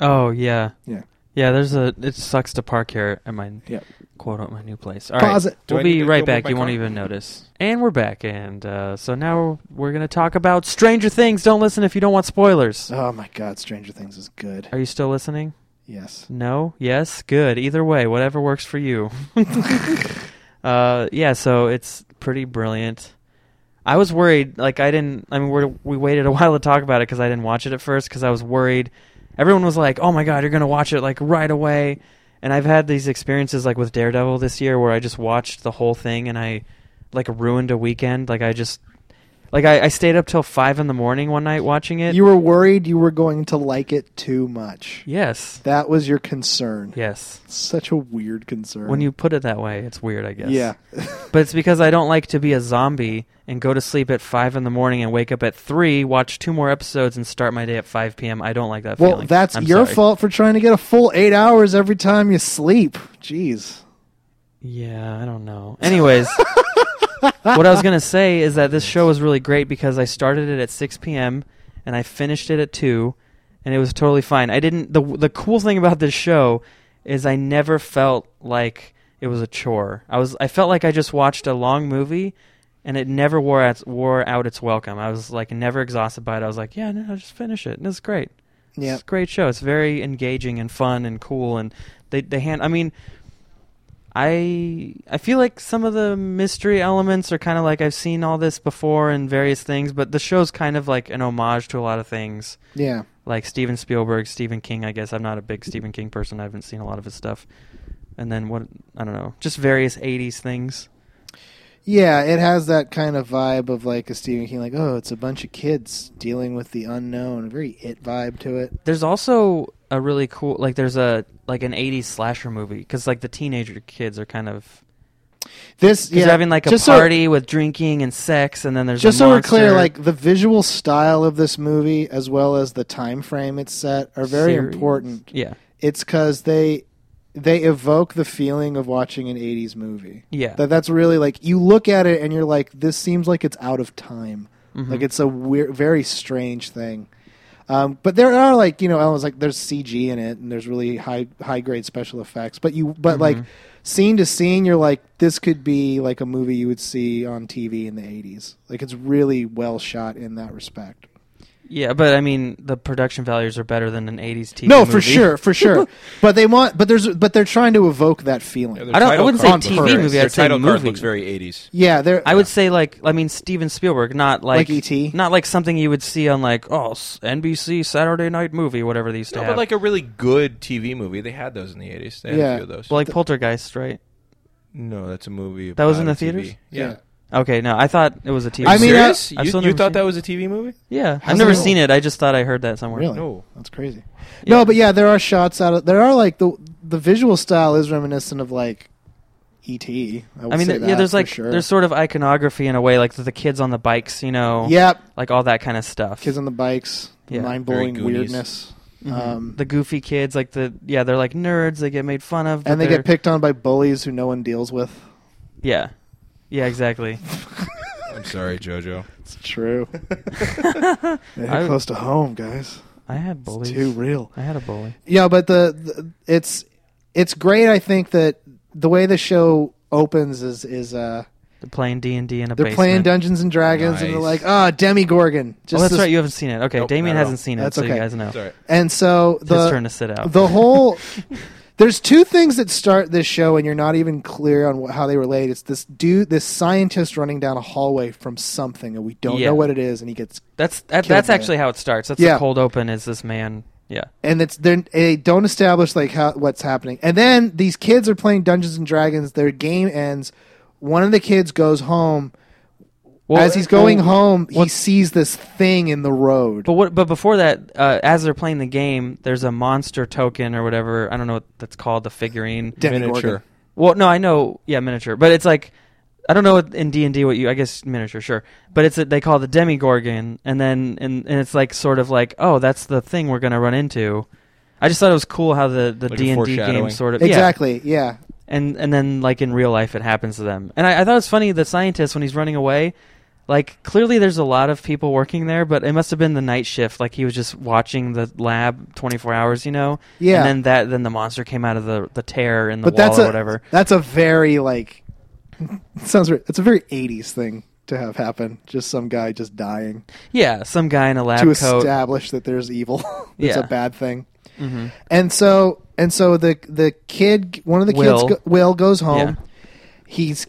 Speaker 1: Oh yeah.
Speaker 2: Yeah.
Speaker 1: Yeah. There's a. It sucks to park here at my
Speaker 2: Yeah.
Speaker 1: quote unquote my new place. All right.
Speaker 2: Pause it.
Speaker 3: Do
Speaker 1: we'll
Speaker 3: I need
Speaker 1: be
Speaker 3: to
Speaker 1: right
Speaker 3: go move
Speaker 1: back.
Speaker 3: my
Speaker 1: You won't
Speaker 3: car?
Speaker 1: even notice. And we're back. And uh, so now we're gonna talk about Stranger Things. Don't listen if you don't want spoilers.
Speaker 2: Oh my God, Stranger Things is good.
Speaker 1: Are you still listening?
Speaker 2: Yes.
Speaker 1: No. Yes. Good. Either way, whatever works for you. uh, yeah. So it's pretty brilliant. I was worried. Like I didn't. I mean, we're, we waited a while to talk about it because I didn't watch it at first because I was worried. Everyone was like, "Oh my god, you're gonna watch it like right away." And I've had these experiences like with Daredevil this year where I just watched the whole thing and I like ruined a weekend. Like I just like I, I stayed up till five in the morning one night watching it.
Speaker 2: You were worried you were going to like it too much.
Speaker 1: yes.
Speaker 2: That was your concern.
Speaker 1: Yes.
Speaker 2: Such a weird concern.
Speaker 1: When you put it that way, it's weird, I guess.
Speaker 2: Yeah.
Speaker 1: But it's because I don't like to be a zombie and go to sleep at five in the morning and wake up at three, watch two more episodes, and start my day at five p.m. I don't like that.
Speaker 2: well,
Speaker 1: feeling.
Speaker 2: that's
Speaker 1: I'm
Speaker 2: your
Speaker 1: sorry.
Speaker 2: fault for trying to get a full eight hours every time you sleep. Jeez.
Speaker 1: Yeah, I don't know. Anyways, what I was gonna say is that this show was really great because I started it at six p.m. and I finished it at two, and it was totally fine. I didn't. the The cool thing about this show is I never felt like it was a chore. I was. I felt like I just watched a long movie. And it never wore out, wore out its welcome. I was like never exhausted by it. I was like, yeah, no, I'll just finish it. And it's great.
Speaker 2: Yeah.
Speaker 1: It's a great show. It's very engaging and fun and cool and they they hand I mean I I feel like some of the mystery elements are kind of like I've seen all this before in various things, but the show's kind of like an homage to a lot of things,
Speaker 2: Yeah.
Speaker 1: like Steven Spielberg, Stephen King. I guess I'm not a big Stephen King person. I haven't seen a lot of his stuff. And then what? I don't know. Just various '80s things.
Speaker 2: Yeah, it has that kind of vibe of like a Stephen King, like, oh, it's a bunch of kids dealing with the unknown, a very it vibe to it.
Speaker 1: There's also a really cool like there's a like an '80s slasher movie because like the teenager kids are kind of
Speaker 2: This,
Speaker 1: yeah,
Speaker 2: yeah,
Speaker 1: having like a
Speaker 2: just so-
Speaker 1: party with drinking and sex, and then there's
Speaker 2: just
Speaker 1: a
Speaker 2: so we're clear,
Speaker 1: monster.
Speaker 2: like the visual style of this movie, as well as the time frame it's set, are very
Speaker 1: Series.
Speaker 2: important.
Speaker 1: yeah
Speaker 2: It's because they they evoke the feeling of watching an '80s movie.
Speaker 1: yeah
Speaker 2: That that's really like you look at it and you're like, this seems like it's out of time.
Speaker 1: Mhm.
Speaker 2: Like it's a weird, very strange thing. Um, but there are like you know elements like there's CG in it and there's really high high grade special effects. But you but like
Speaker 1: Mm-hmm.
Speaker 2: scene to scene, you're like this could be like a movie you would see on TV in the '80s. Like it's really well shot in that respect.
Speaker 1: Yeah, but I mean, the production values are better than an '80s TV.
Speaker 2: no, for
Speaker 1: movie.
Speaker 2: sure, for sure. but they want but there's but they're trying to evoke that feeling.
Speaker 3: their
Speaker 1: I don't- I
Speaker 3: title
Speaker 1: wouldn't
Speaker 3: card
Speaker 2: say
Speaker 3: looks
Speaker 2: TV
Speaker 3: very-
Speaker 2: movie,
Speaker 3: Their
Speaker 1: I'd say
Speaker 3: title card
Speaker 1: movie.
Speaker 3: looks very 80s.
Speaker 2: yeah, they're
Speaker 1: I would say like, I mean, Steven Spielberg, not like,
Speaker 2: Like E E.T.?
Speaker 1: not like something you would see on like, oh, s- NBC Saturday Night Movie, whatever they used to
Speaker 3: No,
Speaker 1: have.
Speaker 3: but like a really good TV movie. They had those in the 80s. They had
Speaker 2: Yeah.
Speaker 3: a few of those.
Speaker 1: well, like Poltergeist, right?
Speaker 3: no, that's a movie.
Speaker 1: That was
Speaker 3: about
Speaker 1: in the
Speaker 3: a TV.
Speaker 1: theaters?
Speaker 3: Yeah.
Speaker 1: Okay, no, I thought it was a TV.
Speaker 2: I mean,
Speaker 1: series.
Speaker 2: uh, I-
Speaker 3: serious?
Speaker 1: I've
Speaker 3: you
Speaker 1: still
Speaker 3: you
Speaker 1: never
Speaker 3: thought
Speaker 1: seen
Speaker 3: that
Speaker 1: it.
Speaker 3: was a TV movie?
Speaker 1: yeah, I've
Speaker 2: How's
Speaker 1: never
Speaker 2: that
Speaker 1: seen it. I just thought I heard that somewhere.
Speaker 2: Really?
Speaker 3: No.
Speaker 2: That's crazy.
Speaker 1: Yeah.
Speaker 2: No, but yeah, there are shots out of there are like the the visual style is reminiscent of like E.T. I, will
Speaker 1: I mean,
Speaker 2: say
Speaker 1: th- yeah,
Speaker 2: that
Speaker 1: there's
Speaker 2: for
Speaker 1: like
Speaker 2: sure.
Speaker 1: there's sort of iconography in a way, like the, the kids on the bikes, you know,
Speaker 2: yep,
Speaker 1: like all that kind of stuff.
Speaker 2: kids on the bikes, the
Speaker 1: Yeah.
Speaker 2: mind
Speaker 3: Very
Speaker 2: blowing
Speaker 3: Goonies.
Speaker 2: weirdness,
Speaker 1: Mhm.
Speaker 2: um,
Speaker 1: the goofy kids, like the yeah, they're like nerds. They get made fun of, but
Speaker 2: and they
Speaker 1: they're-
Speaker 2: get picked on by bullies who no one deals with.
Speaker 1: Yeah, yeah, exactly.
Speaker 3: I'm sorry, JoJo.
Speaker 2: It's true.
Speaker 1: I
Speaker 2: They hit
Speaker 1: I-
Speaker 2: close to home, guys.
Speaker 1: had
Speaker 2: It's
Speaker 1: bullies.
Speaker 2: too real.
Speaker 1: I had a bully.
Speaker 2: Yeah, but the, the it's it's great. I think that the way the show opens is is uh
Speaker 1: They're playing D and D in a
Speaker 2: they're
Speaker 1: basement.
Speaker 2: playing Dungeons and Dragons and they're
Speaker 3: Nice.
Speaker 2: like ah Demi Gorgon
Speaker 1: oh, that's
Speaker 2: this
Speaker 1: right. You haven't seen it. Okay,
Speaker 3: Nope,
Speaker 1: Damien
Speaker 3: not at all.
Speaker 1: hasn't seen it,
Speaker 2: That's
Speaker 1: so you
Speaker 2: okay.
Speaker 1: guys know.
Speaker 3: Sorry.
Speaker 2: And so
Speaker 1: It's his
Speaker 2: the
Speaker 1: turn to sit out.
Speaker 2: the whole there's two things that start this show, and you're not even clear on wh- how they relate. It's this dude, this scientist running down a hallway from something, and we don't
Speaker 1: Yeah.
Speaker 2: know what it is, and he gets
Speaker 1: that's that,
Speaker 2: Killed
Speaker 1: that's
Speaker 2: by it.
Speaker 1: actually how it starts. That's
Speaker 2: Yeah.
Speaker 1: the cold open. Is this man? Yeah,
Speaker 2: and it's they're- they don't establish like how what's happening. And then these kids are playing Dungeons and Dragons. Their game ends. One of the kids goes home.
Speaker 1: Well,
Speaker 2: As he's
Speaker 1: well,
Speaker 2: going home, he
Speaker 1: what-
Speaker 2: sees this thing in the road.
Speaker 1: But what? But before that, uh, as they're playing the game, there's a monster token or whatever. I don't know what that's called. The figurine.
Speaker 3: Miniature.
Speaker 1: Well, no, I know. Yeah, miniature. But it's like I don't know what, in D and D what you. I guess miniature, sure. But it's a, they call it the demigorgon, and then and, and it's like sort of like oh, that's the thing we're gonna run into. I just thought it was cool how the the
Speaker 3: Like a
Speaker 1: D and D game
Speaker 3: foreshadowing.
Speaker 1: sort of yeah,
Speaker 2: Exactly. Yeah.
Speaker 1: and and then like in real life it happens to them. And I, I thought it was funny the scientist when he's running away, like clearly there's a lot of people working there, but it must have been the night shift. Like he was just watching the lab 24 hours, you know.
Speaker 2: Yeah.
Speaker 1: And then that then the monster came out of the the tear in the
Speaker 2: but
Speaker 1: wall
Speaker 2: that's
Speaker 1: or
Speaker 2: a
Speaker 1: whatever.
Speaker 2: that's a very like it sounds weird. It's a very '80s thing to have happen. Just some guy just dying
Speaker 1: Yeah, some guy in a lab
Speaker 2: to
Speaker 1: coat.
Speaker 2: establish that there's evil. it's
Speaker 1: Yeah.
Speaker 2: a bad thing.
Speaker 1: hmm
Speaker 2: And so and so the the kid one of the
Speaker 1: Will.
Speaker 2: kids go, Will goes home.
Speaker 1: Yeah.
Speaker 2: He's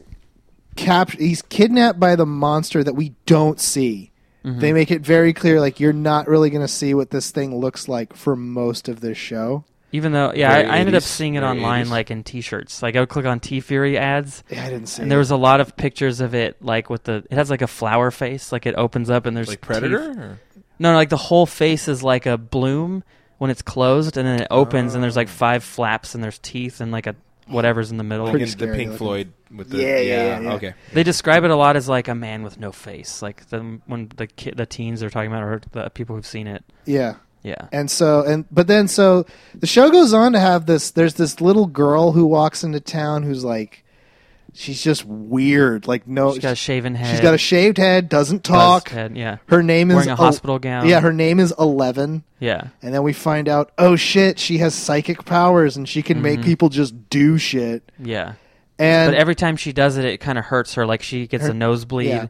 Speaker 2: cap he's kidnapped by the monster that we don't see.
Speaker 1: Mm-hmm.
Speaker 2: They make it very clear like you're not really going to see what this thing looks like for most of this show.
Speaker 1: Even though, yeah, I,
Speaker 3: Very
Speaker 1: I ended up
Speaker 3: 80s,
Speaker 1: seeing it
Speaker 3: very
Speaker 1: online,
Speaker 3: 80s.
Speaker 1: like in T-shirts. Like I would click on T Fury ads,
Speaker 2: Yeah, I didn't see.
Speaker 1: and there
Speaker 2: it.
Speaker 1: was a lot of pictures of it, like with the. It has like a flower face, like it opens up and there's
Speaker 3: Like
Speaker 1: teeth.
Speaker 3: Predator? Or?
Speaker 1: No, no, like the whole face is like a bloom when it's closed, and then it opens, and there's
Speaker 3: Oh.
Speaker 1: like five flaps, and there's teeth, and like a whatever's in the middle.
Speaker 2: Pretty
Speaker 3: Like in the
Speaker 2: scary
Speaker 3: Pink
Speaker 2: looking.
Speaker 3: Floyd with the.
Speaker 2: Yeah, yeah, yeah, yeah.
Speaker 3: Okay.
Speaker 1: They describe it a lot as like a man with no face, like the when the ki- the teens are talking about or the people who've seen it.
Speaker 2: yeah.
Speaker 1: Yeah,
Speaker 2: And so and but then so the show goes on to have this there's this little girl who walks into town who's like she's just weird. Like no
Speaker 1: she's got a shaven head.
Speaker 2: she's got a shaved head, doesn't talk.
Speaker 1: buzzed Head, yeah,
Speaker 2: Her name is
Speaker 1: wearing a
Speaker 2: El-
Speaker 1: hospital gown.
Speaker 2: Yeah, her name is Eleven.
Speaker 1: yeah.
Speaker 2: And then we find out, oh shit, she has psychic powers and she can
Speaker 1: Mm-hmm.
Speaker 2: make people just do shit.
Speaker 1: Yeah.
Speaker 2: And
Speaker 1: but every time she does it, it kind of hurts her. Like she gets
Speaker 2: Her-
Speaker 1: a nosebleed,
Speaker 2: yeah.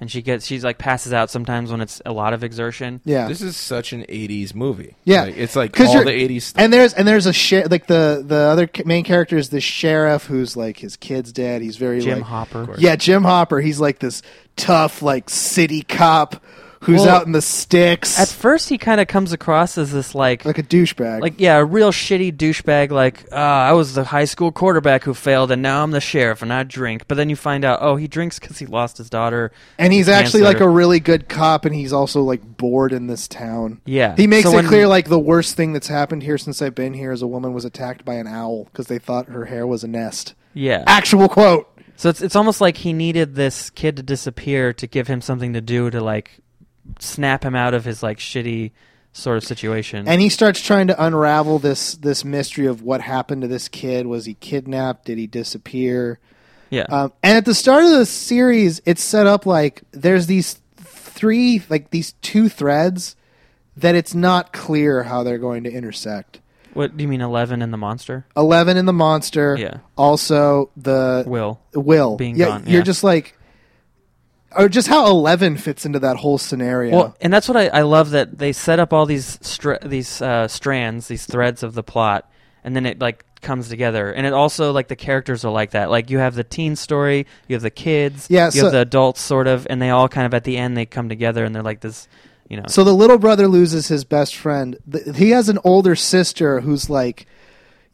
Speaker 1: and she gets she's like passes out sometimes when it's a lot of exertion.
Speaker 2: Yeah.
Speaker 3: This is such an '80s movie.
Speaker 2: yeah,
Speaker 3: Like, it's like
Speaker 2: 'Cause
Speaker 3: all
Speaker 2: you're-
Speaker 3: the '80s. stuff.
Speaker 2: And there's and there's a share like the the other ca- main character is the sheriff who's like his kid's dad. He's very
Speaker 1: Jim
Speaker 2: like-
Speaker 1: Hopper.
Speaker 2: Yeah, Jim Hopper. He's like this tough like city cop who's
Speaker 1: Well,
Speaker 2: out in the sticks,
Speaker 1: At first, he kind of comes across as this like
Speaker 2: like a douchebag.
Speaker 1: like yeah, a real shitty douchebag. Like uh, I was the high school quarterback who failed, and now I'm the sheriff, and I drink. But then you find out, oh, he drinks because he lost his daughter.
Speaker 2: and he's actually like
Speaker 1: Manslaughter.
Speaker 2: a really good cop, and he's also like bored in this town.
Speaker 1: Yeah.
Speaker 2: he makes
Speaker 1: So
Speaker 2: it
Speaker 1: when-
Speaker 2: clear like the worst thing that's happened here since I've been here is a woman was attacked by an owl because they thought her hair was a nest.
Speaker 1: Yeah.
Speaker 2: Actual quote.
Speaker 1: So it's it's almost like he needed this kid to disappear to give him something to do to like snap him out of his like shitty sort of situation.
Speaker 2: and he starts trying to unravel this this mystery of what happened to this kid was he kidnapped did he disappear
Speaker 1: yeah.
Speaker 2: um, and at the start of the series it's set up like there's these three like these two threads that it's not clear how they're going to intersect
Speaker 1: what do you mean, Eleven and the monster?
Speaker 2: 11 in the monster
Speaker 1: Yeah.
Speaker 2: also the
Speaker 1: Will.
Speaker 2: will
Speaker 1: Being
Speaker 2: yeah,
Speaker 1: gone,
Speaker 2: you're
Speaker 1: yeah.
Speaker 2: just like or just how 11 fits into that whole scenario
Speaker 1: Well, and that's what I, I love that they set up all these str- these uh, strands, these threads of the plot, and then it like comes together. And it also like the characters are like that. Like you have the teen story, you have the kids,
Speaker 2: Yeah,
Speaker 1: you
Speaker 2: so-
Speaker 1: have the adults, sort of, and they all kind of at the end they come together and they're like this, you know.
Speaker 2: So the little brother loses his best friend. Th he has an older sister who's like,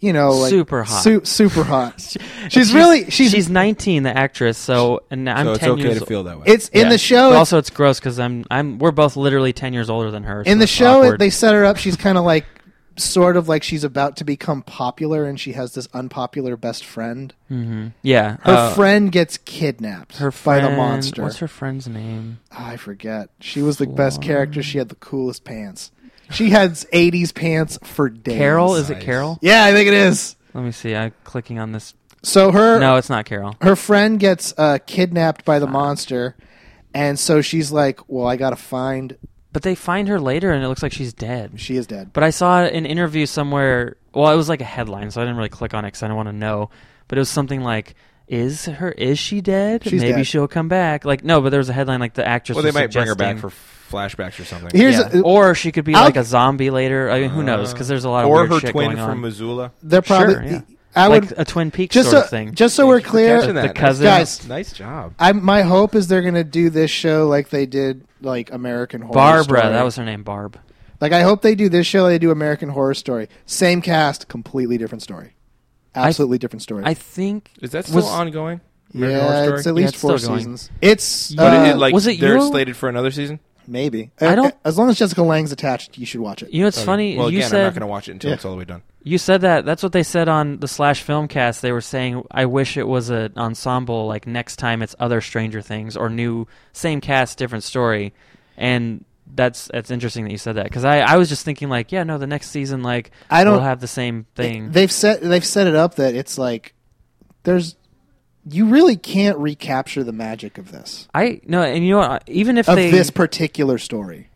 Speaker 2: you know, like
Speaker 1: Super hot.
Speaker 2: su- super hot. she's really she's,
Speaker 1: she's 19, the actress. So and I'm
Speaker 3: so it's
Speaker 1: 10
Speaker 3: okay
Speaker 1: years
Speaker 3: to feel that way.
Speaker 2: it's in
Speaker 1: Yeah.
Speaker 2: the show.
Speaker 1: But
Speaker 2: it's-
Speaker 1: also, it's gross because I'm I'm we're both literally 10 years older than her. so
Speaker 2: in the
Speaker 1: it's
Speaker 2: show, it,
Speaker 1: awkward.
Speaker 2: they set her up. She's kind of like, sort of like she's about to become popular, and she has this unpopular best friend.
Speaker 1: yeah
Speaker 2: Her
Speaker 1: uh,
Speaker 2: friend gets kidnapped
Speaker 1: her
Speaker 2: by the
Speaker 1: friend-
Speaker 2: monster. Ah,
Speaker 1: What's her friend's name?
Speaker 2: I forget. She was the best character. She had the coolest pants. She had 80s pants for days.
Speaker 1: Carol? Is it
Speaker 3: Nice.
Speaker 1: Carol?
Speaker 2: Yeah, I think it is.
Speaker 1: Let me see. I'm clicking on this.
Speaker 2: So her
Speaker 1: No, it's not Carol.
Speaker 2: her friend gets uh, kidnapped by the monster, and so she's like, "Well, I gotta find."
Speaker 1: But they find her later, and it looks like she's dead.
Speaker 2: She is dead.
Speaker 1: But I saw an interview somewhere. Well, it was like a headline, so I didn't really click on it because I don't want to know. But it was something like, "Is her? Is she dead?
Speaker 2: She's
Speaker 1: Maybe
Speaker 2: dead.
Speaker 1: she'll come back." Like no, but there was a headline like the actress.
Speaker 3: well, they
Speaker 1: was
Speaker 3: might bring her back
Speaker 1: suggesting-
Speaker 3: for flashbacks or something.
Speaker 2: Here's
Speaker 1: Yeah.
Speaker 2: a- uh,
Speaker 1: or she could be
Speaker 2: I'll-
Speaker 1: like a zombie later. I mean, who knows? Because there's a lot of
Speaker 3: or
Speaker 1: weird
Speaker 3: her
Speaker 1: shit
Speaker 3: twin
Speaker 1: going
Speaker 3: from
Speaker 1: on.
Speaker 3: Missoula.
Speaker 2: They're probably.
Speaker 1: Sure, yeah.
Speaker 2: I
Speaker 1: like
Speaker 2: would
Speaker 1: a Twin Peaks
Speaker 2: just
Speaker 1: sort
Speaker 2: so
Speaker 1: of thing.
Speaker 2: just so
Speaker 3: Thank
Speaker 2: we're
Speaker 3: you for catching
Speaker 2: clear.
Speaker 1: The
Speaker 3: that.
Speaker 1: cousin-
Speaker 2: Guys.
Speaker 3: nice job.
Speaker 2: I, my hope is they're gonna do this show like they did like American Horror.
Speaker 1: Barbara,
Speaker 2: Story.
Speaker 1: that was her name, Barb.
Speaker 2: like I hope they do this show. They do American Horror Story. Same cast, completely different story. Absolutely different story.
Speaker 1: I think
Speaker 3: Is that still
Speaker 1: was-
Speaker 3: ongoing? American Horror
Speaker 2: yeah,
Speaker 3: Story?
Speaker 2: it's at
Speaker 1: Yeah,
Speaker 2: least
Speaker 1: it's
Speaker 2: four
Speaker 1: still going.
Speaker 2: seasons. It's
Speaker 1: But
Speaker 2: uh,
Speaker 3: But it, it, like
Speaker 1: was it
Speaker 3: they're
Speaker 1: Euro?
Speaker 3: slated for another season?
Speaker 2: maybe.
Speaker 1: I don't-
Speaker 2: as long as Jessica Lang's attached, you should watch it.
Speaker 1: you know. It's funny.
Speaker 3: Oh, Well,
Speaker 1: you
Speaker 3: again,
Speaker 1: said
Speaker 3: I'm not going to watch it until
Speaker 2: Yeah.
Speaker 3: it's all the way done.
Speaker 1: you said that. That's what they said on the Slash Filmcast. They were saying, "I wish it was an ensemble. Like next time, it's other Stranger Things or new same cast, different story." And that's that's interesting that you said that because I I was just thinking like, yeah, no, the next season like
Speaker 2: I don't-
Speaker 1: we'll have the same thing.
Speaker 2: They've set they've set it up that it's like there's you really can't recapture the magic of this
Speaker 1: I no, and you know what? Even if
Speaker 2: of
Speaker 1: they
Speaker 2: this particular story.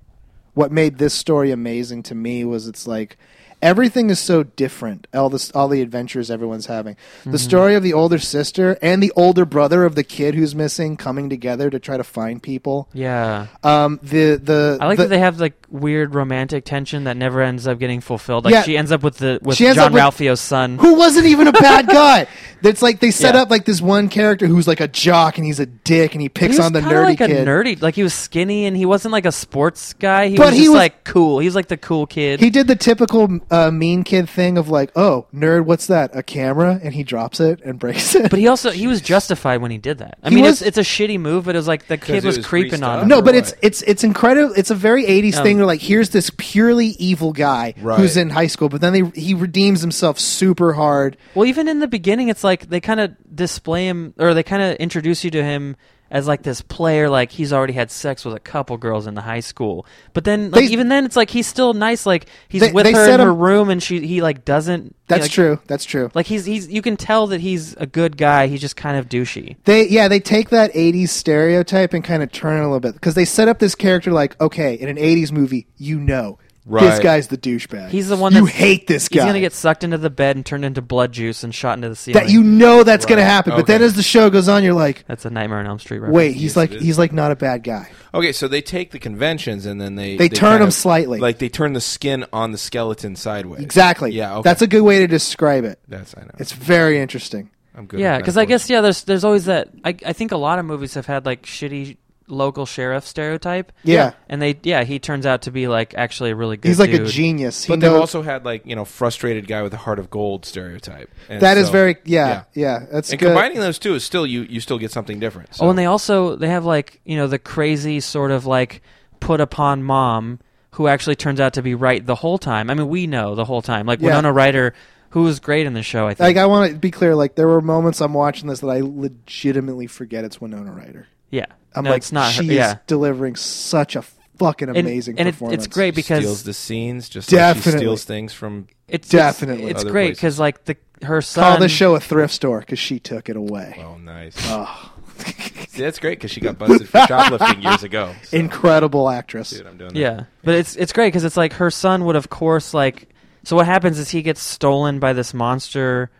Speaker 2: What made this story amazing to me was it's like everything is so different. All this all the adventures everyone's having.
Speaker 1: Mm-hmm.
Speaker 2: The story of the older sister and the older brother of the kid who's missing coming together to try to find people.
Speaker 1: yeah.
Speaker 2: Um the the
Speaker 1: I like
Speaker 2: the-
Speaker 1: that they have like weird romantic tension that never ends up getting fulfilled. Like
Speaker 2: Yeah.
Speaker 1: she ends up with the with
Speaker 2: She ends
Speaker 1: John
Speaker 2: up with-
Speaker 1: Ralphio's son.
Speaker 2: who wasn't even a bad guy. That's like they set
Speaker 1: Yeah.
Speaker 2: up like this one character who's like a jock and he's a dick and he
Speaker 1: He
Speaker 2: picks
Speaker 1: was
Speaker 2: on the
Speaker 1: kinda
Speaker 2: nerdy
Speaker 1: like
Speaker 2: kid.
Speaker 1: a nerdy, like he was skinny and he wasn't like a sports guy. He
Speaker 2: But
Speaker 1: was
Speaker 2: he
Speaker 1: just
Speaker 2: was-
Speaker 1: like cool. He was like the cool kid.
Speaker 2: He did the typical uh, mean kid thing of like, "Oh, nerd, what's that? A camera?" and he drops it and breaks it.
Speaker 1: but he also he was justified when he did that. I
Speaker 2: He
Speaker 1: mean,
Speaker 2: was-
Speaker 1: it's, it's a shitty move, but it was like the kid
Speaker 3: it
Speaker 1: was,
Speaker 3: was
Speaker 1: creeping
Speaker 3: greased
Speaker 1: on
Speaker 3: up.
Speaker 1: him.
Speaker 2: no, but
Speaker 3: Right.
Speaker 2: it's it's it's incredible. It's a very '80s thing. Where like, here's this purely evil guy
Speaker 3: Um, Right.
Speaker 2: who's in high school, but then they, he redeems himself super hard.
Speaker 1: Well, even in the beginning, it's like they kind of display him, or they kind of introduce you to him as like this player, like he's already had sex with a couple girls in the high school. But then, like
Speaker 2: They-
Speaker 1: even then, it's like he's still nice. Like he's
Speaker 2: They-
Speaker 1: with
Speaker 2: they
Speaker 1: her
Speaker 2: set
Speaker 1: in her
Speaker 2: him-
Speaker 1: room, and she he like doesn't.
Speaker 2: That's
Speaker 1: like-
Speaker 2: true. That's true.
Speaker 1: Like he's he's you can tell that he's a good guy. He's just kind of douchey.
Speaker 2: They yeah, they take that '80s stereotype and kind of turn it a little bit because they set up this character like, okay, in an '80s movie, you know,
Speaker 3: Right.
Speaker 2: This guy's the douchebag.
Speaker 1: He's the one
Speaker 2: you
Speaker 1: that's-
Speaker 2: hate this guy.
Speaker 1: He's gonna get sucked into the bed and turned into blood juice and shot into the ceiling.
Speaker 2: that you know that's gonna happen. But then
Speaker 3: Okay.
Speaker 2: as the show goes on, you're like,
Speaker 1: That's a Nightmare on Elm Street reference.
Speaker 2: wait, he's
Speaker 3: it
Speaker 2: like
Speaker 3: is.
Speaker 2: he's like not a bad guy.
Speaker 3: Okay, so they take the conventions and then they
Speaker 2: They turn
Speaker 3: kind
Speaker 2: them slightly.
Speaker 3: like they turn the skin on the skeleton sideways.
Speaker 2: Exactly.
Speaker 3: Yeah. Okay.
Speaker 2: That's a good way to describe it.
Speaker 3: that's I know.
Speaker 2: It's very interesting.
Speaker 3: I'm good.
Speaker 1: Yeah,
Speaker 3: with
Speaker 1: because I
Speaker 3: metaphors.
Speaker 1: guess yeah, there's there's always that. I I think a lot of movies have had like shitty local sheriff stereotype.
Speaker 2: Yeah.
Speaker 1: and they yeah he turns out to be like actually a really good.
Speaker 2: He's like a
Speaker 1: dude.
Speaker 2: genius. He
Speaker 3: But they've
Speaker 2: knows-
Speaker 3: also had like you know frustrated guy with a heart of gold stereotype. And
Speaker 2: that is
Speaker 3: so-
Speaker 2: very yeah yeah, that's
Speaker 3: And
Speaker 2: good.
Speaker 3: combining those two is still you you still get something different. So.
Speaker 1: Oh, and they also they have like you know the crazy sort of like put upon mom who actually turns out to be right the whole time. I mean, we know the whole time. Like
Speaker 2: Yeah.
Speaker 1: Winona Ryder, who was great in the show, I think.
Speaker 2: like I want to be clear. Like there were moments I'm watching this that I legitimately forget it's Winona Ryder.
Speaker 1: yeah,
Speaker 2: I'm
Speaker 1: no,
Speaker 2: like,
Speaker 1: it's not. her.
Speaker 2: she
Speaker 1: Yeah,
Speaker 2: is delivering such a fucking
Speaker 1: And-
Speaker 2: amazing
Speaker 1: and, it-
Speaker 2: performance.
Speaker 1: it's great
Speaker 3: steals
Speaker 1: because
Speaker 3: the scenes just like she
Speaker 2: Definitely.
Speaker 3: steals things from.
Speaker 1: it's
Speaker 2: Definitely.
Speaker 1: it's, it's
Speaker 3: Other
Speaker 1: great
Speaker 3: places.
Speaker 1: because like the her son.
Speaker 2: Call this show a thrift store because she took it away.
Speaker 3: Oh, nice.
Speaker 2: Oh.
Speaker 3: See, that's great because she got busted for shoplifting years ago. So,
Speaker 2: Incredible actress.
Speaker 3: dude, I'm doing that.
Speaker 1: Yeah, but it's it's great because it's like her son would of course like. So what happens is he gets stolen by this monster,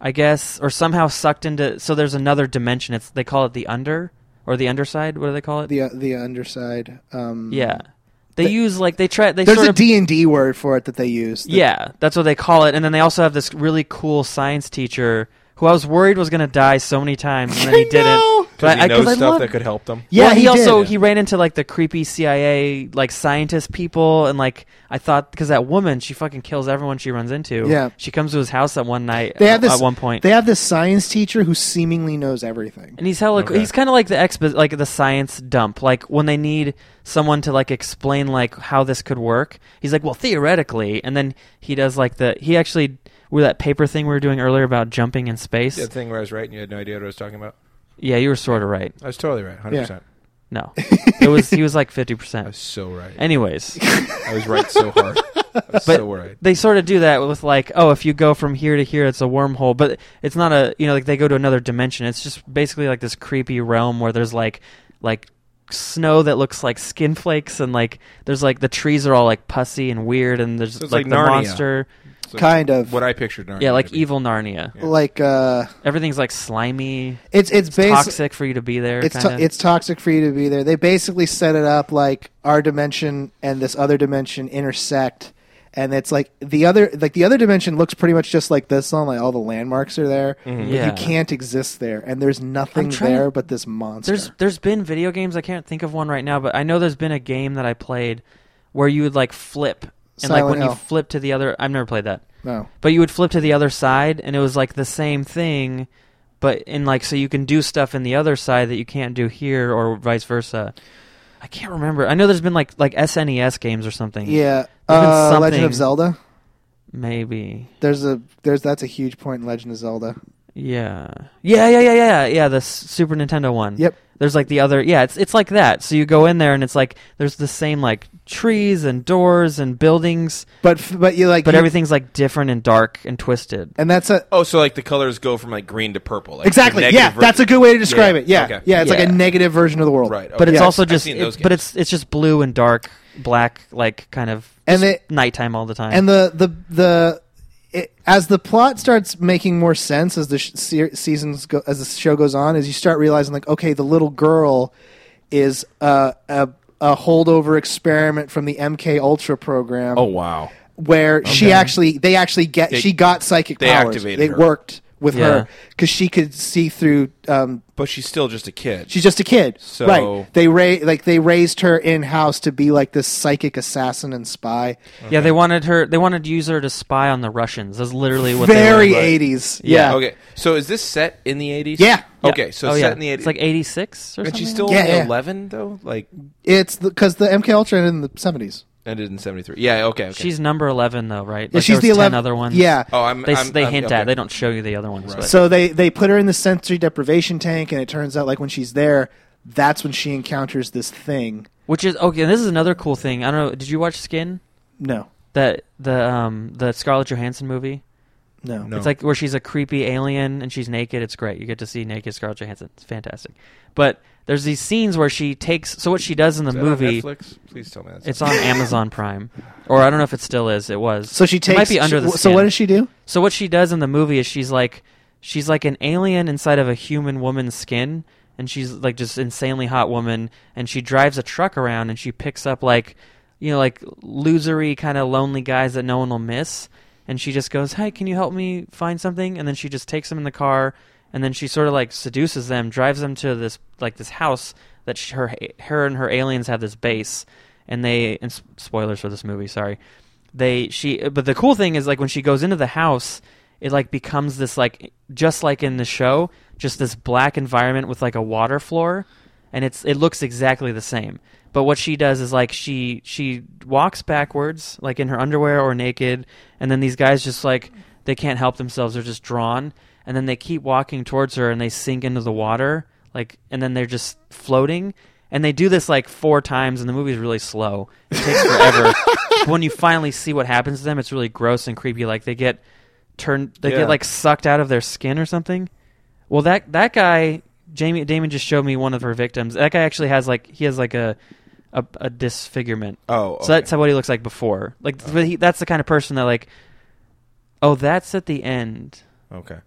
Speaker 1: I guess, or somehow sucked into. So there's another dimension. It's they call it the under or the underside. What do they call it?
Speaker 2: The uh, the underside. Um,
Speaker 1: yeah, they
Speaker 2: the-
Speaker 1: use like they try. They
Speaker 2: There's
Speaker 1: sort
Speaker 2: a
Speaker 1: of,
Speaker 2: D and D word for it that they use. that-
Speaker 1: Yeah, that's what they call it. And then they also have this really cool science teacher who I was worried was going to die so many times, and then he
Speaker 2: I know!
Speaker 1: didn't.
Speaker 3: Because he
Speaker 1: I- 'cause
Speaker 3: knows
Speaker 1: I
Speaker 3: stuff
Speaker 1: love-
Speaker 3: that could help them.
Speaker 2: Yeah,
Speaker 1: well, he,
Speaker 2: he did.
Speaker 1: also
Speaker 2: Yeah.
Speaker 1: he ran into like the creepy CIA like scientist people and like I thought because that woman she fucking kills everyone she runs into.
Speaker 2: Yeah.
Speaker 1: she comes to his house at one night. uh,
Speaker 2: They have this
Speaker 1: at one point.
Speaker 2: They have this science teacher who seemingly knows everything.
Speaker 1: and he's hella.
Speaker 3: Okay.
Speaker 1: He's kind of like the expo, like the science dump. Like when they need someone to like explain like how this could work, he's like, "Well, theoretically." And then he does like the. He actually with that paper thing we were doing earlier about jumping in space.
Speaker 3: That thing where I was right and you had no idea what I was talking about.
Speaker 1: Yeah, you were sort of right.
Speaker 3: I was totally right, hundred percent.
Speaker 1: No, it was he was like fifty
Speaker 3: I was
Speaker 1: percent.
Speaker 3: so right.
Speaker 1: Anyways.
Speaker 3: I was right so hard. I was so right.
Speaker 1: they sort of do that with like, oh, if you go from here to here, it's a wormhole, but it's not a you know like they go to another dimension. It's just basically like this creepy realm where there's like like snow that looks like skin flakes and like there's like the trees are all like pussy and weird and there's
Speaker 3: So it's
Speaker 1: like,
Speaker 3: like
Speaker 1: the
Speaker 3: Narnia.
Speaker 1: monster
Speaker 3: So
Speaker 2: kind of.
Speaker 3: what I pictured. Narnia
Speaker 1: yeah like
Speaker 3: to be.
Speaker 1: evil narnia
Speaker 3: Yeah.
Speaker 2: Like uh,
Speaker 1: everything's like slimy
Speaker 2: it's it's, basically
Speaker 1: toxic for you to be there
Speaker 2: it's to-
Speaker 1: kinda.
Speaker 2: it's toxic for you to be there. They basically set it up like our dimension and this other dimension intersect, and it's like the other like the other dimension looks pretty much just like this one. Like all the landmarks are there,
Speaker 3: Mm-hmm.
Speaker 2: but
Speaker 1: Yeah.
Speaker 2: you can't exist there, and there's nothing
Speaker 1: I'm trying to-
Speaker 2: there but this monster.
Speaker 1: There's there's been video games I can't think of one right now, but I know there's been a game that I played where you would like flip and like
Speaker 2: Silent
Speaker 1: when you
Speaker 2: Hill.
Speaker 1: flip to the other I've never played that.
Speaker 2: no.
Speaker 1: But you would flip to the other side and it was like the same thing but in like so you can do stuff in the other side that you can't do here or vice versa. I can't remember. I know there's been like like SNES games or something.
Speaker 2: Yeah,
Speaker 1: There's been
Speaker 2: uh, Legend
Speaker 1: something.
Speaker 2: of Zelda.
Speaker 1: Maybe.
Speaker 2: There's a there's that's a huge point in Legend of Zelda.
Speaker 1: Yeah. Yeah, yeah, yeah, yeah, yeah. The S- Super Nintendo one.
Speaker 2: Yep.
Speaker 1: There's like the other. Yeah, it's it's like that. So you go in there and it's like there's the same like trees and doors and buildings,
Speaker 2: But f- but you like
Speaker 1: but
Speaker 2: you-
Speaker 1: everything's like different and dark and twisted.
Speaker 2: and that's a
Speaker 3: Oh, so like the colors go from like green to purple. Like
Speaker 2: exactly
Speaker 3: the
Speaker 2: yeah.
Speaker 3: negative
Speaker 2: That's a
Speaker 3: version.
Speaker 2: good way to describe
Speaker 3: yeah,
Speaker 2: it. Yeah,
Speaker 3: okay.
Speaker 2: yeah. It's like
Speaker 1: Yeah.
Speaker 2: a negative version of the world.
Speaker 3: Right. Okay.
Speaker 1: But it's
Speaker 2: Yes,
Speaker 1: also
Speaker 3: I've
Speaker 1: just
Speaker 3: seen
Speaker 1: it-
Speaker 3: those
Speaker 1: but
Speaker 3: games.
Speaker 1: it's it's just blue and dark, black like kind of
Speaker 2: And
Speaker 1: s-
Speaker 2: they-
Speaker 1: nighttime all the time.
Speaker 2: and the the the it, as the plot starts making more sense as the sh- se- seasons go as the show goes on as you start realizing like okay the little girl is uh, a a holdover experiment from the MK Ultra program
Speaker 3: Oh wow.
Speaker 2: where she actually they actually get
Speaker 3: They-
Speaker 2: she got psychic
Speaker 3: they
Speaker 2: powers
Speaker 3: activated
Speaker 2: it
Speaker 3: her.
Speaker 2: worked with
Speaker 1: Yeah.
Speaker 2: her cuz she could see through um,
Speaker 3: But she's still just a kid.
Speaker 2: She's just a kid,
Speaker 3: So-
Speaker 2: right? They ra- like they raised her in house to be like this psychic assassin and spy.
Speaker 1: Yeah, they wanted her. They wanted to use her to spy on the Russians. That's literally what
Speaker 2: Very
Speaker 1: they were.
Speaker 2: eighties,
Speaker 1: Yeah.
Speaker 2: yeah.
Speaker 3: okay. So is this set in the eighties?
Speaker 2: Yeah.
Speaker 1: Yeah.
Speaker 3: Okay. So
Speaker 1: Oh,
Speaker 3: set
Speaker 1: yeah.
Speaker 3: in the eighties.
Speaker 1: It's like eighty six or
Speaker 3: and
Speaker 1: something.
Speaker 3: she's
Speaker 1: like
Speaker 3: still
Speaker 1: that?
Speaker 2: Yeah, yeah.
Speaker 3: eleven though. Like
Speaker 2: It's because the, MK Ultra in the seventies.
Speaker 3: ended in seventy three. Yeah. Okay. okay.
Speaker 1: She's number eleven though, right? Like,
Speaker 2: she's
Speaker 1: there was
Speaker 2: the
Speaker 1: 10
Speaker 2: 11
Speaker 1: other ones.
Speaker 2: Yeah.
Speaker 3: Oh, I'm.
Speaker 1: they
Speaker 3: I'm,
Speaker 1: they
Speaker 3: I'm-
Speaker 1: hint
Speaker 3: okay.
Speaker 1: at. They don't show you the other ones.
Speaker 3: Right.
Speaker 1: But.
Speaker 2: So they they put her in the sensory deprivation tank, and it turns out like when she's there, that's when she encounters this thing.
Speaker 1: Which is okay. And this is another cool thing. I don't know. Did you watch Skin?
Speaker 2: No,
Speaker 1: That the um the Scarlett Johansson movie.
Speaker 2: No.
Speaker 3: No.
Speaker 1: It's like where she's a creepy alien and she's naked. It's great. You get to see naked Scarlett Johansson. It's fantastic. But there's these scenes where she takes. So what she does in the
Speaker 3: Is that on
Speaker 1: movie,
Speaker 3: Netflix? Please tell me that's
Speaker 1: it's on Amazon Prime, or I don't know if it still is. It was.
Speaker 2: So she
Speaker 1: It
Speaker 2: takes.
Speaker 1: might be under
Speaker 2: she-
Speaker 1: the.
Speaker 2: so what
Speaker 1: Skin.
Speaker 2: does she do?
Speaker 1: So what she does in the movie is she's like she's like an alien inside of a human woman's skin and she's like just insanely hot woman and she drives a truck around and she picks up like you know like losery kind of lonely guys that no one will miss and she just goes, "Hey, can you help me find something?" and then she just takes them in the car and then she sort of like seduces them, drives them to this like this house that sh her her and her aliens have this base and they and s- spoilers for this movie, sorry they she but the cool thing is like when she goes into the house it like becomes this like just like in the show just this black environment with like a water floor and it's it looks exactly the same but what she does is like she she walks backwards like in her underwear or naked and then these guys just like they can't help themselves they're just drawn and then they keep walking towards her and they sink into the water like and then they're just floating and they do this like four times and the movie's really slow it takes forever But when you finally see what happens to them it's really gross and creepy like they get turned they
Speaker 3: Yeah.
Speaker 1: get like sucked out of their skin or something well that that guy Jamie Damon just showed me one of her victims that guy actually has like he has like a a, a disfigurement
Speaker 3: Oh, okay. Oh.
Speaker 1: so that's how what he looks like before like but he, that's the kind of person that like oh that's at the end
Speaker 3: okay.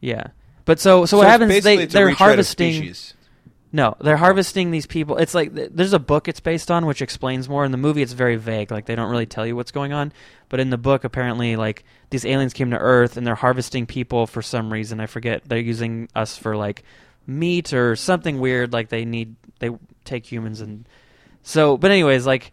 Speaker 1: yeah but so so, what
Speaker 3: it's
Speaker 1: happens
Speaker 3: basically
Speaker 1: they
Speaker 3: it's a
Speaker 1: they're
Speaker 3: retread of
Speaker 1: harvesting
Speaker 3: species.
Speaker 1: no, they're harvesting these people. It's like th- there's a book it's based on which explains more. In the movie, it's very vague. Like they don't really tell you what's going on. But in the book, apparently, like these aliens came to Earth and they're harvesting people for some reason. I forget. They're using us for like meat or something weird. Like they need they take humans and so. But anyways, like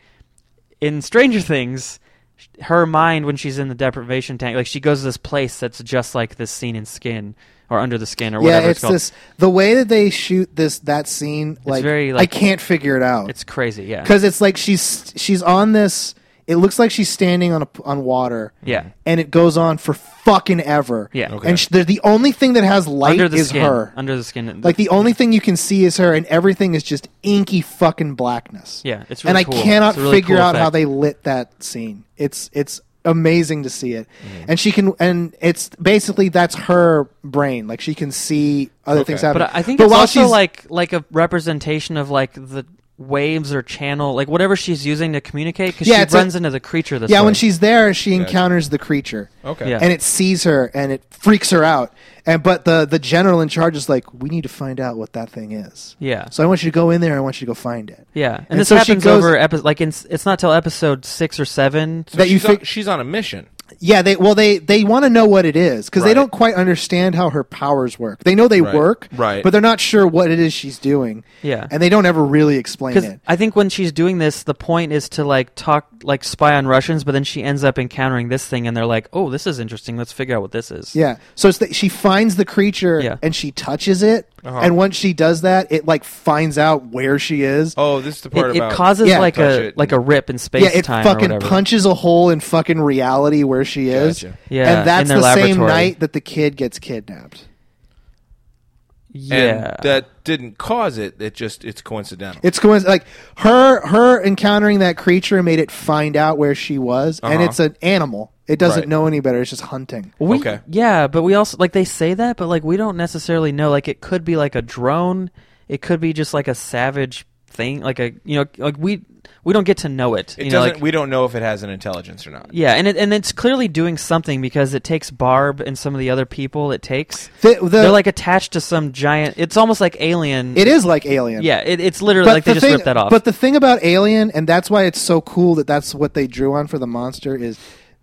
Speaker 1: in Stranger Things, sh- her mind when she's in the deprivation tank, like she goes to this place that's just like this scene in Skin or Under the Skin or whatever
Speaker 2: yeah,
Speaker 1: it's,
Speaker 2: it's
Speaker 1: called.
Speaker 2: this. The way that they shoot this that scene, like,
Speaker 1: very,
Speaker 2: I
Speaker 1: like-
Speaker 2: can't figure it out.
Speaker 1: It's crazy. Yeah.
Speaker 2: because it's like she's she's on this. It looks like she's standing on a, on water.
Speaker 1: Yeah.
Speaker 2: and it goes on for fucking ever.
Speaker 1: Yeah.
Speaker 3: Okay.
Speaker 2: and sh- the, the only thing that has light
Speaker 1: under the
Speaker 2: is
Speaker 1: skin.
Speaker 2: her.
Speaker 1: Under the skin.
Speaker 2: like the only thing you can see is her, and everything is just inky fucking blackness.
Speaker 1: yeah, it's
Speaker 2: and
Speaker 1: really
Speaker 2: I
Speaker 1: cool.
Speaker 2: cannot
Speaker 1: It's a really
Speaker 2: figure
Speaker 1: cool
Speaker 2: out how
Speaker 1: effect.
Speaker 2: they lit that scene. It's it's amazing to see it,
Speaker 1: Mm.
Speaker 2: and she can, and it's basically that's her brain. Like she can see other things
Speaker 3: Okay.
Speaker 2: happen.
Speaker 1: But I I think
Speaker 2: But
Speaker 1: it's
Speaker 2: while
Speaker 1: also
Speaker 2: she's-
Speaker 1: like like a representation of like the waves or channel, like whatever she's using to communicate. Because
Speaker 2: Yeah, it's
Speaker 1: she
Speaker 2: a-
Speaker 1: runs into the creature. This
Speaker 2: yeah,
Speaker 1: way.
Speaker 2: when she's there, she
Speaker 3: Gotcha.
Speaker 2: encounters the creature.
Speaker 3: Okay.
Speaker 1: Yeah.
Speaker 2: and it sees her and it freaks her out. And but the the general in charge is like, we need to find out what that thing is.
Speaker 1: yeah.
Speaker 2: So I want you to go in there. I want you to go find it.
Speaker 1: yeah, and,
Speaker 2: and
Speaker 1: this
Speaker 2: so she
Speaker 1: happens
Speaker 2: goes-
Speaker 1: over epi- like in, it's not till episode six or seven.
Speaker 3: So
Speaker 2: that you
Speaker 3: she's, on,
Speaker 2: fig-
Speaker 3: she's on a mission.
Speaker 2: Yeah, they well they they want to know what it is because
Speaker 3: Right.
Speaker 2: they don't quite understand how her powers work. They know they
Speaker 3: Right.
Speaker 2: work,
Speaker 3: Right.
Speaker 2: But they're not sure what it is she's doing.
Speaker 1: Yeah.
Speaker 2: and they don't ever really explain
Speaker 1: Because
Speaker 2: it.
Speaker 1: I think when she's doing this, the point is to like talk, like spy on Russians, but then she ends up encountering this thing, and they're like, "Oh, this is interesting. Let's figure out what this is."
Speaker 2: Yeah, so it's that she finds the creature
Speaker 1: Yeah.
Speaker 2: and she touches it,
Speaker 3: Uh-huh.
Speaker 2: and once she does that, it like finds out where she is.
Speaker 3: Oh, this is the part
Speaker 1: it, it
Speaker 3: about
Speaker 1: causes
Speaker 2: Yeah.
Speaker 1: like
Speaker 3: Touch
Speaker 1: a
Speaker 3: it.
Speaker 1: like a rip in space
Speaker 2: yeah, it
Speaker 1: time or
Speaker 2: fucking
Speaker 1: whatever.
Speaker 2: punches a hole in fucking reality where she is.
Speaker 3: Gotcha.
Speaker 1: Yeah,
Speaker 2: and that's
Speaker 1: in their
Speaker 2: the same
Speaker 1: laboratory.
Speaker 2: night that the kid gets kidnapped.
Speaker 1: Yeah,
Speaker 3: and that didn't cause it. It just it's coincidental.
Speaker 2: It's coinc- like her her encountering that creature made it find out where she was, and
Speaker 3: Uh-huh.
Speaker 2: it's an animal. It doesn't
Speaker 3: Right.
Speaker 2: know any better. It's just hunting.
Speaker 1: We,
Speaker 3: Okay.
Speaker 1: Yeah, but we also like they say that, but like we don't necessarily know. Like it could be like a drone. It could be just like a savage thing. Like a you know like we we don't get to know it.
Speaker 3: it
Speaker 1: you know,
Speaker 3: doesn't.
Speaker 1: like-
Speaker 3: we don't know if it has an intelligence or not.
Speaker 1: yeah, and it, and it's clearly doing something because it takes Barb and some of the other people it takes.
Speaker 2: The- the-
Speaker 1: They're like attached to some giant. It's almost like Alien.
Speaker 2: It is like Alien.
Speaker 1: Yeah, it, it's literally
Speaker 2: But
Speaker 1: like they
Speaker 2: the
Speaker 1: just
Speaker 2: thing,
Speaker 1: ripped that off.
Speaker 2: But the thing about Alien, and that's why it's so cool that that's what they drew on for the monster is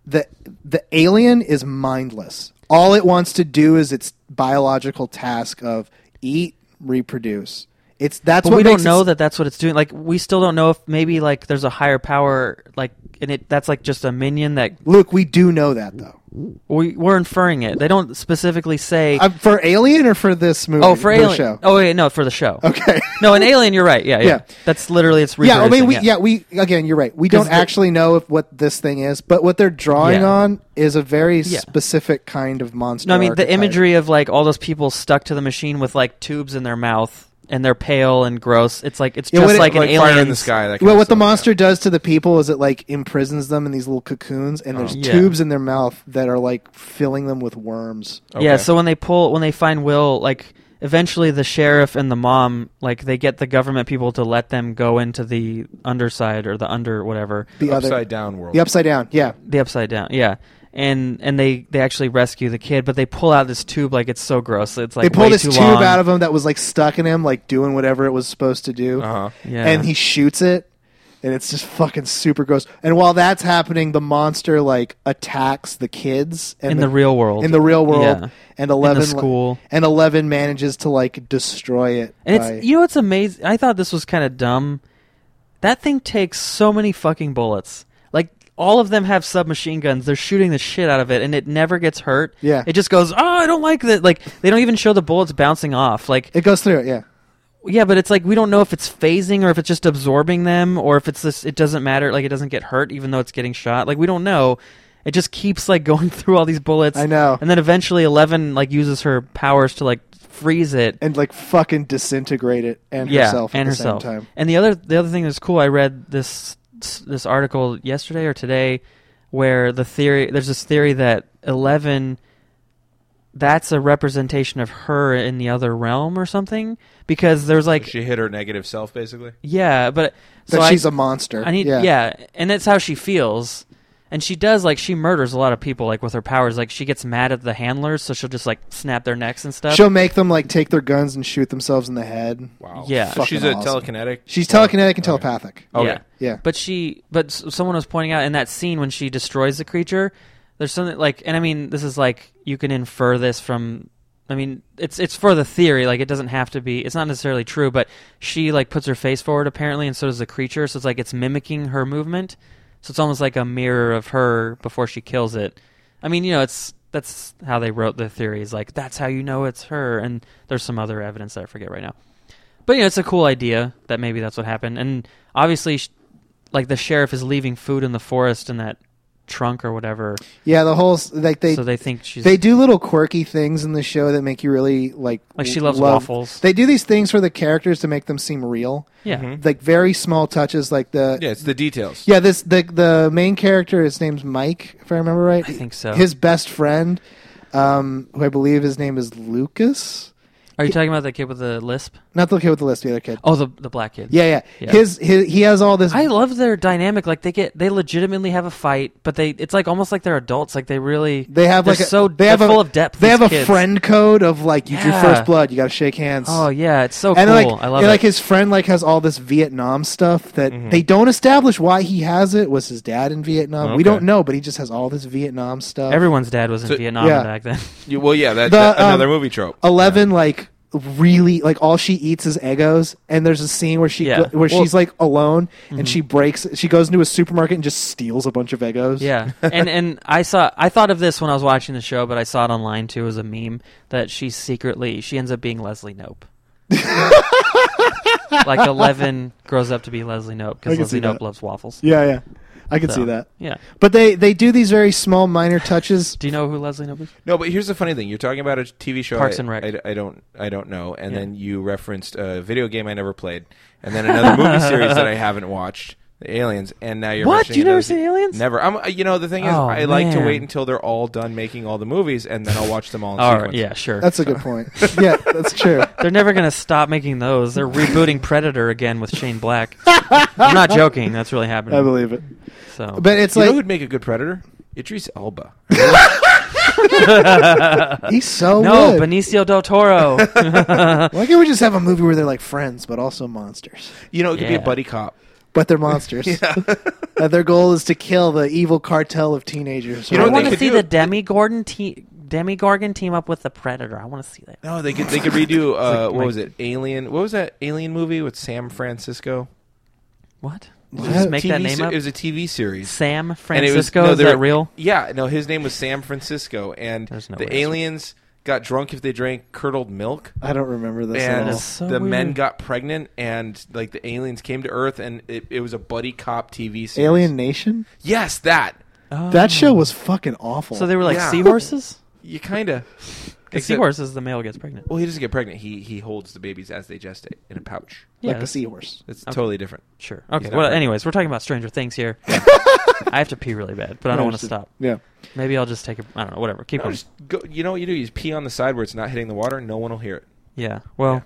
Speaker 2: the the alien is mindless. All it wants to do is its biological task of eat, reproduce. It's that's
Speaker 1: But
Speaker 2: what
Speaker 1: we don't
Speaker 2: makes it
Speaker 1: know that that's what it's doing. Like we still don't know if maybe like there's a higher power. Like and it that's like just a minion that
Speaker 2: Luke, we do know that though.
Speaker 1: we we're inferring it. They don't specifically say.
Speaker 2: Uh, for Alien or for this movie?
Speaker 1: Oh, for
Speaker 2: the
Speaker 1: Alien.
Speaker 2: show?
Speaker 1: Oh, wait, no, for the show.
Speaker 2: Okay.
Speaker 1: No, in Alien, you're right. Yeah, yeah.
Speaker 2: Yeah.
Speaker 1: That's literally it's
Speaker 2: yeah, I mean,
Speaker 1: reproducing,
Speaker 2: we yeah. we again, you're right. We
Speaker 1: 'Cause
Speaker 2: don't
Speaker 1: the-
Speaker 2: actually know if what this thing is, but what they're drawing
Speaker 1: Yeah.
Speaker 2: on is a very
Speaker 1: Yeah.
Speaker 2: specific kind of monster.
Speaker 1: No, I mean the
Speaker 2: archetype.
Speaker 1: imagery of like all those people stuck to the machine with like tubes in their mouth and they're pale and gross. It's like it's
Speaker 2: Yeah,
Speaker 1: just
Speaker 2: what it-
Speaker 1: like,
Speaker 3: like
Speaker 1: an
Speaker 3: Fire
Speaker 1: alien
Speaker 3: in the Sky. That kind
Speaker 2: well,
Speaker 3: of
Speaker 2: what the
Speaker 3: stuff,
Speaker 2: monster does to the people is it like imprisons them in these little cocoons, and there's
Speaker 1: Oh. Yeah.
Speaker 2: tubes in their mouth that are like filling them with worms.
Speaker 3: Yeah. Okay.
Speaker 1: Yeah, so when they pull when they find Will, like eventually the sheriff and the mom, like they get the government people to let them go into the underside or the under whatever.
Speaker 2: The
Speaker 3: upside
Speaker 2: other,
Speaker 3: down world.
Speaker 2: the upside down. Yeah,
Speaker 1: The upside down. Yeah. And and they they actually rescue the kid, but they pull out this tube like it's so gross. It's like
Speaker 2: they pull
Speaker 1: way
Speaker 2: this
Speaker 1: too
Speaker 2: tube
Speaker 1: long.
Speaker 2: out of him that was like stuck in him, like doing whatever it was supposed to do,
Speaker 3: Uh-huh.
Speaker 1: yeah.
Speaker 2: and he shoots it, and it's just fucking super gross. And while that's happening, the monster like attacks the kids and
Speaker 1: in the, real world.
Speaker 2: in the real world,
Speaker 1: Yeah.
Speaker 2: and eleven
Speaker 1: in the school.
Speaker 2: and eleven manages to like destroy it.
Speaker 1: And
Speaker 2: by-
Speaker 1: it's you know it's amazing. I thought this was kind of dumb. That thing takes so many fucking bullets. Like all of them have submachine guns. They're shooting the shit out of it, and it never gets hurt.
Speaker 2: Yeah.
Speaker 1: it just goes. Oh, I don't like that. Like they don't even show the bullets bouncing off. Like
Speaker 2: it goes through it. Yeah.
Speaker 1: yeah, but it's like we don't know if it's phasing or if it's just absorbing them or if it's this. It doesn't matter. Like it doesn't get hurt even though it's getting shot. Like we don't know. It just keeps like going through all these bullets.
Speaker 2: I know.
Speaker 1: And then eventually, Eleven like uses her powers to like freeze it
Speaker 2: and like fucking disintegrate it and herself at
Speaker 1: and
Speaker 2: the
Speaker 1: herself.
Speaker 2: same time.
Speaker 1: And the other the other thing that's cool, I read this this article yesterday or today, where the theory there's this theory that Eleven, that's a representation of her in the other realm or something, because there's like
Speaker 3: She hit her negative self, basically.
Speaker 1: yeah, but so
Speaker 2: That
Speaker 1: I-
Speaker 2: she's a monster.
Speaker 1: I need yeah.
Speaker 2: yeah.
Speaker 1: and that's how she feels. And she does like she murders a lot of people like with her powers. Like she gets mad at the handlers, so she'll just like snap their necks and stuff.
Speaker 2: She'll make them like take their guns and shoot themselves in the head.
Speaker 3: Wow.
Speaker 1: Yeah.
Speaker 3: So she's a
Speaker 2: Fucking awesome.
Speaker 3: telekinetic.
Speaker 2: She's telekinetic and
Speaker 3: Okay.
Speaker 2: telepathic.
Speaker 3: Okay.
Speaker 1: Yeah.
Speaker 2: Oh, Yeah.
Speaker 1: But she, but s- someone was pointing out in that scene when she destroys the creature, there's something like, and I mean, this is like you can infer this from. I mean, it's it's for the theory. Like, it doesn't have to be. It's not necessarily true, but she like puts her face forward apparently, and so does the creature. So it's like it's mimicking her movement. So it's almost like a mirror of her before she kills it. I mean, you know, it's that's how they wrote the theories. Like, that's how you know it's her. And there's some other evidence that I forget right now. But you know, it's a cool idea that maybe that's what happened. And obviously, sh- like the sheriff is leaving food in the forest in that trunk or whatever,
Speaker 2: Yeah, the whole s- like they
Speaker 1: so they think she's
Speaker 2: they do little quirky things in the show that make you really like
Speaker 1: Like she
Speaker 2: l-
Speaker 1: loves
Speaker 2: love-
Speaker 1: waffles.
Speaker 2: They do these things for the characters to make them seem real.
Speaker 1: yeah.
Speaker 2: Like very small touches like the
Speaker 3: Yeah, it's the details.
Speaker 2: Yeah, this the the main character. His name's Mike, if I remember right. I
Speaker 1: think so.
Speaker 2: His best friend, um, who I believe his name is Lucas,
Speaker 1: Are you talking about the kid with the lisp?
Speaker 2: not the kid with the list, the other kid.
Speaker 1: Oh, the the black kid.
Speaker 2: Yeah, yeah.
Speaker 1: Yeah.
Speaker 2: His, his he has all this.
Speaker 1: I love their dynamic. Like they get they legitimately have a fight, but they it's like almost like they're adults. Like they really
Speaker 2: they have
Speaker 1: they're
Speaker 2: like a,
Speaker 1: so
Speaker 2: they
Speaker 1: they're
Speaker 2: have a-
Speaker 1: full of depth.
Speaker 2: They
Speaker 1: these
Speaker 2: have a
Speaker 1: kids.
Speaker 2: friend code of like you
Speaker 1: Yeah.
Speaker 2: drew first blood. You got to shake hands.
Speaker 1: Oh yeah, it's so
Speaker 2: and
Speaker 1: cool.
Speaker 2: like,
Speaker 1: I love
Speaker 2: and,
Speaker 1: it. Mm-hmm.
Speaker 2: like his friend like has all this Vietnam stuff that they don't establish why he has it. Was his dad in Vietnam?
Speaker 3: Okay.
Speaker 2: We don't know, but he just has all this Vietnam stuff.
Speaker 1: Everyone's dad was in
Speaker 3: So-
Speaker 1: Vietnam
Speaker 2: yeah.
Speaker 1: back then.
Speaker 3: You- well, yeah, that,
Speaker 2: The,
Speaker 3: that-
Speaker 2: um,
Speaker 3: another movie trope.
Speaker 2: Eleven like really like all she eats is egos and there's a scene where she
Speaker 1: Yeah.
Speaker 2: where
Speaker 1: Well- Mm-hmm.
Speaker 2: she's like alone and she breaks she goes into a supermarket and just steals a bunch of egos
Speaker 1: Yeah, and and I saw I thought of this when I was watching the show, but I saw it online too as a meme that she secretly she ends up being Leslie Nope. like Eleven grows up to be Leslie Nope
Speaker 2: I
Speaker 1: because
Speaker 2: can
Speaker 1: Leslie
Speaker 2: see
Speaker 1: Nope
Speaker 2: that.
Speaker 1: loves waffles.
Speaker 2: yeah yeah i can
Speaker 1: So,
Speaker 2: see that
Speaker 1: Yeah.
Speaker 2: but they they do these very small minor touches
Speaker 1: Do you know who Leslie Nope is?
Speaker 3: No, but here's the funny thing: you're talking about a TV show,
Speaker 1: Parks
Speaker 3: I-
Speaker 1: and Rec.
Speaker 3: I, I don't, I don't know. And
Speaker 1: Yeah.
Speaker 3: then you referenced a video game I never played, and then another movie series that I haven't watched, The Aliens. And now you're
Speaker 1: What?
Speaker 3: mentioning
Speaker 1: You never
Speaker 3: another
Speaker 1: seen
Speaker 3: se-
Speaker 1: Aliens?
Speaker 3: Never. I'm. uh, You know, the thing is,
Speaker 1: Oh,
Speaker 3: I like to
Speaker 1: man.
Speaker 3: wait until they're all done making all the movies, and then I'll watch them all. In
Speaker 1: All right.
Speaker 3: sequence.
Speaker 1: Yeah. Sure.
Speaker 2: that's a good point yeah that's true
Speaker 1: They're never gonna stop making those. They're rebooting Predator again with Shane Black. I'm not joking. That's really happening.
Speaker 2: i believe it
Speaker 1: So.
Speaker 2: but it's
Speaker 3: You know
Speaker 2: like
Speaker 3: who'd make a good Predator? Idris Elba.
Speaker 2: he's so
Speaker 1: no,
Speaker 2: good
Speaker 1: Benicio del Toro.
Speaker 2: why can't we just have a movie where they're like friends but also monsters
Speaker 3: You know, it could be
Speaker 1: Yeah.
Speaker 3: a buddy cop.
Speaker 2: but they're monsters and their goal is to kill the evil cartel of teenagers
Speaker 3: You know
Speaker 1: I
Speaker 3: what
Speaker 1: want
Speaker 3: they
Speaker 1: to
Speaker 3: could
Speaker 1: see
Speaker 3: do?
Speaker 1: the Demi Gordon te- Demi Gorgon team up with the Predator. I want to see that.
Speaker 3: No, they could they could redo uh,
Speaker 1: like
Speaker 3: what
Speaker 1: my-
Speaker 3: was it? Alien. What was that Alien movie with Sam Francisco?
Speaker 1: What? Did
Speaker 2: What?
Speaker 1: you just make that
Speaker 3: TV
Speaker 1: name
Speaker 3: Uh, se-
Speaker 1: up?
Speaker 3: It was a TV series.
Speaker 1: Sam
Speaker 3: And it was-
Speaker 1: Francisco?
Speaker 3: no,
Speaker 1: is
Speaker 3: they
Speaker 1: that
Speaker 3: were-
Speaker 1: real?
Speaker 3: Yeah, no, his name was Sam Francisco, and
Speaker 1: There's no way
Speaker 3: the
Speaker 1: that's-
Speaker 3: aliens got drunk if they drank curdled milk,
Speaker 2: i don't remember this at
Speaker 3: and
Speaker 2: all
Speaker 1: is so
Speaker 3: the men
Speaker 1: weird.
Speaker 3: got pregnant, and like the aliens came to Earth, and it, it was a buddy cop TV series.
Speaker 2: alien nation
Speaker 3: yes, that
Speaker 1: Oh.
Speaker 2: That show was fucking awful.
Speaker 1: Um, So they were like
Speaker 3: Yeah.
Speaker 1: seahorses.
Speaker 3: you kind of
Speaker 1: The
Speaker 3: Except-
Speaker 1: seahorse is the male gets pregnant.
Speaker 3: Well, he doesn't get pregnant. He he holds the babies as they gestate in a pouch.
Speaker 1: Yeah,
Speaker 2: like the
Speaker 1: that's-
Speaker 2: seahorse.
Speaker 3: It's
Speaker 1: Okay.
Speaker 3: totally different.
Speaker 1: Sure. Okay.
Speaker 3: not
Speaker 1: Well,
Speaker 3: pregnant.
Speaker 1: anyways, we're talking about Stranger Things here. I have to pee really bad, but I don't want to stop.
Speaker 2: Yeah.
Speaker 1: Maybe I'll just take a. I don't know. Whatever. Keep
Speaker 3: No,
Speaker 1: going.
Speaker 3: just go, you know what you do? You just pee on the side where it's not hitting the water. No one will hear it.
Speaker 1: Yeah. Well.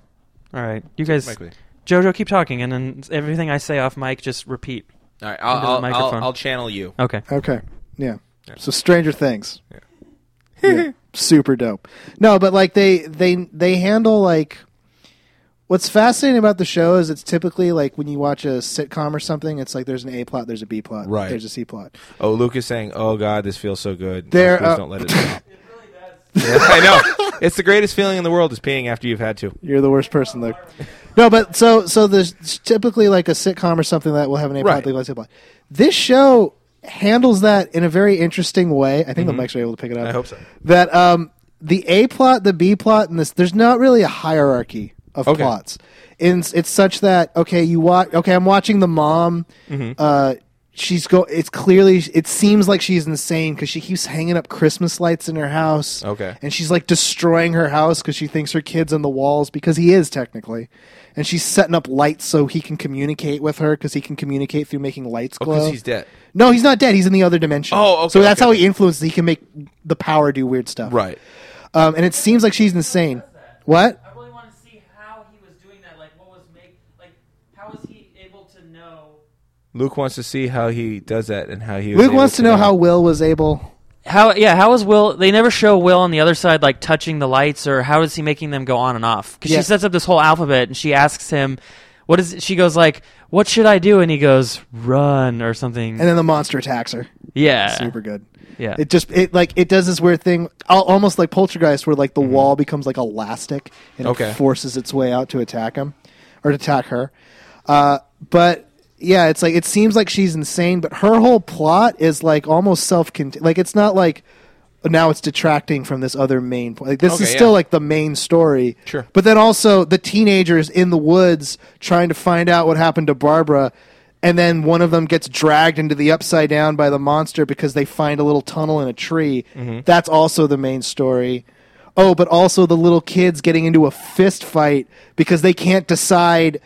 Speaker 1: All right. You guys.
Speaker 3: Mike Lee.
Speaker 1: Jojo, keep talking, and then everything I say off mic, just repeat.
Speaker 3: All right,
Speaker 1: Into the
Speaker 3: I'll, I'll,
Speaker 1: microphone.
Speaker 3: I'll, I'll channel you.
Speaker 1: Okay.
Speaker 2: Okay. Yeah.
Speaker 3: Yeah.
Speaker 2: So Stranger Things.
Speaker 3: Yeah.
Speaker 2: Yeah. Super dope. No, but like they they they handle like what's fascinating about the show is it's typically like when you watch a sitcom or something, it's like there's an A plot, there's a B plot,
Speaker 3: Right.
Speaker 2: there's a C plot.
Speaker 3: Oh, Luke is saying, "Oh God, this feels so good."
Speaker 2: There,
Speaker 3: Please
Speaker 2: uh,
Speaker 3: don't let it. stop. Yeah, I know. It's the greatest feeling in the world is peeing after you've had to. Oh,
Speaker 2: You're the worst person, Luke. No, but so so there's typically like a sitcom or something that will have an A plot,
Speaker 3: Right.
Speaker 2: B plot, C plot. This show handles that in a very interesting way. I think the mics are able to pick it up.
Speaker 3: Mm-hmm. I hope so.
Speaker 2: That um, the A plot, the B plot, and this there's not really a hierarchy of
Speaker 3: Okay.
Speaker 2: plots. In, it's such that okay, you watch. Okay, I'm watching the mom.
Speaker 3: Mm-hmm.
Speaker 2: Uh, she's go. It's clearly. It seems like she's insane because she keeps hanging up Christmas lights in her house.
Speaker 3: Okay.
Speaker 2: and she's like destroying her house because she thinks her kid's on the walls because he is technically, and she's setting up lights so he can communicate with her because he can communicate through making lights glow.
Speaker 3: Because Oh, he's dead.
Speaker 2: No, he's not dead. He's in the other dimension.
Speaker 3: Oh, okay,
Speaker 2: So that's
Speaker 3: okay,
Speaker 2: how
Speaker 3: okay.
Speaker 2: he influences. He can make the power do weird stuff.
Speaker 3: Right.
Speaker 2: Um, and it seems like she's insane. What?
Speaker 1: I really want to see how he was doing that. Like, what was make like how was he able to know?
Speaker 3: Luke wants to see how he does that and how he. was
Speaker 2: Luke
Speaker 3: able
Speaker 2: wants to know how Will was able.
Speaker 1: How yeah? How is Will? They never show Will on the other side like touching the lights, or how is he making them go on and off? Because
Speaker 2: Yeah.
Speaker 1: she sets up this whole alphabet, and she asks him, "What is?" She goes like, "What should I do?" And he goes, "Run" or something.
Speaker 2: And then the monster attacks her.
Speaker 3: Ah.
Speaker 1: yeah,
Speaker 2: Super good.
Speaker 1: yeah.
Speaker 2: It just it like it does this weird thing, al- almost like Poltergeist, where like the wall becomes like elastic and
Speaker 3: Mm-hmm. Okay.
Speaker 2: it forces its way out to attack him or to attack her. Uh, but yeah, it's like it seems like she's insane, but her whole plot is like almost self contained. Like it's not like oh, now it's detracting from this other main point. Like this
Speaker 3: Okay,
Speaker 2: is
Speaker 3: yeah.
Speaker 2: still like the main story.
Speaker 3: Sure.
Speaker 2: But then also the teenagers in the woods trying to find out what happened to Barbara. And then one of them gets dragged into the upside down by the monster because they find a little tunnel in a tree. That's also the main story. Oh, but also the little kids getting into a fist fight because they can't decide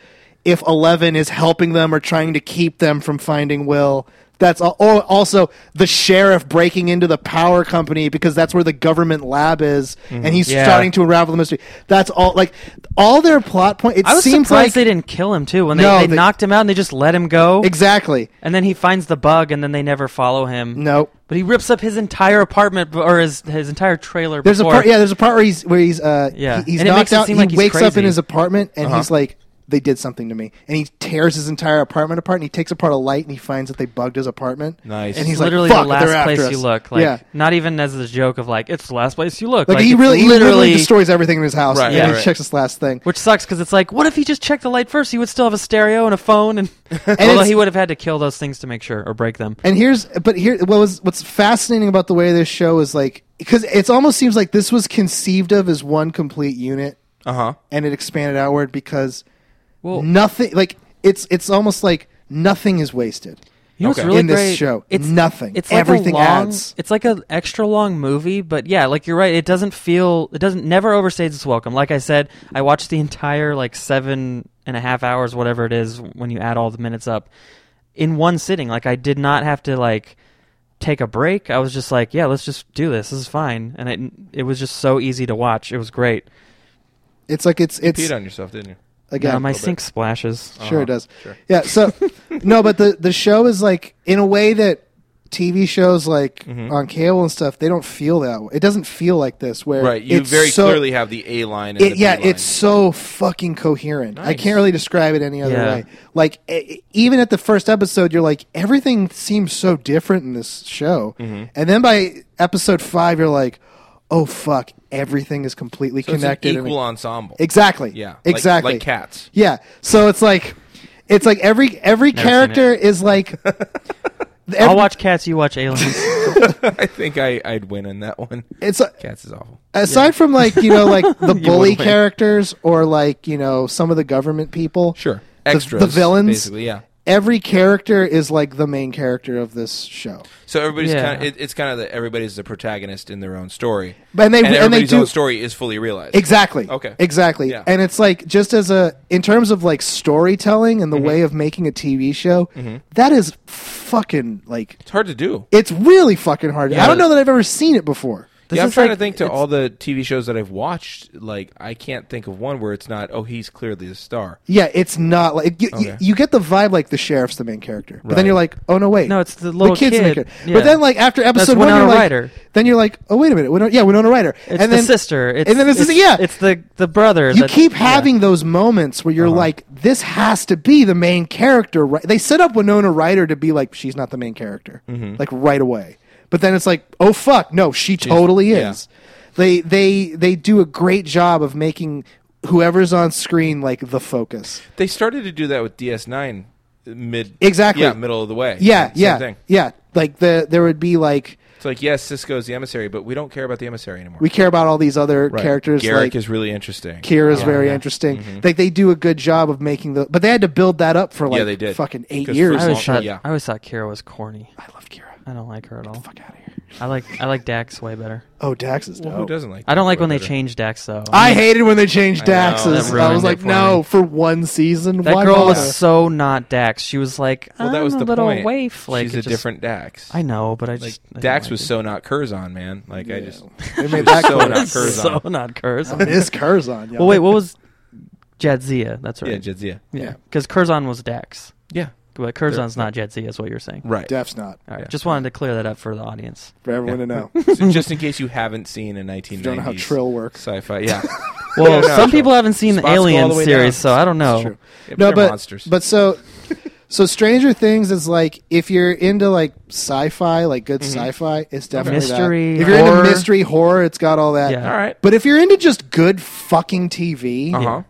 Speaker 2: if Eleven is helping them or trying to keep them from finding Will. That's all. Oh, also the sheriff breaking into the power company because that's where the government lab is, and he's
Speaker 1: Yeah.
Speaker 2: starting to unravel the mystery. That's all. Like all their plot point. It
Speaker 1: I was
Speaker 2: seems
Speaker 1: surprised
Speaker 2: like
Speaker 1: they didn't kill him too. When they,
Speaker 2: No,
Speaker 1: they,
Speaker 2: they-
Speaker 1: knocked him out and they just let him go,
Speaker 2: exactly.
Speaker 1: and then he finds the bug, and then they never follow him.
Speaker 2: No,
Speaker 1: But he rips up his entire apartment b- or his his entire trailer.
Speaker 2: there's
Speaker 1: before.
Speaker 2: a part. Yeah, there's a part where he's where he's uh
Speaker 1: Yeah.
Speaker 2: he- he's
Speaker 1: And it makes
Speaker 2: knocked
Speaker 1: it
Speaker 2: out. He
Speaker 1: seem like he's
Speaker 2: wakes up in
Speaker 1: crazy. Uh-huh.
Speaker 2: his apartment and he's like. They did something to me, and he tears his entire apartment apart. And he takes apart a light, and he finds that they bugged his apartment.
Speaker 3: Nice.
Speaker 1: And
Speaker 2: he's
Speaker 1: he's
Speaker 2: like,
Speaker 1: literally
Speaker 2: "Fuck,
Speaker 1: the
Speaker 2: they're
Speaker 1: last
Speaker 2: after
Speaker 1: place
Speaker 2: us."
Speaker 1: you look. Like,
Speaker 2: Yeah.
Speaker 1: not even as a joke of like, it's the last place you look.
Speaker 2: Like, he
Speaker 1: it's
Speaker 2: really, he literally destroys everything in his house.
Speaker 3: Right,
Speaker 2: and
Speaker 1: yeah,
Speaker 2: he
Speaker 3: right.
Speaker 2: checks this last thing.
Speaker 1: which sucks because it's like, what if he just checked the light first? He would still have a stereo and a phone, and, although
Speaker 2: it's-
Speaker 1: he would have had to kill those things to make sure or break them.
Speaker 2: And here's, but here, what was what's fascinating about the way this show is like, because it almost seems like this was conceived of as one complete unit,
Speaker 3: Uh huh.
Speaker 2: and it expanded outward because
Speaker 1: Well,
Speaker 2: nothing, like it's it's almost like nothing is wasted.
Speaker 1: you know what's
Speaker 3: Okay.
Speaker 1: really
Speaker 2: In this
Speaker 1: great?
Speaker 2: show,
Speaker 1: it's
Speaker 2: nothing.
Speaker 1: It's like
Speaker 2: Everything
Speaker 1: a long,
Speaker 2: adds.
Speaker 1: It's like an extra long movie, but yeah, like you're right. It doesn't feel. It doesn't never overstays its welcome. Like I said, I watched the entire like seven and a half hours, whatever it is, when you add all the minutes up, in one sitting. Like I did not have to like take a break. I was just like, yeah, let's just do this. This is fine, and it it was just so easy to watch. It was great.
Speaker 2: It's like it's it's
Speaker 3: Peed on yourself, didn't you?
Speaker 2: again.
Speaker 1: Uh, my
Speaker 3: little bit.
Speaker 1: sink splashes.
Speaker 2: Sure,
Speaker 3: Uh-huh.
Speaker 2: it does.
Speaker 3: Sure.
Speaker 2: Yeah. So, no, but the the show is like in a way that TV shows like
Speaker 3: Mm-hmm.
Speaker 2: on cable and stuff they don't feel that way. It doesn't feel like this where
Speaker 3: Right. You
Speaker 2: it's
Speaker 3: very
Speaker 2: so-
Speaker 3: clearly have the A line. And
Speaker 2: It,
Speaker 3: the
Speaker 2: yeah,
Speaker 3: B line.
Speaker 2: it's so fucking coherent. I
Speaker 3: Nice.
Speaker 2: can't really describe it any other
Speaker 1: Yeah.
Speaker 2: way. Like e- e- even at the first episode, you're like everything seems so different in this show,
Speaker 3: Mm-hmm.
Speaker 2: and then by episode five, you're like, oh fuck, everything is completely
Speaker 3: So it's an
Speaker 2: connected. and-
Speaker 3: equal ensemble.
Speaker 2: Exactly.
Speaker 3: Yeah. Like-
Speaker 2: Exactly.
Speaker 3: Like cats.
Speaker 2: Yeah. So it's like it's like every every
Speaker 1: seen
Speaker 2: character is like every-
Speaker 1: I'll watch cats. You watch aliens.
Speaker 3: I think I, I'd win in that one.
Speaker 2: it's uh,
Speaker 3: Cats is awful.
Speaker 2: aside from like, you know, like the
Speaker 1: would
Speaker 2: bully
Speaker 1: win.
Speaker 2: characters or like, you know, some of the government people.
Speaker 3: Sure.
Speaker 2: The-
Speaker 3: Extras.
Speaker 2: the villains.
Speaker 3: Basically, yeah.
Speaker 2: every character is like the main character of this show.
Speaker 3: So everybody's
Speaker 1: Yeah.
Speaker 3: kind of, it, it's kind of that everybody's the protagonist in their own story.
Speaker 2: But- and they- and they
Speaker 3: everybody's
Speaker 2: do-
Speaker 3: own story is fully realized.
Speaker 2: Exactly.
Speaker 3: Okay.
Speaker 2: Exactly.
Speaker 3: Yeah.
Speaker 2: And it's like just as a in terms of like storytelling and the
Speaker 3: Mm-hmm.
Speaker 2: way of making a TV show, that is fucking like
Speaker 3: It's hard to do.
Speaker 2: it's really fucking hard. I
Speaker 3: Yeah.
Speaker 2: don't know that I've ever seen it before.
Speaker 1: This
Speaker 3: yeah, I'm
Speaker 1: is
Speaker 3: trying
Speaker 1: like-
Speaker 3: to think to
Speaker 1: it's-
Speaker 3: all the TV shows that I've watched. Like, I can't think of one where it's not. Oh, he's clearly the star.
Speaker 2: Yeah, it's not like you, you,
Speaker 3: Okay.
Speaker 2: you get the vibe like the sheriff's the main character, but then
Speaker 3: Right.
Speaker 2: you're like, oh no, wait,
Speaker 1: No, it's the little
Speaker 2: kid's the main
Speaker 1: kid.
Speaker 2: character.
Speaker 1: Yeah.
Speaker 2: But then like after episode one,
Speaker 1: Winona
Speaker 2: you're like,
Speaker 1: Ryder.
Speaker 2: then you're like, oh wait a minute, Winona, yeah, Winona Ryder,
Speaker 1: It's
Speaker 2: and
Speaker 1: the
Speaker 2: then
Speaker 1: sister. It's,
Speaker 2: and then it's, yeah,
Speaker 1: It's the the brother.
Speaker 2: you
Speaker 1: that-
Speaker 2: keep
Speaker 1: yeah.
Speaker 2: having those moments where
Speaker 3: Uh-huh.
Speaker 2: you're like, this has to be the main character. Right? They set up Winona Ryder to be like, she's not the main character,
Speaker 3: Mm-hmm.
Speaker 2: like right away. But then it's like, oh fuck, no, she totally
Speaker 3: yeah.
Speaker 2: is. They they they do a great job of making whoever's on screen like the focus.
Speaker 3: They started to do that with DS9 uh, mid
Speaker 2: Exactly.
Speaker 3: yeah middle of the way
Speaker 2: Yeah,
Speaker 3: Same
Speaker 2: yeah,
Speaker 3: thing.
Speaker 2: yeah. Like the there would be like
Speaker 3: It's like yes, Cisco's the emissary, but we don't care about the emissary anymore.
Speaker 2: we care about all these other characters.
Speaker 3: Garrick
Speaker 2: like
Speaker 3: is really interesting.
Speaker 2: Kira's
Speaker 1: Yeah,
Speaker 2: very
Speaker 1: yeah.
Speaker 2: interesting.
Speaker 3: Mm-hmm.
Speaker 2: Like they do a good job of making the, but they had to build that up for like
Speaker 3: they did.
Speaker 2: fucking eight
Speaker 3: 'Cause
Speaker 2: years.
Speaker 1: I
Speaker 3: first
Speaker 1: always
Speaker 3: Long-
Speaker 1: thought
Speaker 3: yeah.
Speaker 1: I always thought Kira was corny.
Speaker 2: I love Kira.
Speaker 1: I don't like her at all.
Speaker 2: Fuck out of here.
Speaker 1: I like I like Dax way better.
Speaker 2: Oh, Dax is dope.
Speaker 3: Well, who doesn't like?
Speaker 1: I don't like when they
Speaker 3: Better.
Speaker 1: change Dax though.
Speaker 2: I hated when they changed
Speaker 3: I know.
Speaker 2: Dax's.
Speaker 1: That
Speaker 2: I, was
Speaker 1: ruined
Speaker 2: like,
Speaker 1: it for
Speaker 2: no,
Speaker 1: me.
Speaker 2: for one season.
Speaker 1: that
Speaker 2: why
Speaker 1: girl
Speaker 2: bother?
Speaker 1: was so not Dax. She was like
Speaker 3: Well, that was
Speaker 1: I'm
Speaker 3: the
Speaker 1: a little
Speaker 3: point.
Speaker 1: waif. Like
Speaker 3: She's
Speaker 1: it
Speaker 3: a
Speaker 1: just-
Speaker 3: different Dax.
Speaker 1: I know, but I
Speaker 3: like
Speaker 1: just I didn't
Speaker 3: Dax
Speaker 1: like
Speaker 3: was
Speaker 1: it.
Speaker 3: so not Curzon, man. Like I just
Speaker 2: They made
Speaker 3: She
Speaker 2: that
Speaker 3: was so
Speaker 2: clear.
Speaker 3: not Curzon.
Speaker 1: so not
Speaker 2: It
Speaker 1: Curzon.
Speaker 2: is Curzon. yo.
Speaker 1: well, wait, what was Jadzia? That's
Speaker 3: yeah,
Speaker 1: right.
Speaker 3: Jadzia.
Speaker 1: yeah, because Curzon was Dax,
Speaker 3: Yeah,
Speaker 1: but Curzon's not Jadzia. Is what you're saying?
Speaker 3: right.
Speaker 2: Def's not
Speaker 1: All right.
Speaker 3: Yeah.
Speaker 1: Just wanted to clear that up for the audience.
Speaker 2: for everyone to know.
Speaker 3: So just in case you haven't seen a 1990s
Speaker 2: you don't know how Trill works.
Speaker 3: sci-fi. Yeah,
Speaker 1: Well,
Speaker 3: no,
Speaker 1: some
Speaker 3: sure.
Speaker 1: people haven't seen the
Speaker 3: Spots go all
Speaker 1: Alien
Speaker 3: the way down.
Speaker 1: series, so I don't know.
Speaker 2: true.
Speaker 3: Yeah,
Speaker 2: no,
Speaker 3: they're
Speaker 2: but
Speaker 3: monsters.
Speaker 2: but so so Stranger Things is like if you're into like sci-fi, like good
Speaker 3: Mm-hmm.
Speaker 2: sci-fi, it's definitely that.
Speaker 1: Mystery,
Speaker 2: If you're
Speaker 1: horror.
Speaker 2: into mystery horror, it's got all that.
Speaker 1: Yeah.
Speaker 3: all right.
Speaker 2: But if you're into just good fucking TV,
Speaker 3: Uh huh.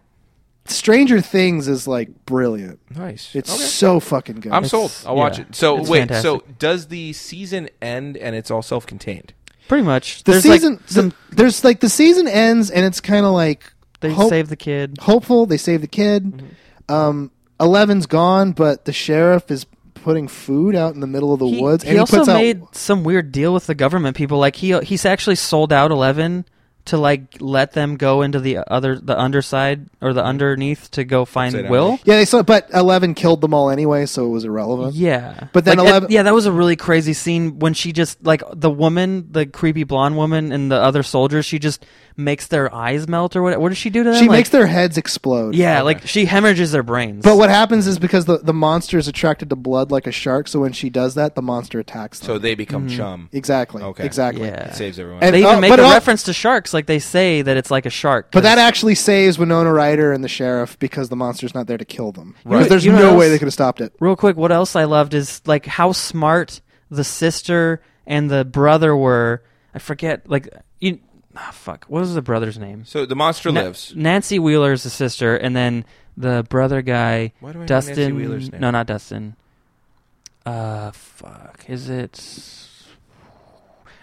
Speaker 2: Stranger Things is like brilliant.
Speaker 3: Nice.
Speaker 2: It's
Speaker 3: Okay.
Speaker 2: so fucking good.
Speaker 3: I'm sold. I'll watch
Speaker 1: yeah,
Speaker 3: it. So
Speaker 1: it's
Speaker 3: wait.
Speaker 1: fantastic.
Speaker 3: So does the season end and it's all self-contained?
Speaker 1: Pretty much.
Speaker 2: the
Speaker 1: There's
Speaker 2: season
Speaker 1: like some
Speaker 2: the- there's like the season ends and it's kind of like
Speaker 1: they
Speaker 2: hope-
Speaker 1: save the kid.
Speaker 2: hopeful they save the kid.
Speaker 3: Mm-hmm.
Speaker 2: Um, Eleven's gone, but the sheriff is putting food out in the middle of the
Speaker 1: He,
Speaker 2: woods,
Speaker 1: he
Speaker 2: and he
Speaker 1: also
Speaker 2: puts out
Speaker 1: made some weird deal with the government people. Like he he's actually sold out Eleven to like let them go into the other the underside or the underneath to go
Speaker 3: Upside
Speaker 1: find
Speaker 3: down.
Speaker 1: Will.
Speaker 2: Yeah, they saw, but Eleven killed them all anyway, so it was irrelevant.
Speaker 1: Yeah,
Speaker 2: But then
Speaker 1: Like,
Speaker 2: 11
Speaker 1: that- yeah, that was a really crazy scene when she just like the woman, the creepy blonde woman, and the other soldiers. She just makes their eyes melt or what? What does she do to them?
Speaker 2: she
Speaker 1: Like-
Speaker 2: makes their heads explode.
Speaker 1: yeah, like she hemorrhages their brains.
Speaker 2: But what happens is because the, the monster is attracted to blood like a shark, so when she does that, the monster attacks them.
Speaker 3: So they become
Speaker 1: Mm.
Speaker 3: chum.
Speaker 2: exactly.
Speaker 3: Okay.
Speaker 2: Exactly.
Speaker 1: Yeah.
Speaker 3: It saves everyone.
Speaker 2: Uh-huh. And-
Speaker 1: they even
Speaker 2: oh,
Speaker 1: make
Speaker 2: but
Speaker 1: a
Speaker 2: it al-
Speaker 1: reference to sharks, like they say that it's like a shark.
Speaker 2: But that
Speaker 1: 'cause-
Speaker 2: actually saves Winona Ryder and the sheriff because the monster's not there to kill them. Because
Speaker 1: Right.
Speaker 2: there's
Speaker 1: You know
Speaker 2: no
Speaker 1: what
Speaker 2: way
Speaker 1: else?
Speaker 2: they could have stopped it.
Speaker 1: real quick, what else I loved is like how smart the sister and the brother were. I forget, like you. ah, fuck. What was the brother's name?
Speaker 3: so the monster
Speaker 1: Na-
Speaker 3: lives.
Speaker 1: Nancy Wheeler's the sister, and then the brother guy,
Speaker 3: Why do I know
Speaker 1: Dustin.
Speaker 3: Nancy Wheeler's name?
Speaker 1: No, not Dustin. Uh, fuck. Is it?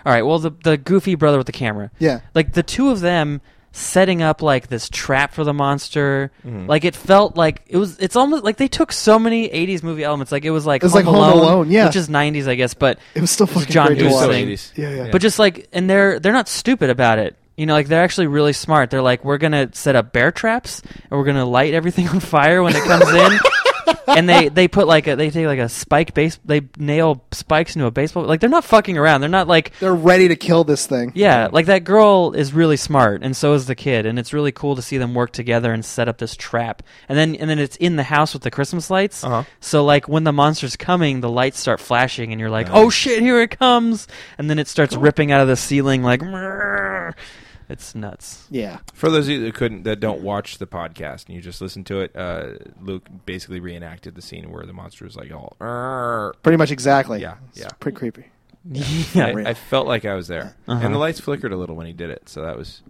Speaker 1: All right. Well, the the goofy brother with the camera.
Speaker 2: Yeah.
Speaker 1: Like the two of them setting up like this trap for the monster.
Speaker 3: Mm-hmm.
Speaker 1: Like it felt like it was. It's almost like they took so many '80s movie elements. Like it was like
Speaker 2: It was like Home Alone, yeah.
Speaker 1: which is '90s, I guess, but
Speaker 2: It was still
Speaker 1: It's
Speaker 2: fucking
Speaker 1: John
Speaker 2: great to
Speaker 3: It was so
Speaker 2: watch.
Speaker 1: Dustin.
Speaker 3: 80s.
Speaker 2: Yeah, yeah.
Speaker 1: but just like and they're they're not stupid about it you know like they're actually really smart they're like we're gonna set up bear traps and we're gonna light everything on fire when it comes in and they they put like a they take like a spike base they nail spikes into a baseball like they're not fucking around they're not like
Speaker 2: They're ready to kill this thing.
Speaker 1: yeah like that girl is really smart and so is the kid and it's really cool to see them work together and set up this trap and then and then it's in the house with the christmas lights
Speaker 3: Uh-huh.
Speaker 1: so like when the monster's coming the lights start flashing and you're like oh shit here it comes and then it starts ripping out of the ceiling like "Mrrr." it's nuts
Speaker 2: Yeah.
Speaker 3: For those of you that couldn't, that don't watch the podcast and you just listen to it, uh, Luke basically reenacted the scene where the monster is like all. "Arr."
Speaker 2: Pretty much exactly.
Speaker 3: Yeah,
Speaker 2: It's
Speaker 3: yeah.
Speaker 2: pretty creepy.
Speaker 1: yeah
Speaker 3: I, I felt like I was there,
Speaker 1: Uh-huh.
Speaker 3: and the lights flickered a little when he did it, so that was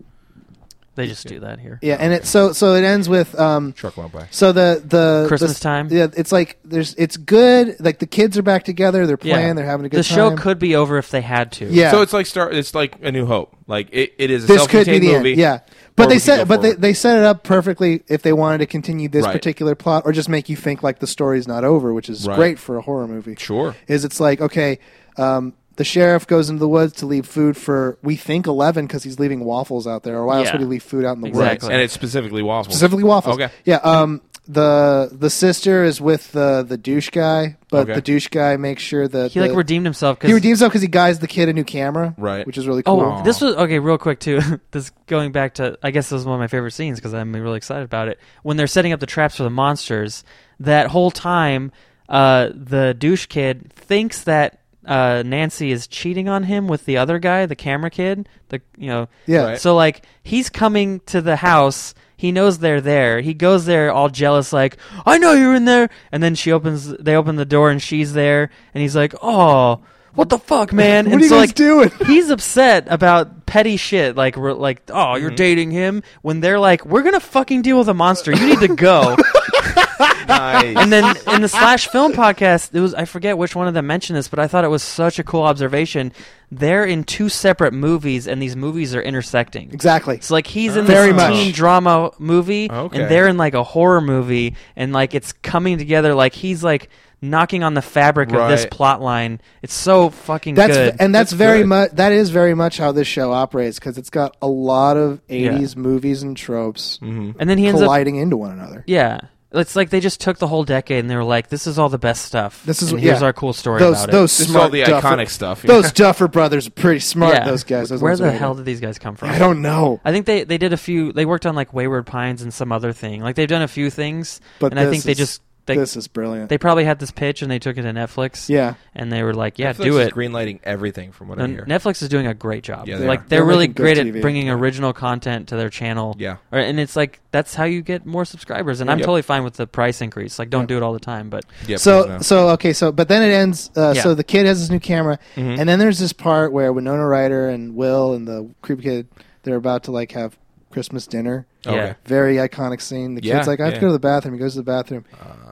Speaker 1: They just do that here.
Speaker 2: Yeah, and it so so it ends with um
Speaker 3: Truck went by.
Speaker 2: so the the
Speaker 1: Christmas
Speaker 2: the-
Speaker 1: time?
Speaker 2: Yeah, it's like there's it's good. Like the kids are back together. They're playing. They're having a good
Speaker 1: the
Speaker 2: time.
Speaker 1: show could be over if they had to.
Speaker 2: Yeah.
Speaker 3: So it's like Star. It's like A New Hope. Like it, it is a
Speaker 2: this could
Speaker 3: self-contained
Speaker 2: be the
Speaker 3: movie.
Speaker 2: end. Yeah. But
Speaker 3: or
Speaker 2: they
Speaker 3: we could go
Speaker 2: set but they,
Speaker 3: forward.
Speaker 2: they set it up perfectly if they wanted to continue this
Speaker 3: Right.
Speaker 2: particular plot or just make you think like the story's not over, which is
Speaker 3: Right.
Speaker 2: great for a horror movie.
Speaker 3: Sure.
Speaker 2: Is it's like, okay, um, the sheriff goes into the woods to leave food for we think eleven because he's leaving waffles out there, or why else
Speaker 1: Yeah.
Speaker 2: would he leave food out in the
Speaker 1: Exactly.
Speaker 2: woods?
Speaker 3: And it's specifically waffles.
Speaker 2: specifically waffles.
Speaker 3: Okay.
Speaker 2: Yeah. Um. The the sister is with the the douche guy, but
Speaker 3: Okay.
Speaker 2: the douche guy makes sure that
Speaker 1: He like
Speaker 2: the-
Speaker 1: redeemed himself
Speaker 2: he
Speaker 1: because
Speaker 2: redeems himself because he buys the kid a new camera,
Speaker 3: Right.
Speaker 2: Which is really cool.
Speaker 1: Oh, this was okay. Real quick too. this going back to I guess this was one of my favorite scenes because I'm really excited about it. When they're setting up the traps for the monsters, that whole time, uh, the douche kid thinks that uh, Nancy is cheating on him with the other guy, the camera kid. The you know,
Speaker 2: Yeah.
Speaker 3: Right.
Speaker 1: So like he's coming to the house. He knows they're there. He goes there all jealous, like I know you're in there. And then she opens. They open the door and she's there. And he's like, oh. What the fuck, man?
Speaker 2: What
Speaker 1: and
Speaker 2: are you
Speaker 1: so,
Speaker 2: guys
Speaker 1: like,
Speaker 2: doing?
Speaker 1: he's upset about petty shit like we're like oh
Speaker 3: Mm-hmm.
Speaker 1: you're dating him when they're like we're gonna fucking deal with a monster you need to go
Speaker 3: nice.
Speaker 1: and then in the slash film podcast it was i forget which one of them mentioned this but i thought it was such a cool observation they're in two separate movies and these movies are intersecting
Speaker 2: Exactly.
Speaker 1: it's like he's in
Speaker 2: Very
Speaker 1: this
Speaker 2: much.
Speaker 1: teen drama movie,
Speaker 3: Okay.
Speaker 1: and they're in like a horror movie, and like it's coming together. Like he's like knocking on the fabric of this
Speaker 3: Right.
Speaker 1: plot line. It's so fucking
Speaker 2: That's
Speaker 1: good.
Speaker 2: and that's
Speaker 3: That's
Speaker 2: very
Speaker 3: good.
Speaker 2: much that is very much how this show operates because it's got a lot of '80s movies and tropes
Speaker 3: Mm-hmm.
Speaker 1: and then he ends up
Speaker 2: colliding into one another.
Speaker 1: Yeah. It's like they just took the whole decade and they were like, "This is all the best stuff.
Speaker 2: This is
Speaker 1: and
Speaker 2: yeah.
Speaker 1: here's our cool story
Speaker 2: Those
Speaker 1: about
Speaker 2: those
Speaker 3: This is
Speaker 2: smart
Speaker 3: all the
Speaker 2: Duffer-
Speaker 3: iconic stuff.
Speaker 2: Those Duffer brothers are pretty
Speaker 1: it."
Speaker 2: smart.
Speaker 1: Yeah.
Speaker 2: Those guys. Those
Speaker 1: Where
Speaker 2: ones
Speaker 1: the
Speaker 2: that I
Speaker 1: hell
Speaker 2: know.
Speaker 1: did these guys come from?
Speaker 2: I don't know.
Speaker 1: I think they they did a few. They worked on like Wayward Pines and some other thing. Like they've done a few things,
Speaker 2: But
Speaker 1: and I
Speaker 2: this
Speaker 1: think they
Speaker 2: is-
Speaker 1: just they
Speaker 2: this is brilliant.
Speaker 1: they probably had this pitch and they took it to Netflix.
Speaker 2: yeah.
Speaker 1: and they were like, "Yeah,
Speaker 3: Netflix
Speaker 1: do
Speaker 3: is
Speaker 1: it."
Speaker 3: greenlighting everything from what I
Speaker 1: And
Speaker 3: hear.
Speaker 1: Netflix is doing a great job.
Speaker 3: Yeah, they
Speaker 1: like
Speaker 3: are.
Speaker 1: they're
Speaker 2: They're
Speaker 1: really
Speaker 2: making good
Speaker 1: great at
Speaker 2: TV.
Speaker 1: bringing original content to their channel.
Speaker 3: Yeah.
Speaker 1: Or- and it's like that's how you get more subscribers. And I'm
Speaker 3: Yep.
Speaker 1: totally fine with the price increase. Like, don't do it all the time, but
Speaker 3: Yep,
Speaker 2: so
Speaker 3: there's
Speaker 2: so okay so but then it ends uh,
Speaker 1: Yeah. Mm-hmm.
Speaker 2: so the kid has his new camera and then there's this part where Winona Ryder and Will and the creepy kid they're about to like have Christmas dinner
Speaker 3: no- okay.
Speaker 1: yeah.
Speaker 2: very iconic scene the
Speaker 3: Yeah,
Speaker 2: kid's like I have
Speaker 3: yeah.
Speaker 2: to go to the bathroom he goes to the bathroom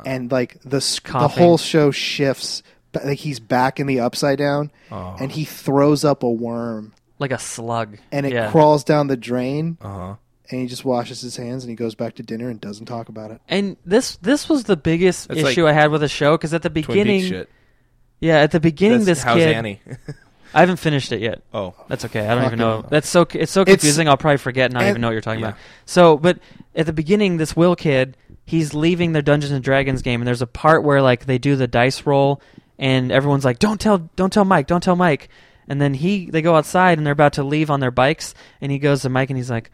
Speaker 2: and like the s- the
Speaker 1: Uh. Coughing.
Speaker 2: whole show shifts But, like he's back in the upside down
Speaker 3: Oh.
Speaker 2: and he throws up a worm
Speaker 1: like a slug.
Speaker 2: and it
Speaker 1: yeah.
Speaker 2: crawls down the drain
Speaker 3: Uh-huh.
Speaker 2: and he just washes his hands and he goes back to dinner and doesn't talk about it
Speaker 1: And this this was the biggest
Speaker 3: It's
Speaker 1: issue
Speaker 3: like
Speaker 1: I had with the show because at the
Speaker 3: Twin Peaks
Speaker 1: beginning,
Speaker 3: shit.
Speaker 1: yeah, at the beginning,
Speaker 3: That's-
Speaker 1: this
Speaker 3: how's
Speaker 1: kid,
Speaker 3: Annie?
Speaker 1: I haven't finished it yet.
Speaker 3: oh.
Speaker 1: That's okay. I don't even
Speaker 2: Fucking-
Speaker 1: know. That's so it's so
Speaker 2: It's-
Speaker 1: confusing. I'll probably forget and not
Speaker 2: and-
Speaker 1: even know what you're talking
Speaker 3: Yeah.
Speaker 1: about. So, but at the beginning, this Will kid, he's leaving their Dungeons and Dragons game, and there's a part where like they do the dice roll, and everyone's like, "Don't tell, don't tell Mike, don't tell Mike," and then he they go outside and they're about to leave on their bikes, and he goes to Mike and he's like,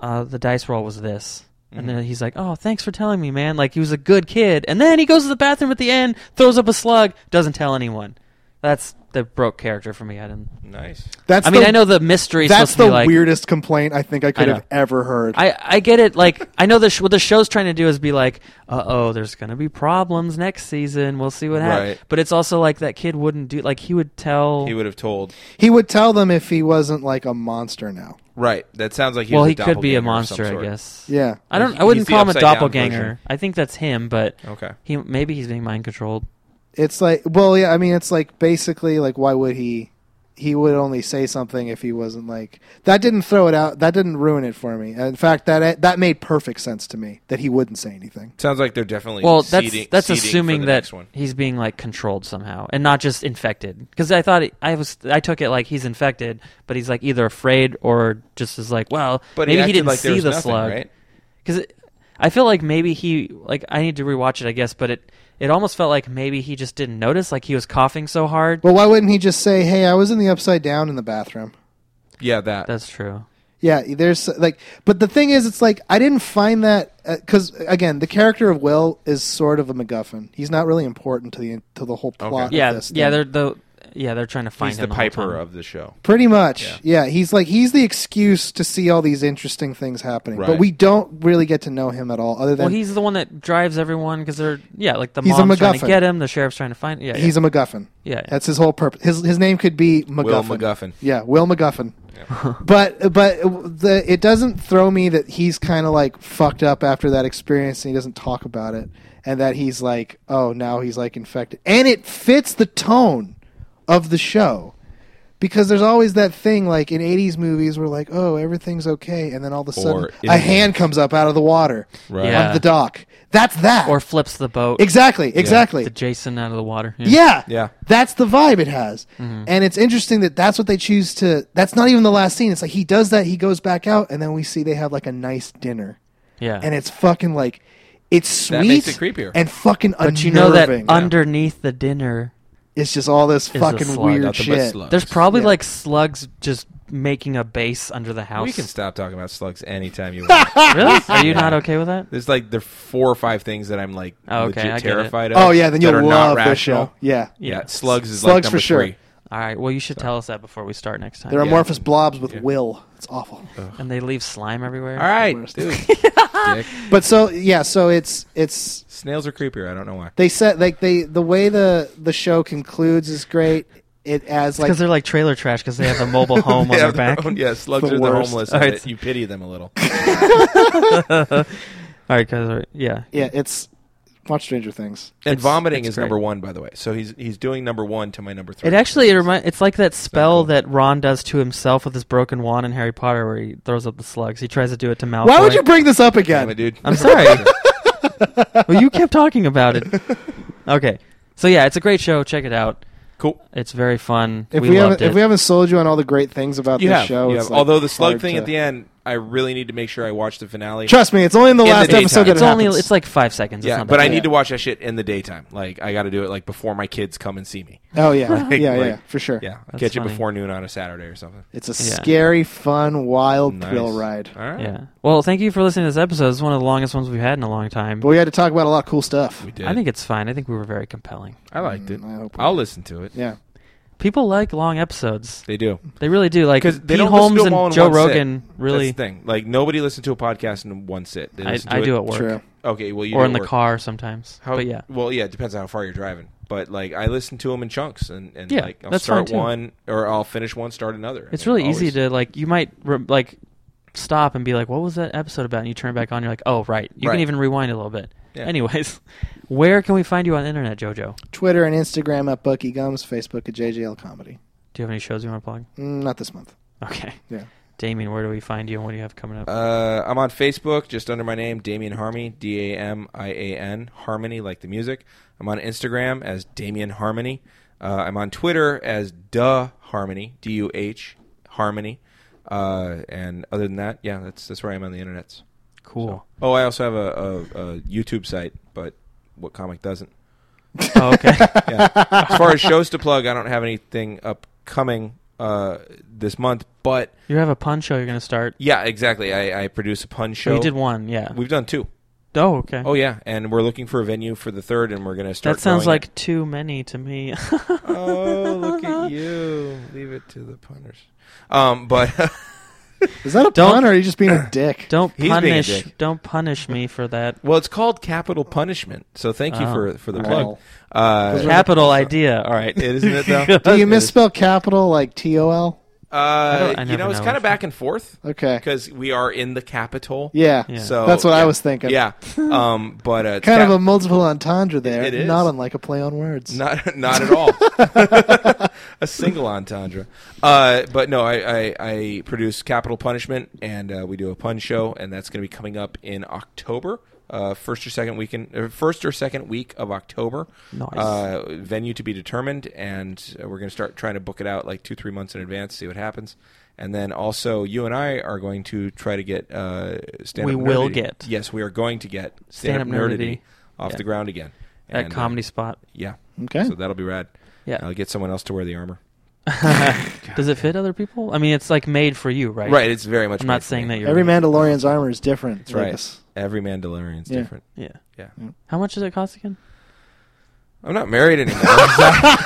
Speaker 1: uh, "The dice roll was this." And then he's like, "Oh, thanks for telling me, man. Like he was a good kid." And then he goes to the bathroom at the end, throws up a slug, doesn't tell anyone. That's the broke character for me. I didn't
Speaker 3: Nice.
Speaker 2: that's
Speaker 1: I mean,
Speaker 2: the-
Speaker 1: I know the mystery. Is
Speaker 2: that's
Speaker 1: supposed to
Speaker 2: the
Speaker 1: be like,
Speaker 2: weirdest complaint I think I could
Speaker 1: I know.
Speaker 2: have ever heard
Speaker 1: I, I get it. Like I know the sh- what the show's trying to do is be like, uh oh, there's gonna be problems next season. We'll see what happens.
Speaker 3: Right.
Speaker 1: But it's also like that kid wouldn't do. Like he would tell.
Speaker 3: He would have told.
Speaker 2: He would tell them if he wasn't like a monster now.
Speaker 3: Right. That sounds like he
Speaker 1: well,
Speaker 3: was
Speaker 1: he could be
Speaker 3: doppelganger
Speaker 1: a
Speaker 3: of
Speaker 1: monster,
Speaker 3: some
Speaker 1: I
Speaker 3: sort.
Speaker 1: guess.
Speaker 2: Yeah.
Speaker 1: I don't. I
Speaker 3: He's
Speaker 1: wouldn't
Speaker 3: the
Speaker 1: call him a
Speaker 3: upside down
Speaker 1: doppelganger.
Speaker 3: version.
Speaker 1: I think that's him, but
Speaker 3: Okay.
Speaker 1: he maybe he's being mind controlled.
Speaker 2: It's like well, yeah, I mean it's like basically like why would he he would only say something if he wasn't like that didn't throw it out that didn't ruin it for me. In fact, that that made perfect sense to me that he wouldn't say anything.
Speaker 3: Sounds like they're definitely
Speaker 1: Well, that's
Speaker 3: seeding-
Speaker 1: that's
Speaker 3: seeding for
Speaker 1: assuming
Speaker 3: the
Speaker 1: that
Speaker 3: next one.
Speaker 1: he's being like controlled somehow and not just infected. Because I thought it, I was I took it like he's infected, but he's like either afraid or just is like, well,
Speaker 3: But
Speaker 1: maybe
Speaker 3: he
Speaker 1: he,
Speaker 3: acted
Speaker 1: didn't
Speaker 3: like there
Speaker 1: see
Speaker 3: was
Speaker 1: the
Speaker 3: nothing,
Speaker 1: slug.
Speaker 3: right?
Speaker 1: because I feel like maybe he like I need to rewatch it, I guess, but it it almost felt like maybe he just didn't notice, like he was coughing so hard.
Speaker 2: Well, why wouldn't he just say, "Hey, I was in the upside down in the bathroom"?
Speaker 3: Yeah, that.
Speaker 1: That's true.
Speaker 2: Yeah, there's like, but the thing is, it's like I didn't find that because again, the character of Will is sort of a MacGuffin. He's not really important to the to the whole plot.
Speaker 3: Okay.
Speaker 2: of
Speaker 1: Yeah,
Speaker 2: this
Speaker 1: yeah.
Speaker 2: thing.
Speaker 1: They're the yeah, they're trying to find
Speaker 3: He's
Speaker 1: him
Speaker 3: the
Speaker 1: the whole
Speaker 3: Piper
Speaker 1: time.
Speaker 3: of the show.
Speaker 2: Pretty much, yeah. He's like he's the excuse to see all these interesting things happening, but
Speaker 3: Right.
Speaker 2: we don't really get to know him at all. Other than
Speaker 1: Well, he's the one that drives everyone because they're yeah, like the
Speaker 2: He's a
Speaker 1: mom's trying to
Speaker 2: MacGuffin.
Speaker 1: get him, the sheriff's trying to find. Yeah,
Speaker 2: he's a MacGuffin.
Speaker 1: yeah, yeah.
Speaker 2: That's his whole purpose. His his name could be MacGuffin.
Speaker 3: Will MacGuffin.
Speaker 2: Yeah, Will MacGuffin. but but the, it doesn't throw me that he's kind of like fucked up after that experience and he doesn't talk about it and that he's like oh now he's like infected and it fits the tone of the show because there's always that thing like in 80s movies where like oh everything's okay and then all of a sudden
Speaker 3: Or it
Speaker 2: a
Speaker 3: is.
Speaker 2: hand comes up out of the water
Speaker 3: Right.
Speaker 1: Yeah.
Speaker 2: of the dock that's that
Speaker 1: or flips the boat.
Speaker 2: exactly exactly
Speaker 1: The Jason out of the water.
Speaker 2: yeah.
Speaker 3: Yeah.
Speaker 2: That's the vibe it has.
Speaker 3: Mm-hmm.
Speaker 2: And it's interesting that that's what they choose to. That's not even the last scene. It's like he does that, he goes back out, and then we see they have like a nice dinner.
Speaker 1: yeah.
Speaker 2: And it's fucking like. It's sweet.
Speaker 3: That makes it creepier.
Speaker 2: And fucking unnerving.
Speaker 1: but you know that underneath the dinner,
Speaker 2: it's just all this
Speaker 1: a
Speaker 2: fucking
Speaker 1: slug.
Speaker 2: weird
Speaker 3: Nothing but
Speaker 2: shit.
Speaker 3: slug.
Speaker 1: there's probably
Speaker 2: Yeah.
Speaker 1: like slugs just making a base under the house.
Speaker 3: We can stop talking about slugs anytime you want.
Speaker 1: really? Are you not okay with that?
Speaker 3: There's like there are four or five things that I'm like
Speaker 1: Oh, okay, I
Speaker 3: legit
Speaker 1: get it.
Speaker 3: terrified of.
Speaker 2: Oh, yeah, then
Speaker 3: that
Speaker 2: you'll
Speaker 3: are not
Speaker 2: love this
Speaker 3: rational.
Speaker 2: show. Yeah.
Speaker 3: Yeah.
Speaker 1: Yeah.
Speaker 3: slugs is
Speaker 2: Slugs
Speaker 3: like
Speaker 2: for
Speaker 3: number
Speaker 2: sure.
Speaker 3: three.
Speaker 1: All right. Well, you should tell us that before we start next time.
Speaker 2: They're
Speaker 3: Yeah.
Speaker 2: amorphous blobs with
Speaker 3: Yeah. Uh.
Speaker 2: will. It's awful.
Speaker 1: and they leave slime everywhere.
Speaker 3: All right,
Speaker 2: worst.
Speaker 3: dude. Dick.
Speaker 2: But so, yeah, so it's. it's
Speaker 3: Snails are creepier. I don't know why.
Speaker 2: they said like they the way the the show concludes is great. It adds
Speaker 1: Because
Speaker 2: like
Speaker 1: they're like trailer trash because they have a mobile home on
Speaker 3: They
Speaker 1: their
Speaker 3: have
Speaker 1: back.
Speaker 3: own- yeah, slugs
Speaker 2: The
Speaker 3: are the
Speaker 2: worst.
Speaker 3: homeless.
Speaker 1: All
Speaker 3: and
Speaker 1: right.
Speaker 3: it- You pity them a little.
Speaker 1: All right, because yeah,
Speaker 2: yeah, it's watch Stranger Things.
Speaker 3: And
Speaker 1: It's-
Speaker 3: vomiting
Speaker 1: it's
Speaker 3: is number
Speaker 1: great.
Speaker 3: one, by the way. So he's he's doing number one to my number three.
Speaker 1: it actually it remind, it's like that spell that Ron does to himself with his broken wand in Harry Potter, where he throws up the slugs. He tries to do it to Malfoy.
Speaker 2: Why would you bring this up
Speaker 3: Damn
Speaker 2: again?
Speaker 3: it, dude.
Speaker 1: I'm sorry. well, Oh, you kept talking about it. Okay, so yeah, it's a great show. Check it out.
Speaker 3: Cool.
Speaker 1: It's very fun.
Speaker 2: If we,
Speaker 1: we, loved
Speaker 2: haven't
Speaker 1: it.
Speaker 2: if we haven't sold you on all the great things about
Speaker 3: You
Speaker 2: this
Speaker 3: have.
Speaker 2: show,
Speaker 3: you
Speaker 2: it's
Speaker 3: have.
Speaker 2: like,
Speaker 3: Although the slug
Speaker 2: hard
Speaker 3: thing
Speaker 2: to-
Speaker 3: at the end, I really need to make sure I watch the finale.
Speaker 2: Trust me, it's only in the
Speaker 3: In the
Speaker 2: last
Speaker 3: daytime.
Speaker 2: episode that
Speaker 1: it's
Speaker 2: it
Speaker 1: only
Speaker 2: happens.
Speaker 1: it's like five seconds. It's
Speaker 3: yeah,
Speaker 1: not
Speaker 3: but
Speaker 1: that
Speaker 3: I
Speaker 1: bad.
Speaker 3: need to watch that shit in the daytime. Like I got to do it like before my kids come and see me.
Speaker 2: oh yeah,
Speaker 3: Like-
Speaker 2: yeah, yeah,
Speaker 3: like-
Speaker 2: for sure.
Speaker 3: Yeah, I'll
Speaker 1: That's
Speaker 3: catch
Speaker 1: funny.
Speaker 3: it before noon on a Saturday or something.
Speaker 2: It's a
Speaker 1: Yeah.
Speaker 2: scary, fun, wild
Speaker 3: Nice.
Speaker 2: thrill ride.
Speaker 3: All right.
Speaker 1: Yeah. Well, thank you for listening to this episode. It's one of the longest ones we've had in a long time.
Speaker 2: But we had to talk about a lot of cool stuff. Mm,
Speaker 3: We did.
Speaker 1: I think it's fine. I think we were very compelling.
Speaker 3: I liked it.
Speaker 2: I hope we-
Speaker 3: I'll listen to it.
Speaker 2: Yeah,
Speaker 1: People like long episodes.
Speaker 3: They do.
Speaker 1: They really do. Like
Speaker 3: Because they
Speaker 1: Pete
Speaker 3: don't
Speaker 1: Holmes
Speaker 3: listen to 'em all
Speaker 1: and
Speaker 3: in
Speaker 1: Joe
Speaker 3: one sit.
Speaker 1: Rogan really.
Speaker 3: That's the thing. Like nobody listens to a podcast in one sit. They
Speaker 1: I,
Speaker 3: listen to
Speaker 1: I do at work
Speaker 2: true.
Speaker 3: Okay, well you
Speaker 1: or
Speaker 3: do
Speaker 1: in
Speaker 3: at
Speaker 1: the
Speaker 3: work.
Speaker 1: car sometimes.
Speaker 3: How,
Speaker 1: but yeah,
Speaker 3: Well, yeah, it depends on how far you're driving. But like, I listen to them in chunks, and, and
Speaker 1: Yeah,
Speaker 3: like, I'll
Speaker 1: that's fine,
Speaker 3: start
Speaker 1: too.
Speaker 3: one or I'll finish one, start another.
Speaker 1: it's
Speaker 3: I mean,
Speaker 1: really easy
Speaker 3: always.
Speaker 1: to like. You might re- like stop and be like, "What was that episode about?" And you turn it back on. You're like, "Oh, right." You
Speaker 3: Right.
Speaker 1: can even rewind a little bit.
Speaker 3: Yeah.
Speaker 1: Anyways, where can we find you on the internet, JoJo?
Speaker 2: Twitter and Instagram at Bucky Gums, Facebook at JJL Comedy.
Speaker 1: Do you have any shows you want to plug?
Speaker 2: Mm, not this month.
Speaker 1: Okay,
Speaker 2: Yeah.
Speaker 1: Damien, where do we find you and what do you have coming up?
Speaker 3: Uh, I'm on Facebook, just under my name, Damien Harmony, D A M I A N, Harmony, like the music. I'm on Instagram as Damien Harmony. Uh, I'm on Twitter as Duh Harmony, D U H Harmony. Uh, and other than that, yeah, that's that's where I am on the internets.
Speaker 1: cool.
Speaker 3: Oh, I also have a, a, a YouTube site, but what comic doesn't?
Speaker 1: Oh, okay.
Speaker 3: yeah. As far as shows to plug, I don't have anything upcoming uh, this month. But
Speaker 1: you have a pun show you're going to start.
Speaker 3: yeah, exactly. I, I produce a pun show.
Speaker 1: Oh, you did one, yeah.
Speaker 3: We've done two.
Speaker 1: oh, okay.
Speaker 3: Oh yeah, and we're looking for a venue for the third, and we're gonna start.
Speaker 1: that sounds
Speaker 3: growing
Speaker 1: like too many to me.
Speaker 3: it. oh, look at you! Leave it to the punters. Um, but
Speaker 2: Is that a
Speaker 1: Don't-
Speaker 2: pun or are you just being a dick?
Speaker 1: Don't
Speaker 3: He's being a
Speaker 1: punish.
Speaker 3: dick.
Speaker 1: Don't punish me for that.
Speaker 3: well, it's called capital punishment. So thank you
Speaker 1: Oh,
Speaker 3: for for the
Speaker 2: all
Speaker 3: plug.
Speaker 2: right.
Speaker 3: Uh,
Speaker 1: Capital idea. All right.
Speaker 3: It isn't it though.
Speaker 2: Do Oh, you
Speaker 3: It is.
Speaker 2: misspell capital like T O L?
Speaker 3: Uh,
Speaker 1: don't- I
Speaker 3: you
Speaker 1: never
Speaker 3: know, it's
Speaker 1: know.
Speaker 3: kind of back and forth
Speaker 2: Okay.
Speaker 3: because we are in the capital.
Speaker 2: Yeah.
Speaker 1: Yeah.
Speaker 3: So
Speaker 2: That's what I
Speaker 3: yeah.
Speaker 2: was thinking.
Speaker 3: Yeah. Um, but uh, it's
Speaker 2: Kind
Speaker 3: cap-
Speaker 2: of a multiple entendre there.
Speaker 3: It is.
Speaker 2: Not unlike a play on words.
Speaker 3: Not, not at all. a single entendre. Uh, but no, I, I, I produce Capital Punishment, and uh, we do a pun show, and that's going to be coming up in October. Uh, first or second weekend, or first or second week of October.
Speaker 1: Nice.
Speaker 3: Uh, venue to be determined, and uh, we're going to start trying to book it out like two, three months in advance, see what happens, and then also you and I are going to try to get uh, stand.
Speaker 1: We will get.
Speaker 3: Yes, we are going to get stand
Speaker 1: Stand-up
Speaker 3: up
Speaker 1: nerdity.
Speaker 3: nerdity, off
Speaker 1: Yeah.
Speaker 3: the ground again.
Speaker 1: That
Speaker 3: And, uh,
Speaker 1: comedy spot.
Speaker 3: yeah.
Speaker 2: Okay.
Speaker 3: So that'll be rad.
Speaker 1: Yeah.
Speaker 3: I'll get someone else to wear the armor.
Speaker 1: Does it fit other people? I mean, it's like made for you, right?
Speaker 3: Right. It's very much.
Speaker 1: I'm
Speaker 3: made
Speaker 1: not
Speaker 3: for
Speaker 1: saying
Speaker 3: me.
Speaker 1: that you're
Speaker 2: Every Mandalorian's armor is different.
Speaker 3: That's right.
Speaker 2: Lucas.
Speaker 3: Every Mandalorian's
Speaker 2: Yeah.
Speaker 3: different. Mm.
Speaker 1: Yeah.
Speaker 3: Yeah.
Speaker 1: How much does it cost again?
Speaker 3: I'm not married anymore.
Speaker 1: I'm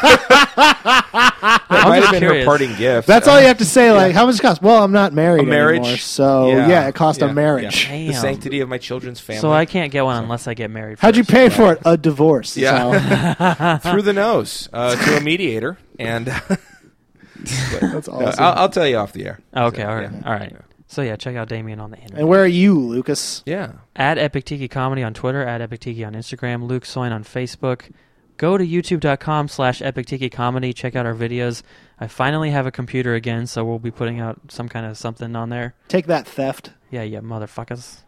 Speaker 3: might
Speaker 1: just
Speaker 3: have been
Speaker 1: curious.
Speaker 3: her parting gift.
Speaker 2: That's all you have to say. Like, how much it cost? Well, I'm not married
Speaker 3: A marriage.
Speaker 2: anymore, so yeah, it cost
Speaker 3: yeah,
Speaker 2: a marriage.
Speaker 3: yeah.
Speaker 1: Damn.
Speaker 3: The sanctity of my children's family.
Speaker 1: So I can't get one unless I get married.
Speaker 2: How'd you
Speaker 1: first.
Speaker 2: pay for it? A divorce. is how-
Speaker 3: Yeah. Through the nose uh, to a mediator. And uh,
Speaker 2: that's awesome.
Speaker 3: I'll, I'll tell you off the air.
Speaker 1: Oh, okay,
Speaker 3: So,
Speaker 1: all right,
Speaker 3: yeah.
Speaker 1: all right. So yeah, check out Damien on the internet.
Speaker 2: and where are you, Lucas?
Speaker 3: Yeah.
Speaker 1: at Epic Tiki Comedy on Twitter, at Epic Tiki on Instagram, Luke Soin on Facebook. Go to youtube.com slash Epic Tiki Comedy. Check out our videos. I finally have a computer again, so we'll be putting out some kind of something on there.
Speaker 2: Take that theft.
Speaker 1: Yeah, yeah, motherfuckers.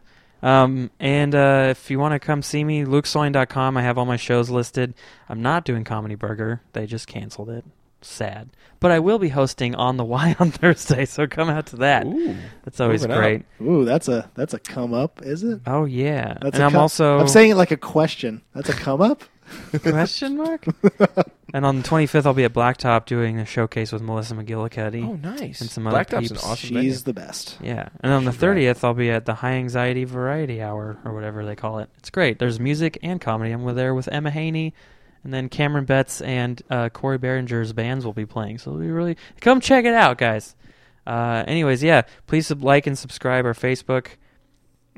Speaker 1: Um, and uh, if you want to come see me, lukesoin.com. I have all my shows listed. I'm not doing Comedy Burger. They just canceled it. Sad. But I will be hosting On the Y on Thursday, so come out to that.
Speaker 3: Ooh.
Speaker 1: That's always
Speaker 3: moving up.
Speaker 1: great.
Speaker 2: Ooh, that's a that's a come up, is it?
Speaker 1: Oh, yeah.
Speaker 2: That's
Speaker 1: and
Speaker 2: a
Speaker 1: I'm
Speaker 2: come-
Speaker 1: also...
Speaker 2: I'm saying it like a question. That's a come up.
Speaker 1: Question mark? and on the 25th, I'll be at Blacktop doing a showcase with Melissa McGillicuddy.
Speaker 3: Oh, nice.
Speaker 1: And some other
Speaker 3: Blacktop's an
Speaker 1: peeps.
Speaker 3: awesome venue.
Speaker 2: She's the best.
Speaker 1: Yeah. And on the
Speaker 3: She's rad.
Speaker 1: 30th, I'll be at the High Anxiety Variety Hour or whatever they call it. It's great. There's music and comedy. I'm with- there with Emma Haney. And then Cameron Betts and uh, Corey Behringer's bands will be playing. So it'll be really. Come check it out, guys. Uh, anyways, yeah. Please sub- like and subscribe our Facebook.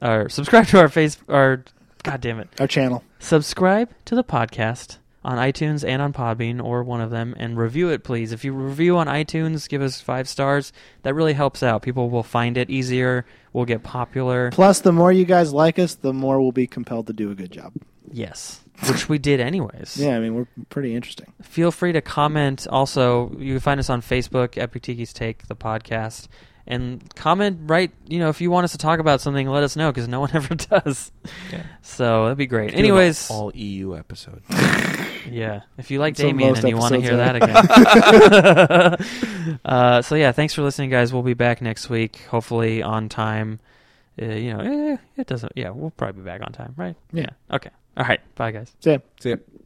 Speaker 1: Or subscribe to our face. Our. God damn it.
Speaker 2: Our channel.
Speaker 1: Subscribe to the podcast on iTunes and on Podbean or one of them and review it, please. If you review on iTunes, give us five stars. That really helps out. People will find it easier. We'll get popular.
Speaker 2: Plus, the more you guys like us, the more we'll be compelled to do a good job.
Speaker 1: Yes. Which we did, anyways.
Speaker 2: Yeah, I mean, we're pretty interesting.
Speaker 1: Feel free to comment. Also, you can find us on Facebook, Epic Tiki's Take, the podcast. And comment, right? You know, if you want us to talk about something, let us know because no one ever does.
Speaker 3: Yeah.
Speaker 1: So that'd be great.
Speaker 3: Doing an
Speaker 1: Anyways,
Speaker 3: all EU episode.
Speaker 1: Yeah. If you like
Speaker 2: That's what
Speaker 1: Damien
Speaker 2: most
Speaker 1: and you want to hear that
Speaker 2: episodes
Speaker 1: again. uh, so, yeah, thanks for listening, guys. We'll be back next week, hopefully on time. Uh, you know, eh, it doesn't. Yeah, we'll probably be back on time, right?
Speaker 2: Yeah.
Speaker 1: Okay. All right. Bye, guys.
Speaker 2: So, yeah.
Speaker 3: See ya.